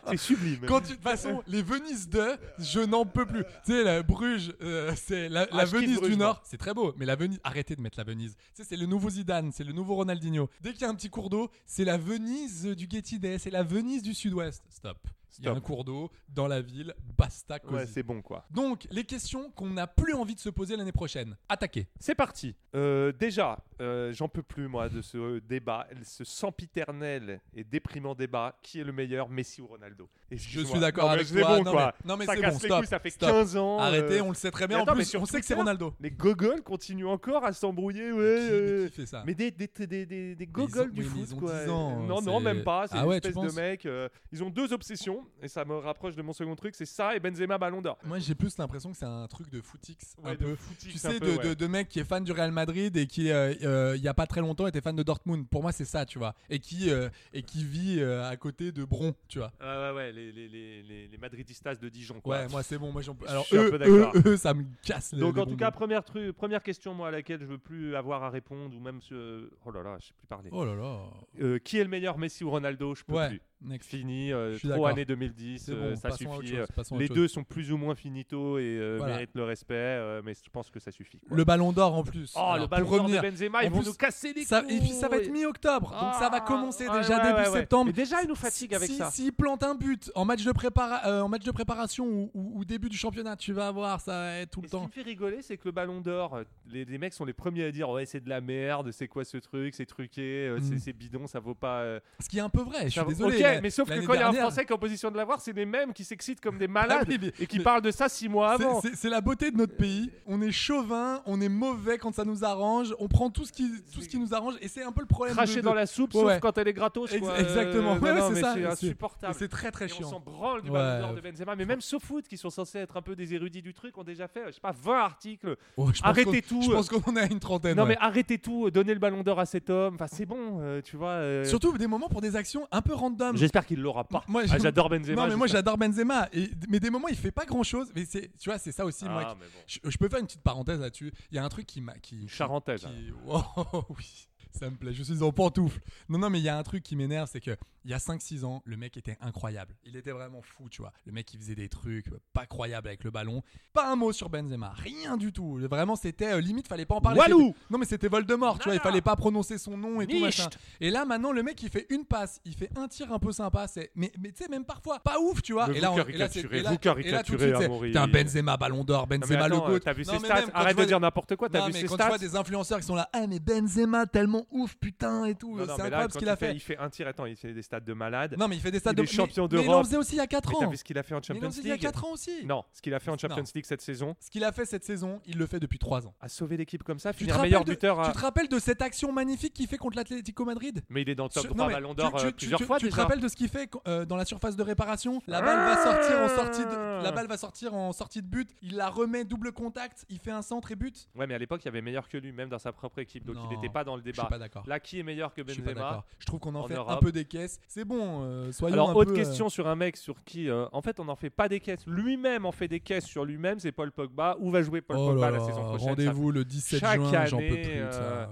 Speaker 6: c'est sublime.
Speaker 5: Quand tu- de toute façon, les Venices de, je n'en peux plus. Tu sais, la Bruges, euh, c'est la, la
Speaker 6: Ah, je kiffe
Speaker 5: Venise
Speaker 6: Bruges,
Speaker 5: du
Speaker 6: moi.
Speaker 5: Nord, c'est très beau. Mais la Venise, arrêtez de mettre la Venise. Tu sais, c'est le nouveau Zidane, c'est le nouveau Ronaldinho. Dès qu'il y a un petit cours d'eau, c'est la Venise du Gatidet, c'est la Venise du Sud-Ouest. Stop. Il y a
Speaker 6: Stop.
Speaker 5: un cours d'eau dans la ville, basta cosy.
Speaker 6: Ouais, c'est bon quoi.
Speaker 5: Donc, les questions qu'on n'a plus envie de se poser l'année prochaine. Attaquez.
Speaker 6: C'est parti. Euh, déjà, euh, j'en peux plus moi de ce euh, débat, ce sempiternel et déprimant débat. Qui est le meilleur, Messi ou Ronaldo
Speaker 5: Je
Speaker 6: Excuse-moi.
Speaker 5: suis d'accord
Speaker 6: Non, mais
Speaker 5: avec
Speaker 6: c'est
Speaker 5: toi.
Speaker 6: bon,
Speaker 5: non,
Speaker 6: quoi.
Speaker 5: mais, non, mais
Speaker 6: ça
Speaker 5: c'est
Speaker 6: casse
Speaker 5: bon,
Speaker 6: les
Speaker 5: stop,
Speaker 6: couilles, ça fait
Speaker 5: stop.
Speaker 6: 15 ans.
Speaker 5: Arrêtez,
Speaker 6: euh,
Speaker 5: on le sait très
Speaker 6: mais
Speaker 5: bien.
Speaker 6: attends,
Speaker 5: en
Speaker 6: mais
Speaker 5: plus,
Speaker 6: sur
Speaker 5: on sait que c'est
Speaker 6: Twitter,
Speaker 5: Ronaldo.
Speaker 6: Les gogoles continuent encore à s'embrouiller. Ouais, euh,
Speaker 5: fait ça
Speaker 6: mais des, des, des, des, des
Speaker 5: ont-
Speaker 6: gogoles du
Speaker 5: oui, mais
Speaker 6: foot,
Speaker 5: ils ont
Speaker 6: quoi.
Speaker 5: 10 ans,
Speaker 6: non,
Speaker 5: c'est-
Speaker 6: non, même pas. C'est
Speaker 5: Ah
Speaker 6: une
Speaker 5: ouais, tu
Speaker 6: espèce de
Speaker 5: penses
Speaker 6: mec. euh, ils ont deux obsessions, et ça me rapproche de mon second truc c'est ça et Benzema Ballon d'Or.
Speaker 5: Moi, j'ai plus l'impression que c'est un truc de footix.
Speaker 6: Ouais,
Speaker 5: un
Speaker 6: de
Speaker 5: peu.
Speaker 6: footix
Speaker 5: tu
Speaker 6: un
Speaker 5: sais,
Speaker 6: peu,
Speaker 5: de,
Speaker 6: ouais.
Speaker 5: de, de mec qui est fan du Real Madrid et qui, euh, euh, il y a pas très longtemps, était fan de Dortmund. Pour moi, c'est ça, tu vois. Et qui, euh, et qui vit euh, à côté de Bron, tu vois.
Speaker 6: Ouais, ouais, ouais, les, les, les, les, les Madridistas de Dijon. Quoi.
Speaker 5: Ouais, moi, c'est bon. Moi, j'en peux- Alors,
Speaker 6: Je suis un
Speaker 5: eux,
Speaker 6: peu
Speaker 5: eux,
Speaker 6: d'accord.
Speaker 5: eux, ça me casse les
Speaker 6: Donc,
Speaker 5: les
Speaker 6: en tout
Speaker 5: bonbons.
Speaker 6: cas, première, tru- première question, moi, à laquelle je veux plus avoir à répondre, ou même. ce- Oh là là, je sais plus parler.
Speaker 5: Oh là là.
Speaker 6: Euh, qui est le meilleur, Messi ou Ronaldo Je peux
Speaker 5: Ouais,
Speaker 6: plus.
Speaker 5: next.
Speaker 6: Fini, euh,
Speaker 5: Je suis
Speaker 6: trop
Speaker 5: d'accord.
Speaker 6: année 2010,
Speaker 5: C'est
Speaker 6: euh,
Speaker 5: bon,
Speaker 6: ça
Speaker 5: passons à autre
Speaker 6: suffit.
Speaker 5: chose,
Speaker 6: euh,
Speaker 5: passons à
Speaker 6: les
Speaker 5: autre
Speaker 6: deux
Speaker 5: chose.
Speaker 6: sont plus ou moins finito et euh,
Speaker 5: Voilà.
Speaker 6: méritent le respect, euh, mais je pense que ça suffit. quoi.
Speaker 5: Le ballon d'or en plus.
Speaker 6: Oh,
Speaker 5: Alors,
Speaker 6: le
Speaker 5: pour
Speaker 6: ballon d'or de
Speaker 5: revenir-
Speaker 6: Benzema, ils
Speaker 5: en
Speaker 6: vont
Speaker 5: plus,
Speaker 6: nous casser les
Speaker 5: ça- Et puis ça va être
Speaker 6: couilles.
Speaker 5: mi-octobre, donc ça va commencer
Speaker 6: Ah,
Speaker 5: déjà
Speaker 6: ouais,
Speaker 5: début
Speaker 6: ouais, ouais.
Speaker 5: septembre.
Speaker 6: Mais déjà, ils nous fatiguent avec
Speaker 5: si,
Speaker 6: ça.
Speaker 5: S'ils plantent un but en match de, prépara- euh, en match de préparation ou, ou- ou début du championnat, tu vas voir, ça va être tout le
Speaker 6: Ce qui
Speaker 5: temps.
Speaker 6: me fait rigoler, c'est que le ballon d'or, euh, les, les mecs sont les premiers à dire Ouais, c'est de la merde, c'est quoi ce truc, c'est truqué, euh, c'est-
Speaker 5: Mm.
Speaker 6: c'est bidon, ça vaut pas. euh,
Speaker 5: Ce qui est un peu vrai, je suis
Speaker 6: ça vaut-
Speaker 5: désolé.
Speaker 6: Ok,
Speaker 5: la-
Speaker 6: mais sauf que
Speaker 5: l'année
Speaker 6: quand il y a un
Speaker 5: dernière- Ah
Speaker 6: Français qui est en position de l'avoir, c'est les mêmes qui s'excitent comme des malades
Speaker 5: oui, mais-
Speaker 6: et qui
Speaker 5: mais-
Speaker 6: parlent de ça six mois
Speaker 5: C'est-
Speaker 6: avant.
Speaker 5: C'est c'est la beauté de notre pays. On est chauvin, on est mauvais quand ça nous arrange, on prend tout ce qui, tout ce qui nous arrange et c'est un peu le problème.
Speaker 6: Cracher
Speaker 5: de- de-
Speaker 6: dans la soupe,
Speaker 5: Ouais,
Speaker 6: sauf
Speaker 5: ouais.
Speaker 6: quand elle est gratos.
Speaker 5: Ex-
Speaker 6: quoi.
Speaker 5: Exactement,
Speaker 6: Euh,
Speaker 5: Ouais,
Speaker 6: non,
Speaker 5: ouais,
Speaker 6: non,
Speaker 5: c'est
Speaker 6: mais
Speaker 5: ça.
Speaker 6: C'est
Speaker 5: et
Speaker 6: insupportable.
Speaker 5: et C'est très très
Speaker 6: Et
Speaker 5: chiant.
Speaker 6: On s'en branle du
Speaker 5: Ouais.
Speaker 6: ballon d'or de Benzema, mais même SoFoot, qui sont censés être un peu des érudits du truc, ont déjà fait, euh, je sais pas, 20 articles.
Speaker 5: Oh, je pense
Speaker 6: arrêtez
Speaker 5: qu'on-
Speaker 6: tout.
Speaker 5: Je pense
Speaker 6: euh,
Speaker 5: qu'on en a une trentaine.
Speaker 6: non,
Speaker 5: ouais.
Speaker 6: mais arrêtez tout, euh, donnez le ballon d'or à cet homme. Enfin, c'est bon, euh, tu vois. euh,
Speaker 5: Surtout des moments pour des actions un peu random.
Speaker 6: J'espère qu'il l'aura pas.
Speaker 5: Bah, Moi,
Speaker 6: Ah,
Speaker 5: j'aime-
Speaker 6: j'adore Benzema.
Speaker 5: Non, mais moi
Speaker 6: j'espère.
Speaker 5: j'adore Benzema. Et, mais des moments, il fait pas grand chose. Mais c'est, tu vois, c'est ça aussi.
Speaker 6: Ah,
Speaker 5: moi, qui-
Speaker 6: mais bon.
Speaker 5: je, je peux faire une petite parenthèse là-dessus. Il y a un truc qui m'a. Qui, qui-
Speaker 6: Charentaise.
Speaker 5: qui- Oh, oui, ça me plaît. Je suis en pantoufle. Non, non, mais il y a un truc qui m'énerve, c'est que il y a 5-6 ans, le mec était incroyable. Il était vraiment fou, tu vois. Le mec, il faisait des trucs euh, pas croyables avec le ballon. Pas un mot sur Benzema, rien du tout. Vraiment, c'était euh, limite, fallait pas en parler.
Speaker 6: Walou
Speaker 5: C'était- Non, mais c'était Voldemort, tu vois. Il fallait pas prononcer son nom et tout
Speaker 6: Nicht.
Speaker 5: machin. Et là, maintenant, le mec, il fait une passe, il fait un tir un peu sympa. C'est, mais, mais tu sais, même parfois, pas ouf, tu vois.
Speaker 6: Le
Speaker 5: et là,
Speaker 6: vous
Speaker 5: on- et là, c'est-
Speaker 6: caricaturez,
Speaker 5: et là- et
Speaker 6: vous
Speaker 5: là, tout de
Speaker 6: caricaturez,
Speaker 5: suite, c'est,
Speaker 6: Amaury.
Speaker 5: putain, Benzema, Ballon d'Or,
Speaker 6: mais
Speaker 5: Benzema,
Speaker 6: attends,
Speaker 5: le
Speaker 6: euh,
Speaker 5: GOAT.
Speaker 6: t'as vu
Speaker 5: Non,
Speaker 6: ses
Speaker 5: mais
Speaker 6: stats
Speaker 5: même quand
Speaker 6: Arrête
Speaker 5: je vois
Speaker 6: de dire
Speaker 5: des-
Speaker 6: n'importe quoi, t'as
Speaker 5: Non,
Speaker 6: vu
Speaker 5: mais
Speaker 6: ses
Speaker 5: quand tu vois
Speaker 6: stats
Speaker 5: des influenceurs qui sont là, ah, mais Benzema, tellement ouf, putain, et tout.
Speaker 6: Non, non,
Speaker 5: C'est
Speaker 6: mais là,
Speaker 5: incroyable ce
Speaker 6: quand
Speaker 5: qu'il
Speaker 6: il
Speaker 5: a
Speaker 6: fait-
Speaker 5: fait.
Speaker 6: Il fait un tir, attends, il fait des stats de malade.
Speaker 5: Non, mais il fait des stats
Speaker 6: il
Speaker 5: de-
Speaker 6: est champion
Speaker 5: mais- mais il
Speaker 6: d'Europe.
Speaker 5: en faisait aussi il y a quatre
Speaker 6: Mais
Speaker 5: ans.
Speaker 6: T'as vu ce qu'il a fait en
Speaker 5: Mais
Speaker 6: Champions
Speaker 5: il en
Speaker 6: League
Speaker 5: faisait il y a 4 ans aussi.
Speaker 6: Non, ce qu'il a fait en Champions
Speaker 5: Non.
Speaker 6: League cette saison,
Speaker 5: Ce qu'il a fait cette saison, il le fait depuis 3 ans.
Speaker 6: a sauvé l'équipe comme ça,
Speaker 5: Tu te,
Speaker 6: finir
Speaker 5: rappelles
Speaker 6: meilleur
Speaker 5: de,
Speaker 6: buteur. hein. à-
Speaker 5: tu te rappelles de cette action magnifique qu'il fait contre l'Atlético Madrid
Speaker 6: Mais il est dans le top
Speaker 5: Sur- non,
Speaker 6: 3
Speaker 5: mais
Speaker 6: Ballon
Speaker 5: tu-
Speaker 6: d'Or
Speaker 5: tu-
Speaker 6: euh,
Speaker 5: tu-
Speaker 6: plusieurs
Speaker 5: tu-
Speaker 6: fois
Speaker 5: Tu te
Speaker 6: déjà.
Speaker 5: rappelles de ce qu'il fait euh, dans la surface de réparation La balle va sortir en sortie
Speaker 6: Ah.
Speaker 5: de, la balle va sortir en sortie de but. Il la remet double contact. Il fait un centre et but.
Speaker 6: Ouais, mais à l'époque, il y avait meilleur que lui, même dans sa propre équipe. Donc,
Speaker 5: Non,
Speaker 6: il n'était pas dans le
Speaker 5: je suis
Speaker 6: débat.
Speaker 5: pas d'accord.
Speaker 6: Là, qui est meilleur que
Speaker 5: Je suis pas
Speaker 6: Benzema
Speaker 5: d'accord. Je trouve qu'on en, fait un
Speaker 6: Europe
Speaker 5: peu des caisses. C'est bon. euh, soyons
Speaker 6: Alors,
Speaker 5: un
Speaker 6: autre
Speaker 5: peu, euh,
Speaker 6: question sur un mec sur qui, euh, en fait, on n'en fait pas des caisses. Lui-même en fait des caisses sur lui-même, c'est Paul Pogba. Où va jouer Paul
Speaker 5: Oh
Speaker 6: Pogba
Speaker 5: là
Speaker 6: la
Speaker 5: là,
Speaker 6: saison prochaine
Speaker 5: rendez-vous
Speaker 6: ça-
Speaker 5: le 17
Speaker 6: Chaque
Speaker 5: juin, j'en peux
Speaker 6: année,
Speaker 5: plus de ça.
Speaker 6: euh,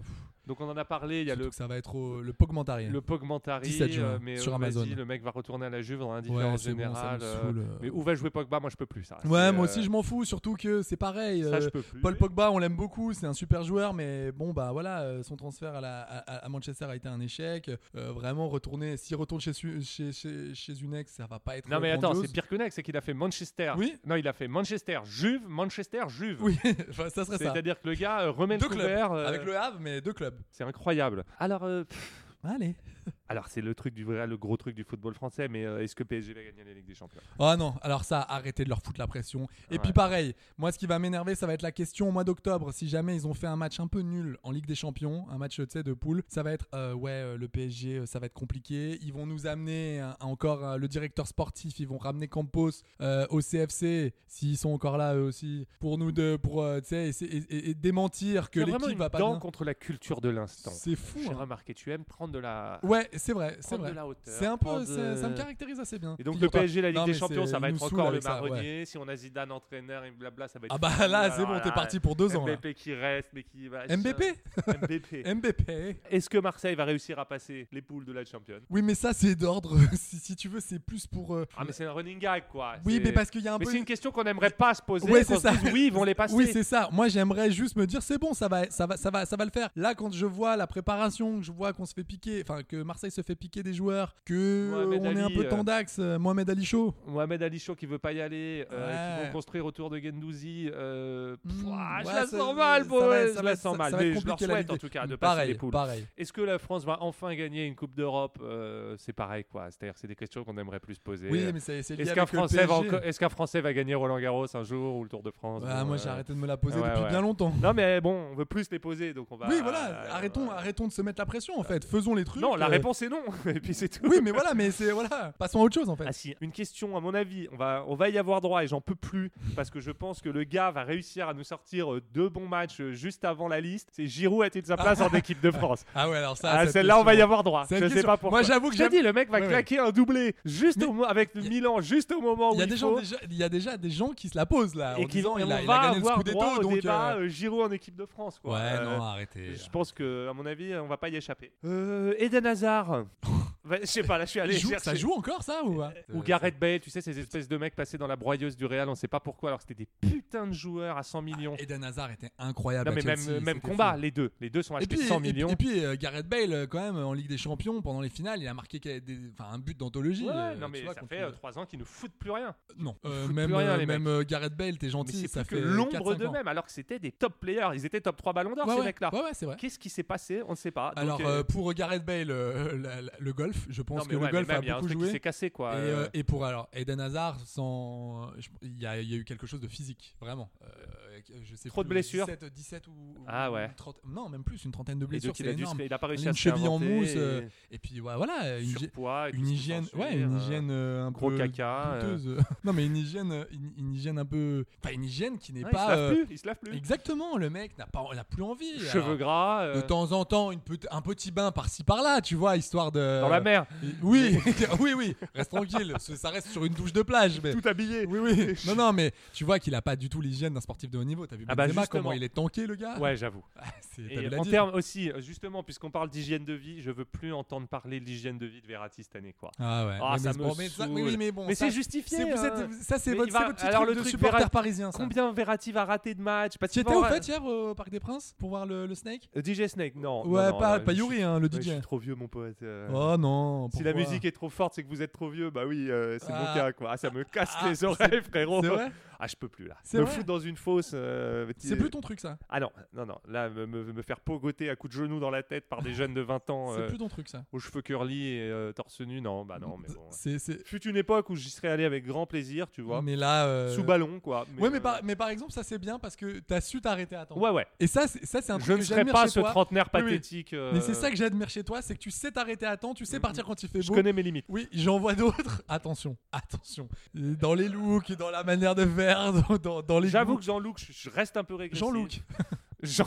Speaker 6: Donc, on en a parlé. Il y a
Speaker 5: surtout
Speaker 6: le,
Speaker 5: que ça va être au- le Pogmentari.
Speaker 6: le Pogmentari.
Speaker 5: 17 juin,
Speaker 6: euh, mais
Speaker 5: sur
Speaker 6: euh, vas-y,
Speaker 5: Amazon.
Speaker 6: le mec va retourner à la Juve dans
Speaker 5: Ouais,
Speaker 6: l'indifférence
Speaker 5: c'est bon, ça me
Speaker 6: générale. euh,
Speaker 5: saoule, euh.
Speaker 6: mais où va jouer Pogba Moi, je peux plus ça.
Speaker 5: Ouais,
Speaker 6: C'est,
Speaker 5: moi
Speaker 6: euh,
Speaker 5: aussi je m'en fous, surtout que c'est pareil.
Speaker 6: Ça,
Speaker 5: euh,
Speaker 6: je peux plus.
Speaker 5: Paul Pogba, on l'aime beaucoup, c'est un super joueur, mais bon, bah voilà, euh, son transfert à, la- à- à Manchester a été un échec. Euh, vraiment, retourner, s'il retourne chez, su- chez, chez, chez une ex, ça va pas être.
Speaker 6: Non mais attends,
Speaker 5: grandiose.
Speaker 6: c'est pire que Nex, c'est qu'il a fait Manchester.
Speaker 5: Oui.
Speaker 6: Non, il a fait Manchester, Juve, Manchester, Juve.
Speaker 5: Oui, enfin, ça serait ça.
Speaker 6: C'est-à-dire que le gars euh, remet
Speaker 5: Deux
Speaker 6: le
Speaker 5: clubs.
Speaker 6: couvert. euh,
Speaker 5: Avec le Havre, mais deux clubs.
Speaker 6: C'est incroyable. Alors, euh, pff,
Speaker 5: Allez.
Speaker 6: Alors, c'est le truc du vrai, le gros truc du football français, mais euh, est-ce que PSG va gagner la Ligue des Champions
Speaker 5: Oh non, alors ça, arrêtez de leur foutre la pression. Et
Speaker 6: Ouais.
Speaker 5: puis pareil, moi ce qui va m'énerver, ça va être la question au mois d'octobre. Si jamais ils ont fait un match un peu nul en Ligue des Champions, un match tu sais, de poule, ça va être euh, ouais, euh, le PSG, euh, ça va être compliqué. Ils vont nous amener euh, encore euh, le directeur sportif, ils vont ramener Campos euh, au CFC, s'ils sont encore là eux aussi, pour nous deux, pour euh, tu sais, essa- et, et- et démentir que
Speaker 6: Il y a vraiment
Speaker 5: l'équipe
Speaker 6: une
Speaker 5: va pas
Speaker 6: dent
Speaker 5: bien.
Speaker 6: contre la culture de l'instant.
Speaker 5: C'est fou,
Speaker 6: J'ai
Speaker 5: hein.
Speaker 6: remarqué, tu aimes prendre de la.
Speaker 5: Ouais, c'est vrai, c'est
Speaker 6: prendre
Speaker 5: vrai.
Speaker 6: de la hauteur,
Speaker 5: C'est un peu-
Speaker 6: prendre
Speaker 5: c'est-
Speaker 6: de-
Speaker 5: ça me caractérise assez bien.
Speaker 6: Et donc le
Speaker 5: Figure-toi.
Speaker 6: PSG, la Ligue
Speaker 5: Non,
Speaker 6: des
Speaker 5: mais
Speaker 6: Champions,
Speaker 5: c'est-
Speaker 6: ça va
Speaker 5: ils
Speaker 6: être
Speaker 5: nous
Speaker 6: encore
Speaker 5: saoulent
Speaker 6: le
Speaker 5: avec ça, ouais.
Speaker 6: marronnier. Si on a Zidane entraîneur et blabla, ça va être.
Speaker 5: Ah bah
Speaker 6: fou.
Speaker 5: là, c'est
Speaker 6: Alors
Speaker 5: bon, t'es
Speaker 6: là,
Speaker 5: parti pour deux ans, là.
Speaker 6: Mbappé qui reste, mais qui va.
Speaker 5: Mbappé
Speaker 6: Mbappé.
Speaker 5: Mbappé.
Speaker 6: Est-ce que Marseille va réussir à passer les poules de la Champions
Speaker 5: Oui, mais ça c'est d'ordre. si, si tu veux, c'est plus pour. euh,
Speaker 6: Ah mais c'est un running gag quoi.
Speaker 5: Oui,
Speaker 6: C'est-
Speaker 5: mais parce qu'il y a un
Speaker 6: mais
Speaker 5: peu-
Speaker 6: c'est une question qu'on n'aimerait pas se poser.
Speaker 5: Ouais,
Speaker 6: qu'on
Speaker 5: c'est
Speaker 6: se
Speaker 5: ça.
Speaker 6: dise, oui, ils vont les passer.
Speaker 5: Oui, c'est ça. Moi, j'aimerais juste me dire, c'est bon, ça va, ça va, ça va, ça va le faire. Là, quand je vois la préparation, que je vois qu'on se fait piquer, enfin que Marseille se fait piquer des joueurs, que
Speaker 6: Mohamed
Speaker 5: on est un
Speaker 6: Ali,
Speaker 5: peu
Speaker 6: euh,
Speaker 5: tendax, euh, Mohamed Ali Chaud.
Speaker 6: Mohamed Ali Chaud qui veut pas y aller, euh, qui
Speaker 5: Ouais. Mmh,
Speaker 6: vont construire autour de Gendouzi. euh, pff, ah, je
Speaker 5: ouais,
Speaker 6: la
Speaker 5: ça-
Speaker 6: sens mal, pour
Speaker 5: ça va-
Speaker 6: eux,
Speaker 5: ça
Speaker 6: je
Speaker 5: va-
Speaker 6: la sens
Speaker 5: ça-
Speaker 6: mal.
Speaker 5: ça va être
Speaker 6: mais je leur
Speaker 5: compliqué, la
Speaker 6: souhaite
Speaker 5: Ligue
Speaker 6: en
Speaker 5: des-
Speaker 6: tout cas de
Speaker 5: Pareil,
Speaker 6: passer les poules.
Speaker 5: pareil.
Speaker 6: Est-ce que la France va enfin gagner une Coupe d'Europe Euh, C'est pareil quoi. C'est-à-dire que c'est des questions qu'on aimerait plus se poser.
Speaker 5: Oui, mais c'est- c'est lié
Speaker 6: euh, Est-ce qu'un
Speaker 5: avec le
Speaker 6: Français, va
Speaker 5: PSG.
Speaker 6: enco- est-ce qu'un Français va gagner Roland Garros un jour ou le Tour de France
Speaker 5: Ouais,
Speaker 6: Bon,
Speaker 5: Bah, moi,
Speaker 6: euh,
Speaker 5: j'ai arrêté de me la poser
Speaker 6: ouais,
Speaker 5: depuis
Speaker 6: ouais. Bah,
Speaker 5: bien longtemps.
Speaker 6: Non mais bon, on veut plus les poser donc on va. euh,
Speaker 5: oui, voilà. arrêtons, arrêtons de se mettre la pression en fait. Faisons les trucs.
Speaker 6: Bah, Non, la
Speaker 5: euh,
Speaker 6: réponse est non. Et puis c'est tout.
Speaker 5: Oui, mais voilà, mais c'est voilà. Passons à autre chose en fait.
Speaker 6: Ah si, une question à mon avis, on va, on va y avoir droit et j'en peux plus parce que je pense que le gars va réussir à nous sortir euh, deux bons matchs euh, juste avant la liste. C'est Giroud a-t-il sa place en équipe de France
Speaker 5: Ah ouais, alors ça.
Speaker 6: Ah,
Speaker 5: cette
Speaker 6: celle-là on va y
Speaker 5: question-
Speaker 6: avoir droit.
Speaker 5: cette
Speaker 6: Je sais
Speaker 5: question-
Speaker 6: pas pourquoi.
Speaker 5: Moi, j'avoue que
Speaker 6: je te
Speaker 5: j'ai
Speaker 6: dis le mec va
Speaker 5: Ouais, ouais.
Speaker 6: claquer un doublé juste au mo- avec le Milan juste au moment où
Speaker 5: Il y, a
Speaker 6: il
Speaker 5: des gens,
Speaker 6: faut.
Speaker 5: déjà, il y a déjà des gens qui se la posent là.
Speaker 6: et
Speaker 5: en
Speaker 6: qui
Speaker 5: disant,
Speaker 6: et
Speaker 5: il
Speaker 6: on
Speaker 5: a, il a
Speaker 6: va
Speaker 5: gagné le
Speaker 6: avoir droit
Speaker 5: Scudetto,
Speaker 6: au
Speaker 5: donc.
Speaker 6: débat
Speaker 5: euh,
Speaker 6: euh, Giroud en équipe de France quoi.
Speaker 5: Ouais,
Speaker 6: Euh,
Speaker 5: non, arrêtez.
Speaker 6: Je pense que à mon avis, on va pas y échapper. Euh, Eden Hazard. Ouais, Je sais pas, là je suis allé
Speaker 5: Il joue-
Speaker 6: chercher.
Speaker 5: ça joue encore ça ou pas
Speaker 6: Ou Gareth Bale, tu sais, ces espèces de mecs passés dans la broyeuse du Real, on sait pas pourquoi, alors que c'était des putains de joueurs à 100 millions.
Speaker 5: Euh, Eden Hazard était incroyable.
Speaker 6: Non, mais
Speaker 5: à
Speaker 6: même,
Speaker 5: Chelsea,
Speaker 6: même
Speaker 5: c'était
Speaker 6: combat,
Speaker 5: fou.
Speaker 6: les deux. Les deux sont
Speaker 5: Et
Speaker 6: achetés
Speaker 5: puis,
Speaker 6: 100
Speaker 5: et-
Speaker 6: millions.
Speaker 5: Et, puis euh, Gareth Bale, euh, quand même, en Ligue des Champions, pendant les finales, il a marqué qu'il y a des- enfin, un but d'anthologie.
Speaker 6: Ouais,
Speaker 5: euh,
Speaker 6: non,
Speaker 5: tu
Speaker 6: mais
Speaker 5: vois,
Speaker 6: ça
Speaker 5: contre-
Speaker 6: fait 3 ans qu'ils ne foutent plus rien.
Speaker 5: Non,
Speaker 6: Ils
Speaker 5: euh,
Speaker 6: foutent
Speaker 5: même,
Speaker 6: plus rien,
Speaker 5: euh,
Speaker 6: les
Speaker 5: même
Speaker 6: mecs.
Speaker 5: euh, Gareth Bale, t'es
Speaker 6: Mais
Speaker 5: gentil,
Speaker 6: c'est
Speaker 5: ça
Speaker 6: plus que
Speaker 5: fait
Speaker 6: l'ombre
Speaker 5: 4-5 ans.
Speaker 6: d'eux-mêmes, alors que c'était des top players. Ils étaient top 3 ballons d'or,
Speaker 5: Ouais,
Speaker 6: ces
Speaker 5: ouais.
Speaker 6: mecs-là.
Speaker 5: Ouais, ouais, c'est vrai.
Speaker 6: Qu'est-ce qui s'est passé On ne sait pas. Donc,
Speaker 5: Alors,
Speaker 6: euh,
Speaker 5: euh, pour Gareth Bale, euh, la- la- le golf, je pense
Speaker 6: Non, mais
Speaker 5: que
Speaker 6: ouais,
Speaker 5: le
Speaker 6: mais
Speaker 5: golf
Speaker 6: même,
Speaker 5: a
Speaker 6: il y a un
Speaker 5: beaucoup
Speaker 6: truc qui
Speaker 5: joué.
Speaker 6: s'est cassé, quoi.
Speaker 5: Et,
Speaker 6: Euh,
Speaker 5: euh, et pour alors, Eden Hazard, sans, je- il y, a il y a eu quelque chose de physique, vraiment. Euh, je sais
Speaker 6: Trop de
Speaker 5: plus,
Speaker 6: blessures.
Speaker 5: 17, 17 ou, ou
Speaker 6: Ah ouais.
Speaker 5: une trente- non, même plus, une trentaine de
Speaker 6: Et donc,
Speaker 5: blessures,
Speaker 6: il
Speaker 5: c'est
Speaker 6: a dû se-
Speaker 5: énorme.
Speaker 6: il a pas réussi à
Speaker 5: une
Speaker 6: se
Speaker 5: cheville en
Speaker 6: réinventer,
Speaker 5: mousse. euh,
Speaker 6: et-
Speaker 5: et puis ouais, voilà, une, hygi-
Speaker 6: surpoids et tout
Speaker 5: une
Speaker 6: ce qui
Speaker 5: hygiène,
Speaker 6: s'ensuit,
Speaker 5: ouais, une
Speaker 6: euh,
Speaker 5: hygiène euh, un
Speaker 6: gros
Speaker 5: peu
Speaker 6: caca, euh.
Speaker 5: douteuse. non, mais une hygiène, euh, une, une hygiène un peu, enfin une hygiène qui n'est
Speaker 6: Ouais, Ah, il se
Speaker 5: pas. euh,
Speaker 6: lave plus, il se lave plus.
Speaker 5: Exactement, le mec n'a pas, n'a plus envie.
Speaker 6: Cheveux
Speaker 5: Alors,
Speaker 6: gras, euh.
Speaker 5: De temps en temps, une pet- un petit bain par-ci par-là, tu vois, histoire de.
Speaker 6: Dans la mer.
Speaker 5: Oui, oui, oui. Reste tranquille. ce- Ça reste sur une douche de plage. Mais...
Speaker 6: Tout habillé.
Speaker 5: Oui, oui. Non, non, mais tu vois qu'il a pas du tout l'hygiène d'un sportif de haut niveau. T'as vu
Speaker 6: Ah bah
Speaker 5: Benzema,
Speaker 6: justement.
Speaker 5: comment il est tanké, le gars
Speaker 6: Ouais, j'avoue.
Speaker 5: Ah, c'est-
Speaker 6: Et
Speaker 5: t'as vu la
Speaker 6: en
Speaker 5: diff
Speaker 6: termes aussi, euh, justement, puisqu'on parle d'hygiène de vie, je veux plus entendre parler de l'hygiène de vie de Verratti cette année, quoi.
Speaker 5: Ah ouais.
Speaker 6: Ah,
Speaker 5: Ouais,
Speaker 6: ça
Speaker 5: mais
Speaker 6: me
Speaker 5: bon, mais ça- oui,
Speaker 6: saoule.
Speaker 5: oui, mais bon, ça-
Speaker 6: c'est justifié.
Speaker 5: c'est- vous
Speaker 6: hein.
Speaker 5: êtes- ça, c'est
Speaker 6: Mais
Speaker 5: votre-
Speaker 6: il
Speaker 5: c'est votre petit
Speaker 6: alors,
Speaker 5: truc
Speaker 6: le
Speaker 5: de
Speaker 6: truc
Speaker 5: supporter
Speaker 6: Verratti-
Speaker 5: parisien, ça.
Speaker 6: Combien Verratti va rater de matchs Parce
Speaker 5: Tu
Speaker 6: qu'il
Speaker 5: étais au
Speaker 6: va-
Speaker 5: fait hier au Parc des Princes pour voir le, le Snake
Speaker 6: Euh, DJ Snake, non.
Speaker 5: Ouais,
Speaker 6: non, non,
Speaker 5: pas,
Speaker 6: euh,
Speaker 5: pas
Speaker 6: je
Speaker 5: Yuri,
Speaker 6: suis-
Speaker 5: hein, le
Speaker 6: ouais,
Speaker 5: DJ.
Speaker 6: Je suis trop vieux, mon pote. euh.
Speaker 5: Oh non.
Speaker 6: Si la
Speaker 5: pourquoi
Speaker 6: musique est trop forte, c'est que vous êtes trop vieux. Bah oui, euh, c'est
Speaker 5: Ah.
Speaker 6: mon cas, quoi. Ah, ça me casse
Speaker 5: Ah,
Speaker 6: les oreilles,
Speaker 5: c'est-
Speaker 6: frérot.
Speaker 5: c'est vrai
Speaker 6: ah, je peux plus, là.
Speaker 5: C'est
Speaker 6: Me
Speaker 5: vrai
Speaker 6: foutre dans une fosse. euh, petit-
Speaker 5: C'est plus ton truc, ça.
Speaker 6: Ah non, non, non. Là, me, me- me faire pogoter à coups de genoux dans la tête par des jeunes de 20 ans.
Speaker 5: C'est
Speaker 6: euh,
Speaker 5: plus ton truc, ça.
Speaker 6: Aux cheveux curly et euh, torse nu, non, bah non, mais bon.
Speaker 5: C'est- c'est-
Speaker 6: Fut une époque où j'y serais allé avec grand plaisir, tu vois.
Speaker 5: Mais là. euh,
Speaker 6: Sous ballon, quoi. euh,
Speaker 5: ouais, mais par, mais par exemple, ça c'est bien parce que t'as su t'arrêter à temps.
Speaker 6: Ouais, ouais.
Speaker 5: Et ça, c'est, ça, c'est un
Speaker 6: Je
Speaker 5: truc
Speaker 6: ne
Speaker 5: que
Speaker 6: serais
Speaker 5: j'admire
Speaker 6: pas
Speaker 5: chez
Speaker 6: ce
Speaker 5: toi.
Speaker 6: trentenaire
Speaker 5: Oui, oui.
Speaker 6: pathétique, euh, Mm,
Speaker 5: Mais c'est ça que j'admire chez toi, c'est que tu sais t'arrêter à temps, tu sais partir quand il fait beau. Je
Speaker 6: connais mes limites.
Speaker 5: Oui, j'en vois d'autres. Attention, attention. Dans les looks, dans la manière de faire, dans, dans, dans les.
Speaker 6: J'avoue
Speaker 5: goûts.
Speaker 6: que Jean-Luc, je- je reste un peu régressif.
Speaker 5: Jean-Luc.
Speaker 6: Jean...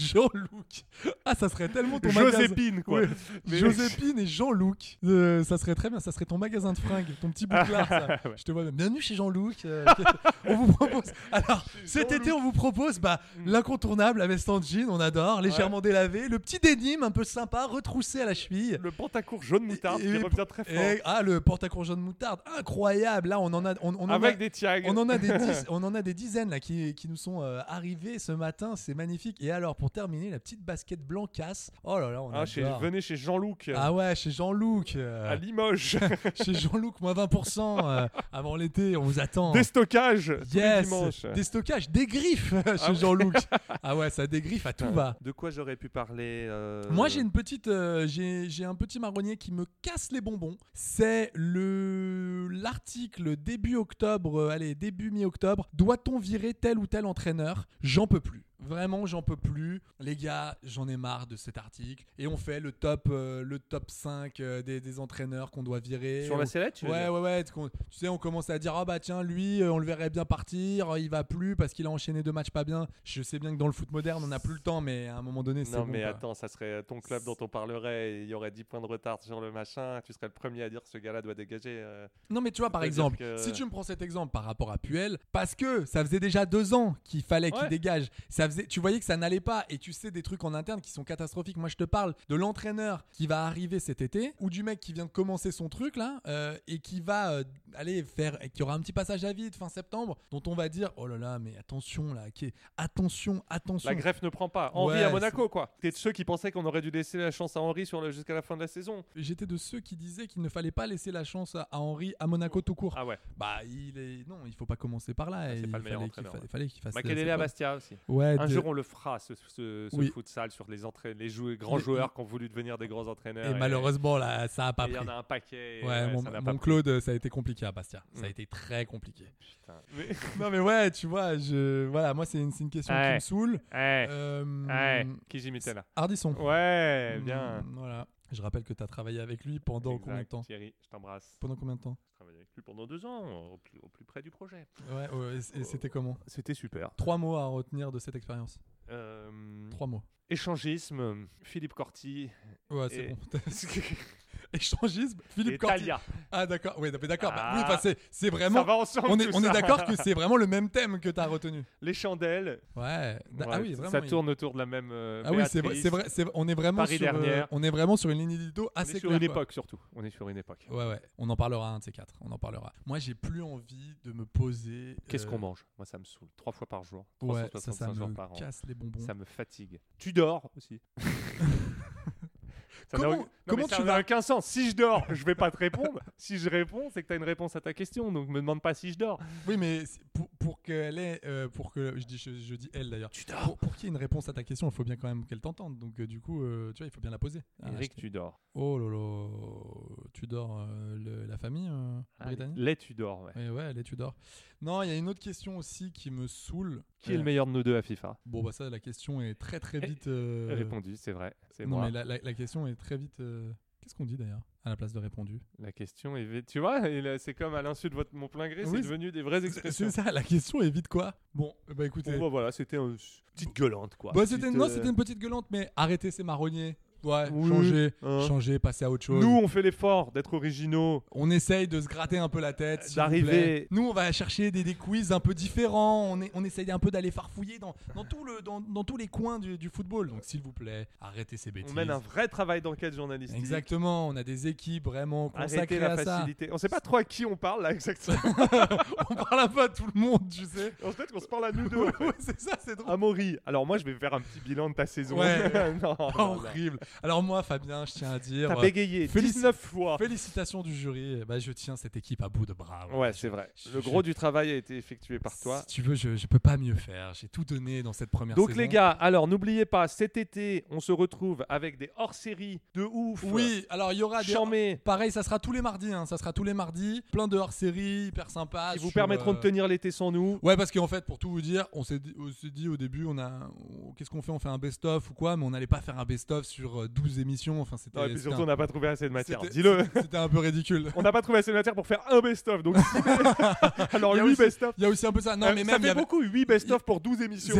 Speaker 5: Jean-Luc. Ah, ça serait tellement ton magasin.
Speaker 6: Joséphine, quoi.
Speaker 5: Oui.
Speaker 6: Mais-
Speaker 5: Joséphine et Jean-Luc. Euh, ça serait très bien. Ça serait ton magasin de fringues, ton petit bouclard. ça.
Speaker 6: Ouais.
Speaker 5: Je te vois bien. Bienvenue chez Jean-Luc. euh, on vous propose. Alors, cet été, on vous propose bah,
Speaker 6: Mm.
Speaker 5: l'incontournable, la veste en jean, on adore, légèrement délavée, le petit dénime un peu sympa, retroussé à la cheville.
Speaker 6: Le pantacourt jaune moutarde qui revient très fort.
Speaker 5: ah, le pantacourt jaune moutarde, incroyable. Là, on en a. On, on en
Speaker 6: Avec
Speaker 5: a-
Speaker 6: des tiags.
Speaker 5: On en a des, dix- on en a des dizaines là, qui, qui nous sont euh, arrivés ce matin. C'est magnifique. Et alors, pour terminer, la petite basket blancasse. Oh là là, on
Speaker 6: Ah, chez,
Speaker 5: adore.
Speaker 6: venez chez Jean-Luc. euh,
Speaker 5: Ah ouais, chez Jean-Luc. euh,
Speaker 6: À Limoges.
Speaker 5: chez Jean-Luc, moins 20% euh, avant l'été, on vous attend.
Speaker 6: Déstockage tous les
Speaker 5: Yes,
Speaker 6: dimanches.
Speaker 5: déstockage, dégriffes chez
Speaker 6: ouais.
Speaker 5: Jean-Luc. ah ouais, ça dégriffe à tout va.
Speaker 6: De quoi j'aurais pu parler euh,
Speaker 5: Moi, j'ai une petite, euh, j'ai j'ai un petit marronnier qui me casse les bonbons. C'est le l'article début octobre, euh, allez début mi-octobre. Doit-on virer tel ou tel entraîneur J'en peux plus. Vraiment, j'en peux plus. Les gars, j'en ai marre de cet article. Et on fait le top, euh, le top 5 euh, des, des entraîneurs qu'on doit virer.
Speaker 6: Sur la sellette, tu veux
Speaker 5: Ouais,
Speaker 6: dire
Speaker 5: ouais, ouais. Tu con- tu sais, on commence à dire Ah bah tiens, lui, euh, on le verrait bien partir. Il va plus parce qu'il a enchaîné deux matchs pas bien. Je sais bien que dans le foot moderne, on n'a plus le temps, mais à un moment donné, c'est
Speaker 6: Non,
Speaker 5: bon,
Speaker 6: mais
Speaker 5: quoi.
Speaker 6: attends, ça serait ton club dont on parlerait et il y aurait 10 points de retard sur le machin. Tu serais le premier à dire ce gars-là doit dégager. euh.
Speaker 5: Non mais tu vois par
Speaker 6: C'est-à-dire
Speaker 5: exemple,
Speaker 6: que-
Speaker 5: si tu me prends cet exemple par rapport à Puel, parce que ça faisait déjà deux ans qu'il fallait qu'il
Speaker 6: Ouais.
Speaker 5: dégage, ça faisait, tu voyais que ça n'allait pas et tu sais des trucs en interne qui sont catastrophiques. Moi je te parle de l'entraîneur qui va arriver cet été ou du mec qui vient de commencer son truc là euh, et qui va euh, aller faire, et qui aura un petit passage à vide fin septembre dont on va dire oh là là mais attention là, qui est- attention attention.
Speaker 6: La greffe ne prend pas. Henri
Speaker 5: Ouais,
Speaker 6: à Monaco, quoi. T'es de ceux qui pensaient qu'on aurait dû laisser la chance à Henri sur le- jusqu'à la fin de la saison.
Speaker 5: J'étais de ceux qui disaient qu'il ne fallait pas laisser la chance à à Henri à Monaco tout court.
Speaker 6: Ah ouais.
Speaker 5: Bah il est non, il faut Ah, pas commencer par là. et
Speaker 6: C'est pas
Speaker 5: il
Speaker 6: le meilleur
Speaker 5: fallait qu'il
Speaker 6: entraîneur.
Speaker 5: fa-
Speaker 6: ouais.
Speaker 5: il fallait qu'il fasse.
Speaker 6: Makelele
Speaker 5: c'est
Speaker 6: à
Speaker 5: pas-
Speaker 6: Bastia aussi.
Speaker 5: Ouais.
Speaker 6: un
Speaker 5: de-
Speaker 6: jour, on le fera, ce, ce, ce
Speaker 5: Oui.
Speaker 6: futsal sur les, entraîneurs, les joueurs, grands
Speaker 5: Mais-
Speaker 6: joueurs qui ont voulu devenir des grands entraîneurs.
Speaker 5: Et malheureusement, là, ça a pas
Speaker 6: et Il
Speaker 5: pris.
Speaker 6: y en a un paquet. et
Speaker 5: Ouais,
Speaker 6: ouais,
Speaker 5: mon,
Speaker 6: ça n'a
Speaker 5: mon
Speaker 6: pas pris.
Speaker 5: Claude, ça a été compliqué à Bastia. Ça a
Speaker 6: Mm.
Speaker 5: été très compliqué.
Speaker 6: Putain. Mais-
Speaker 5: non mais ouais, tu vois, je voilà, moi c'est une, c'est une question qui
Speaker 6: Ouais.
Speaker 5: me saoule.
Speaker 6: Ouais.
Speaker 5: Euh,
Speaker 6: Ouais. Qui j'imitais Eh, là
Speaker 5: Ardisson.
Speaker 6: Ouais, bien.
Speaker 5: Mm, Voilà. Je rappelle que tu as travaillé avec lui pendant
Speaker 6: Exact,
Speaker 5: combien de temps
Speaker 6: Thierry, je t'embrasse.
Speaker 5: Pendant combien de temps
Speaker 6: Je travaille avec lui pendant deux ans, au plus, au plus près du projet.
Speaker 5: Ouais, ouais, et c-
Speaker 6: Oh.
Speaker 5: et c'était comment
Speaker 6: C'était super.
Speaker 5: Trois mots à retenir de cette expérience.
Speaker 6: Euh,
Speaker 5: Trois mots.
Speaker 6: Échangisme, Philippe Corti.
Speaker 5: Ouais,
Speaker 6: et-
Speaker 5: c'est bon. Échangisme, Philippe
Speaker 6: Et
Speaker 5: Corti.
Speaker 6: Talia.
Speaker 5: Ah d'accord, oui, mais d'accord. bah,
Speaker 6: Ah,
Speaker 5: oui, enfin, c'est- c'est
Speaker 6: ça
Speaker 5: vraiment.
Speaker 6: va ensemble,
Speaker 5: on est,
Speaker 6: tout
Speaker 5: on est
Speaker 6: ça.
Speaker 5: d'accord que c'est vraiment le même thème que tu as retenu.
Speaker 6: Les chandelles.
Speaker 5: Ouais. Da- ah oui, vraiment,
Speaker 6: Ça
Speaker 5: il-
Speaker 6: tourne autour de la même. euh,
Speaker 5: Ah oui, c'est vrai,
Speaker 6: Béatrice,
Speaker 5: c'est vrai, c'est- on est vraiment
Speaker 6: Paris
Speaker 5: sur, euh,
Speaker 6: dernière.
Speaker 5: on est vraiment sur une ligne édito
Speaker 6: On est
Speaker 5: assez
Speaker 6: sur
Speaker 5: claire,
Speaker 6: une
Speaker 5: quoi.
Speaker 6: époque surtout. On est sur une époque.
Speaker 5: Ouais, ouais. On en parlera un de ces quatre. On en parlera. Moi, j'ai plus envie de me poser.
Speaker 6: Qu'est-ce
Speaker 5: euh,
Speaker 6: qu'on mange Moi, ça me saoule. Trois fois par jour.
Speaker 5: Ouais,
Speaker 6: 365
Speaker 5: ça, ça
Speaker 6: jours
Speaker 5: me
Speaker 6: par an.
Speaker 5: casse les bonbons.
Speaker 6: Ça me fatigue. Tu dors aussi. Ça n'a
Speaker 5: Comment-
Speaker 6: aucun- non, mais
Speaker 5: comment
Speaker 6: ça
Speaker 5: tu
Speaker 6: n'a
Speaker 5: vas-
Speaker 6: aucun sens. Si je dors, je vais pas te répondre. si je réponds, c'est que tu as une réponse à ta question. Donc, me demande pas si je dors.
Speaker 5: Oui, mais c'est- pour, pour qu'elle ait, euh, pour que je dis, je, je dis elle d'ailleurs. Pour, pour qu'il y ait une réponse à ta question, il faut bien quand même qu'elle t'entende. Donc euh, du coup, euh, tu vois, il faut bien la poser. Ah,
Speaker 6: Eric,
Speaker 5: je-
Speaker 6: tu dors.
Speaker 5: Oh lolo, tu dors euh, le- la famille euh, britannique.
Speaker 6: Ah, Les Tudor, ouais.
Speaker 5: Ouais, ouais, les Tudor. Non, il y a une autre question aussi qui me saoule.
Speaker 6: Qui est le Eh,
Speaker 5: Euh,
Speaker 6: meilleur de nous deux à FIFA
Speaker 5: Bon, bah ça, la question est très très vite. euh,
Speaker 6: Répondu, c'est vrai. C'est
Speaker 5: non,
Speaker 6: moi.
Speaker 5: mais la, la- la question est très vite. euh, Qu'est-ce qu'on dit d'ailleurs à la place de répondu
Speaker 6: La question est vite. Tu vois, il a- c'est comme à l'insu de votre, mon plein gré,
Speaker 5: Oui,
Speaker 6: c'est devenu des vraies
Speaker 5: C'est
Speaker 6: expressions.
Speaker 5: c'est ça, la question est vite quoi Bon, bah écoutez.
Speaker 6: Bon, bah, voilà, c'était une petite gueulante, quoi.
Speaker 5: Bah, c'était
Speaker 6: Petite,
Speaker 5: non,
Speaker 6: euh,
Speaker 5: c'était une petite gueulante, mais arrêtez ces marronniers. Ouais,
Speaker 6: Oui,
Speaker 5: changez,
Speaker 6: hein.
Speaker 5: changez, passez à autre chose.
Speaker 6: Nous, on fait l'effort d'être originaux.
Speaker 5: On essaye de se gratter un peu la tête, s'il vous plaît.
Speaker 6: D'arriver.
Speaker 5: Nous, on va chercher des, des quiz un peu différents. On, est, on essaye un peu d'aller farfouiller dans, dans, tout le, dans, dans tous les coins du, du football. Donc, s'il vous plaît, arrêtez ces bêtises.
Speaker 6: On mène un vrai travail d'enquête journalistique.
Speaker 5: Exactement, on a des équipes vraiment consacrées
Speaker 6: Arrêtez la
Speaker 5: à ça.
Speaker 6: facilité. On sait pas trop à qui on parle là exactement.
Speaker 5: on parle un peu à tout le monde, tu sais.
Speaker 6: En fait, on se parle à nous deux.
Speaker 5: c'est ça, c'est drôle.
Speaker 6: Amaury, alors moi je vais faire un petit bilan de ta
Speaker 5: Ouais.
Speaker 6: saison. Non, non, non.
Speaker 5: Ah, Horrible. Alors moi, Fabien, je tiens à dire.
Speaker 6: Oh, T'as
Speaker 5: euh,
Speaker 6: bégayé
Speaker 5: félici-
Speaker 6: 19 fois.
Speaker 5: Félicitations du jury. Eh ben, je tiens cette équipe à bout de bras.
Speaker 6: Ouais, c'est vrai. Le gros du travail a été effectué par toi.
Speaker 5: Si tu veux, je, je peux pas mieux faire. J'ai tout donné dans cette première
Speaker 6: Donc
Speaker 5: saison.
Speaker 6: les gars, alors n'oubliez pas, cet été, on se retrouve avec des hors-séries de ouf.
Speaker 5: Oui, alors il y aura des.
Speaker 6: Charmé.
Speaker 5: Pareil, ça sera tous les mardis. hein, Ça sera tous les mardis. Plein de hors-séries hyper sympas.
Speaker 6: qui vous
Speaker 5: sur,
Speaker 6: permettront
Speaker 5: euh,
Speaker 6: de tenir l'été sans nous.
Speaker 5: Ouais, parce qu'en fait, pour tout vous dire, on s'est dit, on s'est dit au début, on a, on- qu'est-ce qu'on fait On fait un best-of ou quoi Mais on n'allait pas faire un best-of sur euh, 12 émissions. Enfin, c'était.
Speaker 6: Non, et puis
Speaker 5: c'était
Speaker 6: surtout,
Speaker 5: un-
Speaker 6: on n'a pas trouvé assez de matière.
Speaker 5: c'était-
Speaker 6: Dis-le.
Speaker 5: c'était- C'était un peu ridicule.
Speaker 6: On n'a pas trouvé assez de matière pour faire un best-of. Donc, alors
Speaker 5: Il y a
Speaker 6: 8
Speaker 5: aussi-
Speaker 6: best-of.
Speaker 5: Il y a aussi un peu ça. Non,
Speaker 6: Euh,
Speaker 5: mais
Speaker 6: ça
Speaker 5: même. il
Speaker 6: fait
Speaker 5: y avait-
Speaker 6: beaucoup, 8 best-of pour 12 émissions.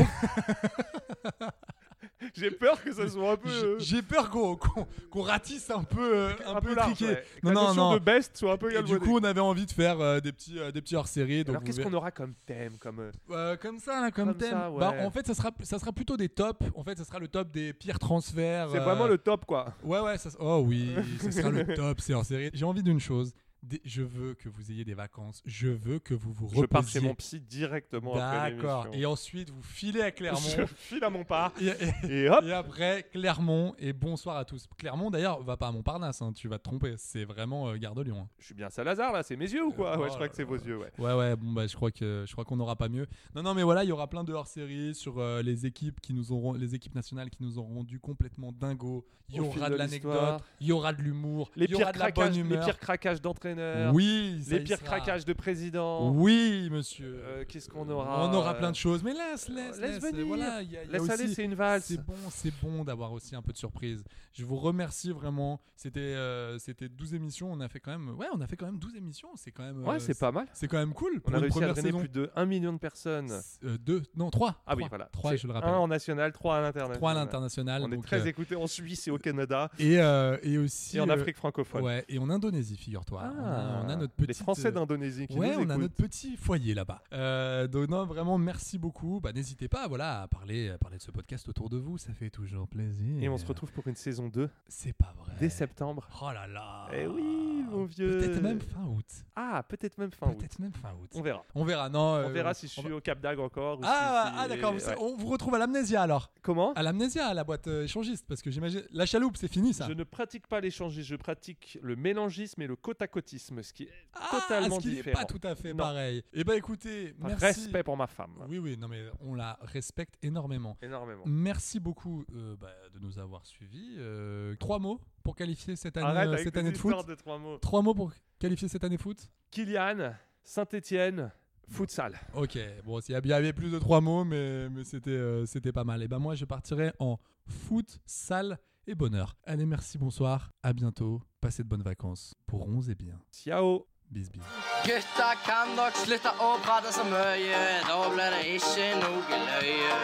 Speaker 6: J'ai peur que ça soit un peu.
Speaker 5: J'ai-
Speaker 6: euh,
Speaker 5: J'ai peur qu'on qu'on- qu'on ratisse un peu, euh, un peu,
Speaker 6: large,
Speaker 5: triqué.
Speaker 6: ouais. Que la notion de best soit un peu
Speaker 5: Et du
Speaker 6: galvaudée.
Speaker 5: coup, on avait envie de faire euh, des petits, euh, des petits hors-séries. donc
Speaker 6: Alors,
Speaker 5: vous
Speaker 6: qu'est-ce
Speaker 5: verrez-
Speaker 6: qu'on aura comme thème comme... euh,
Speaker 5: Euh, comme ça, là, comme,
Speaker 6: Comme
Speaker 5: thème.
Speaker 6: ça, ouais.
Speaker 5: Bah, en fait, ça sera, ça sera plutôt des tops. En fait, ça sera le top des pires transferts.
Speaker 6: C'est
Speaker 5: euh,
Speaker 6: vraiment le top, quoi.
Speaker 5: Ouais, ouais. Ça... Oh oui, ça sera le top. C'est hors série. J'ai envie d'une chose des- je veux que vous ayez des vacances. Je veux que vous vous reposiez.
Speaker 6: Je pars chez mon psy directement après
Speaker 5: D'accord.
Speaker 6: l'émission.
Speaker 5: Et ensuite, vous filez à Clermont.
Speaker 6: Je file à Montpart.
Speaker 5: Et,
Speaker 6: Et hop.
Speaker 5: et après, Clermont. Et bonsoir à tous. Clermont, d'ailleurs, va pas à Montparnasse. hein, tu vas te tromper. C'est vraiment euh, Gare de Lyon. hein.
Speaker 6: Je suis bien Salazar là, c'est mes yeux ou quoi Ouais, je crois que c'est vos yeux, ouais.
Speaker 5: Ouais, ouais, bon, bah, je crois que je crois qu'on n'aura pas mieux. Non, non, mais voilà, il y aura plein de hors-séries sur euh, les équipes qui nous auront, les équipes nationales qui nous ont rendu complètement dingo. Il y
Speaker 6: Au fil
Speaker 5: aura
Speaker 6: de
Speaker 5: de l'anecdote,
Speaker 6: l'histoire.
Speaker 5: il y aura de l'humour,
Speaker 6: Les
Speaker 5: il y aura
Speaker 6: pires
Speaker 5: de la bonne
Speaker 6: craquages, les
Speaker 5: humeur.
Speaker 6: pires craquages d'entraîneurs.
Speaker 5: Oui, ça
Speaker 6: les
Speaker 5: y
Speaker 6: pires
Speaker 5: sera.
Speaker 6: craquages de président.
Speaker 5: Oui, monsieur.
Speaker 6: Euh, Qu'est-ce qu'on aura
Speaker 5: On aura
Speaker 6: euh,
Speaker 5: plein de choses, mais laisse, laisse, laisse.
Speaker 6: Laisse venir.
Speaker 5: voilà, il y a- il y a
Speaker 6: Laisse aller,
Speaker 5: aussi-
Speaker 6: c'est une valse.
Speaker 5: C'est bon, c'est bon d'avoir aussi un peu de surprise. Je vous remercie vraiment. C'était, euh, c'était 12 émissions. On a fait quand même, ouais, on a fait quand même 12 émissions. C'est quand même, euh,
Speaker 6: Ouais, c'est pas mal.
Speaker 5: C'est quand même cool.
Speaker 6: On
Speaker 5: pour
Speaker 6: a
Speaker 5: une
Speaker 6: réussi à
Speaker 5: première
Speaker 6: drainer
Speaker 5: saison.
Speaker 6: plus de 1 million de personnes.
Speaker 5: Euh, deux, non, trois.
Speaker 6: Ah oui,
Speaker 5: Trois.
Speaker 6: voilà.
Speaker 5: Trois,
Speaker 6: C'est
Speaker 5: je le rappelle.
Speaker 6: Un en national, trois à l'international.
Speaker 5: Trois à l'international,
Speaker 6: On est
Speaker 5: donc,
Speaker 6: très
Speaker 5: euh,
Speaker 6: écoutés en Suisse et au Canada.
Speaker 5: Et, euh, et aussi.
Speaker 6: Et en
Speaker 5: euh,
Speaker 6: Afrique francophone.
Speaker 5: Ouais, et en Indonésie, figure-toi.
Speaker 6: Ah,
Speaker 5: on, a, on a notre
Speaker 6: les
Speaker 5: petit.
Speaker 6: Français d'Indonésie qui
Speaker 5: Ouais,
Speaker 6: nous
Speaker 5: on a
Speaker 6: écoutent.
Speaker 5: notre petit foyer là-bas. Euh, donc, non, vraiment, merci beaucoup. Bah, n'hésitez pas voilà, à, parler, à parler de ce podcast autour de vous. Ça fait toujours plaisir.
Speaker 6: Et on se retrouve pour une saison 2.
Speaker 5: C'est pas vrai.
Speaker 6: Dès septembre.
Speaker 5: Oh là là.
Speaker 6: Eh oui, mon vieux.
Speaker 5: Ah, Peut-être même fin août.
Speaker 6: Ah, peut-être même fin août.
Speaker 5: Peut-être même fin août.
Speaker 6: On verra.
Speaker 5: On verra, non.
Speaker 6: on
Speaker 5: euh,
Speaker 6: verra si je suis au Cap d'Agde encore. ou
Speaker 5: Ah,
Speaker 6: si-
Speaker 5: ah,
Speaker 6: si-
Speaker 5: d'accord,
Speaker 6: ouais.
Speaker 5: on vous retrouve à l'amnésia alors.
Speaker 6: Comment
Speaker 5: À l'amnésia, à la boîte euh, échangiste, parce que j'imagine. La chaloupe, c'est fini ça.
Speaker 6: Je ne pratique pas l'échangisme, je pratique le mélangisme et le côte-à-côtisme, ce qui est totalement
Speaker 5: Ah, ce qui n'est
Speaker 6: différent.
Speaker 5: pas tout à fait
Speaker 6: Non.
Speaker 5: pareil. Eh ben écoutez,
Speaker 6: Par
Speaker 5: merci.
Speaker 6: respect pour ma femme.
Speaker 5: Oui, oui, non mais on la respecte énormément.
Speaker 6: Énormément.
Speaker 5: Merci beaucoup euh, bah, de nous avoir suivis. Euh, trois mots pour qualifier cette année,
Speaker 6: Arrête
Speaker 5: euh,
Speaker 6: avec
Speaker 5: cette
Speaker 6: tes
Speaker 5: année de
Speaker 6: histoires
Speaker 5: foot.
Speaker 6: de trois mots.
Speaker 5: pour qualifier cette année foot.
Speaker 6: Kylian, Saint-Etienne, futsal.
Speaker 5: Ok, bon, s'il y avait plus de trois mots, mais, mais c'était euh, c'était pas mal. Et ben moi, je partirai en foot, salle et bonheur. Allez, merci, bonsoir, à bientôt, passez de bonnes vacances, pourrons et bien.
Speaker 6: Ciao.
Speaker 5: Bis bis.
Speaker 8: Gutta kan dere slutte å prate så mye, da blir det ikke noe løye.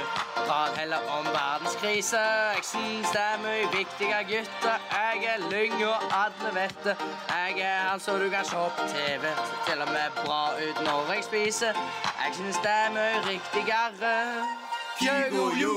Speaker 8: Prat heller om verdenskrise, jeg syns det er mye viktigere, gutter. Jeg er lyng, og alle vet det. Jeg er han som du kan se på TV, ser til og med bra ut når jeg spiser. Jeg syns det er mye riktigere. Kygo, jo!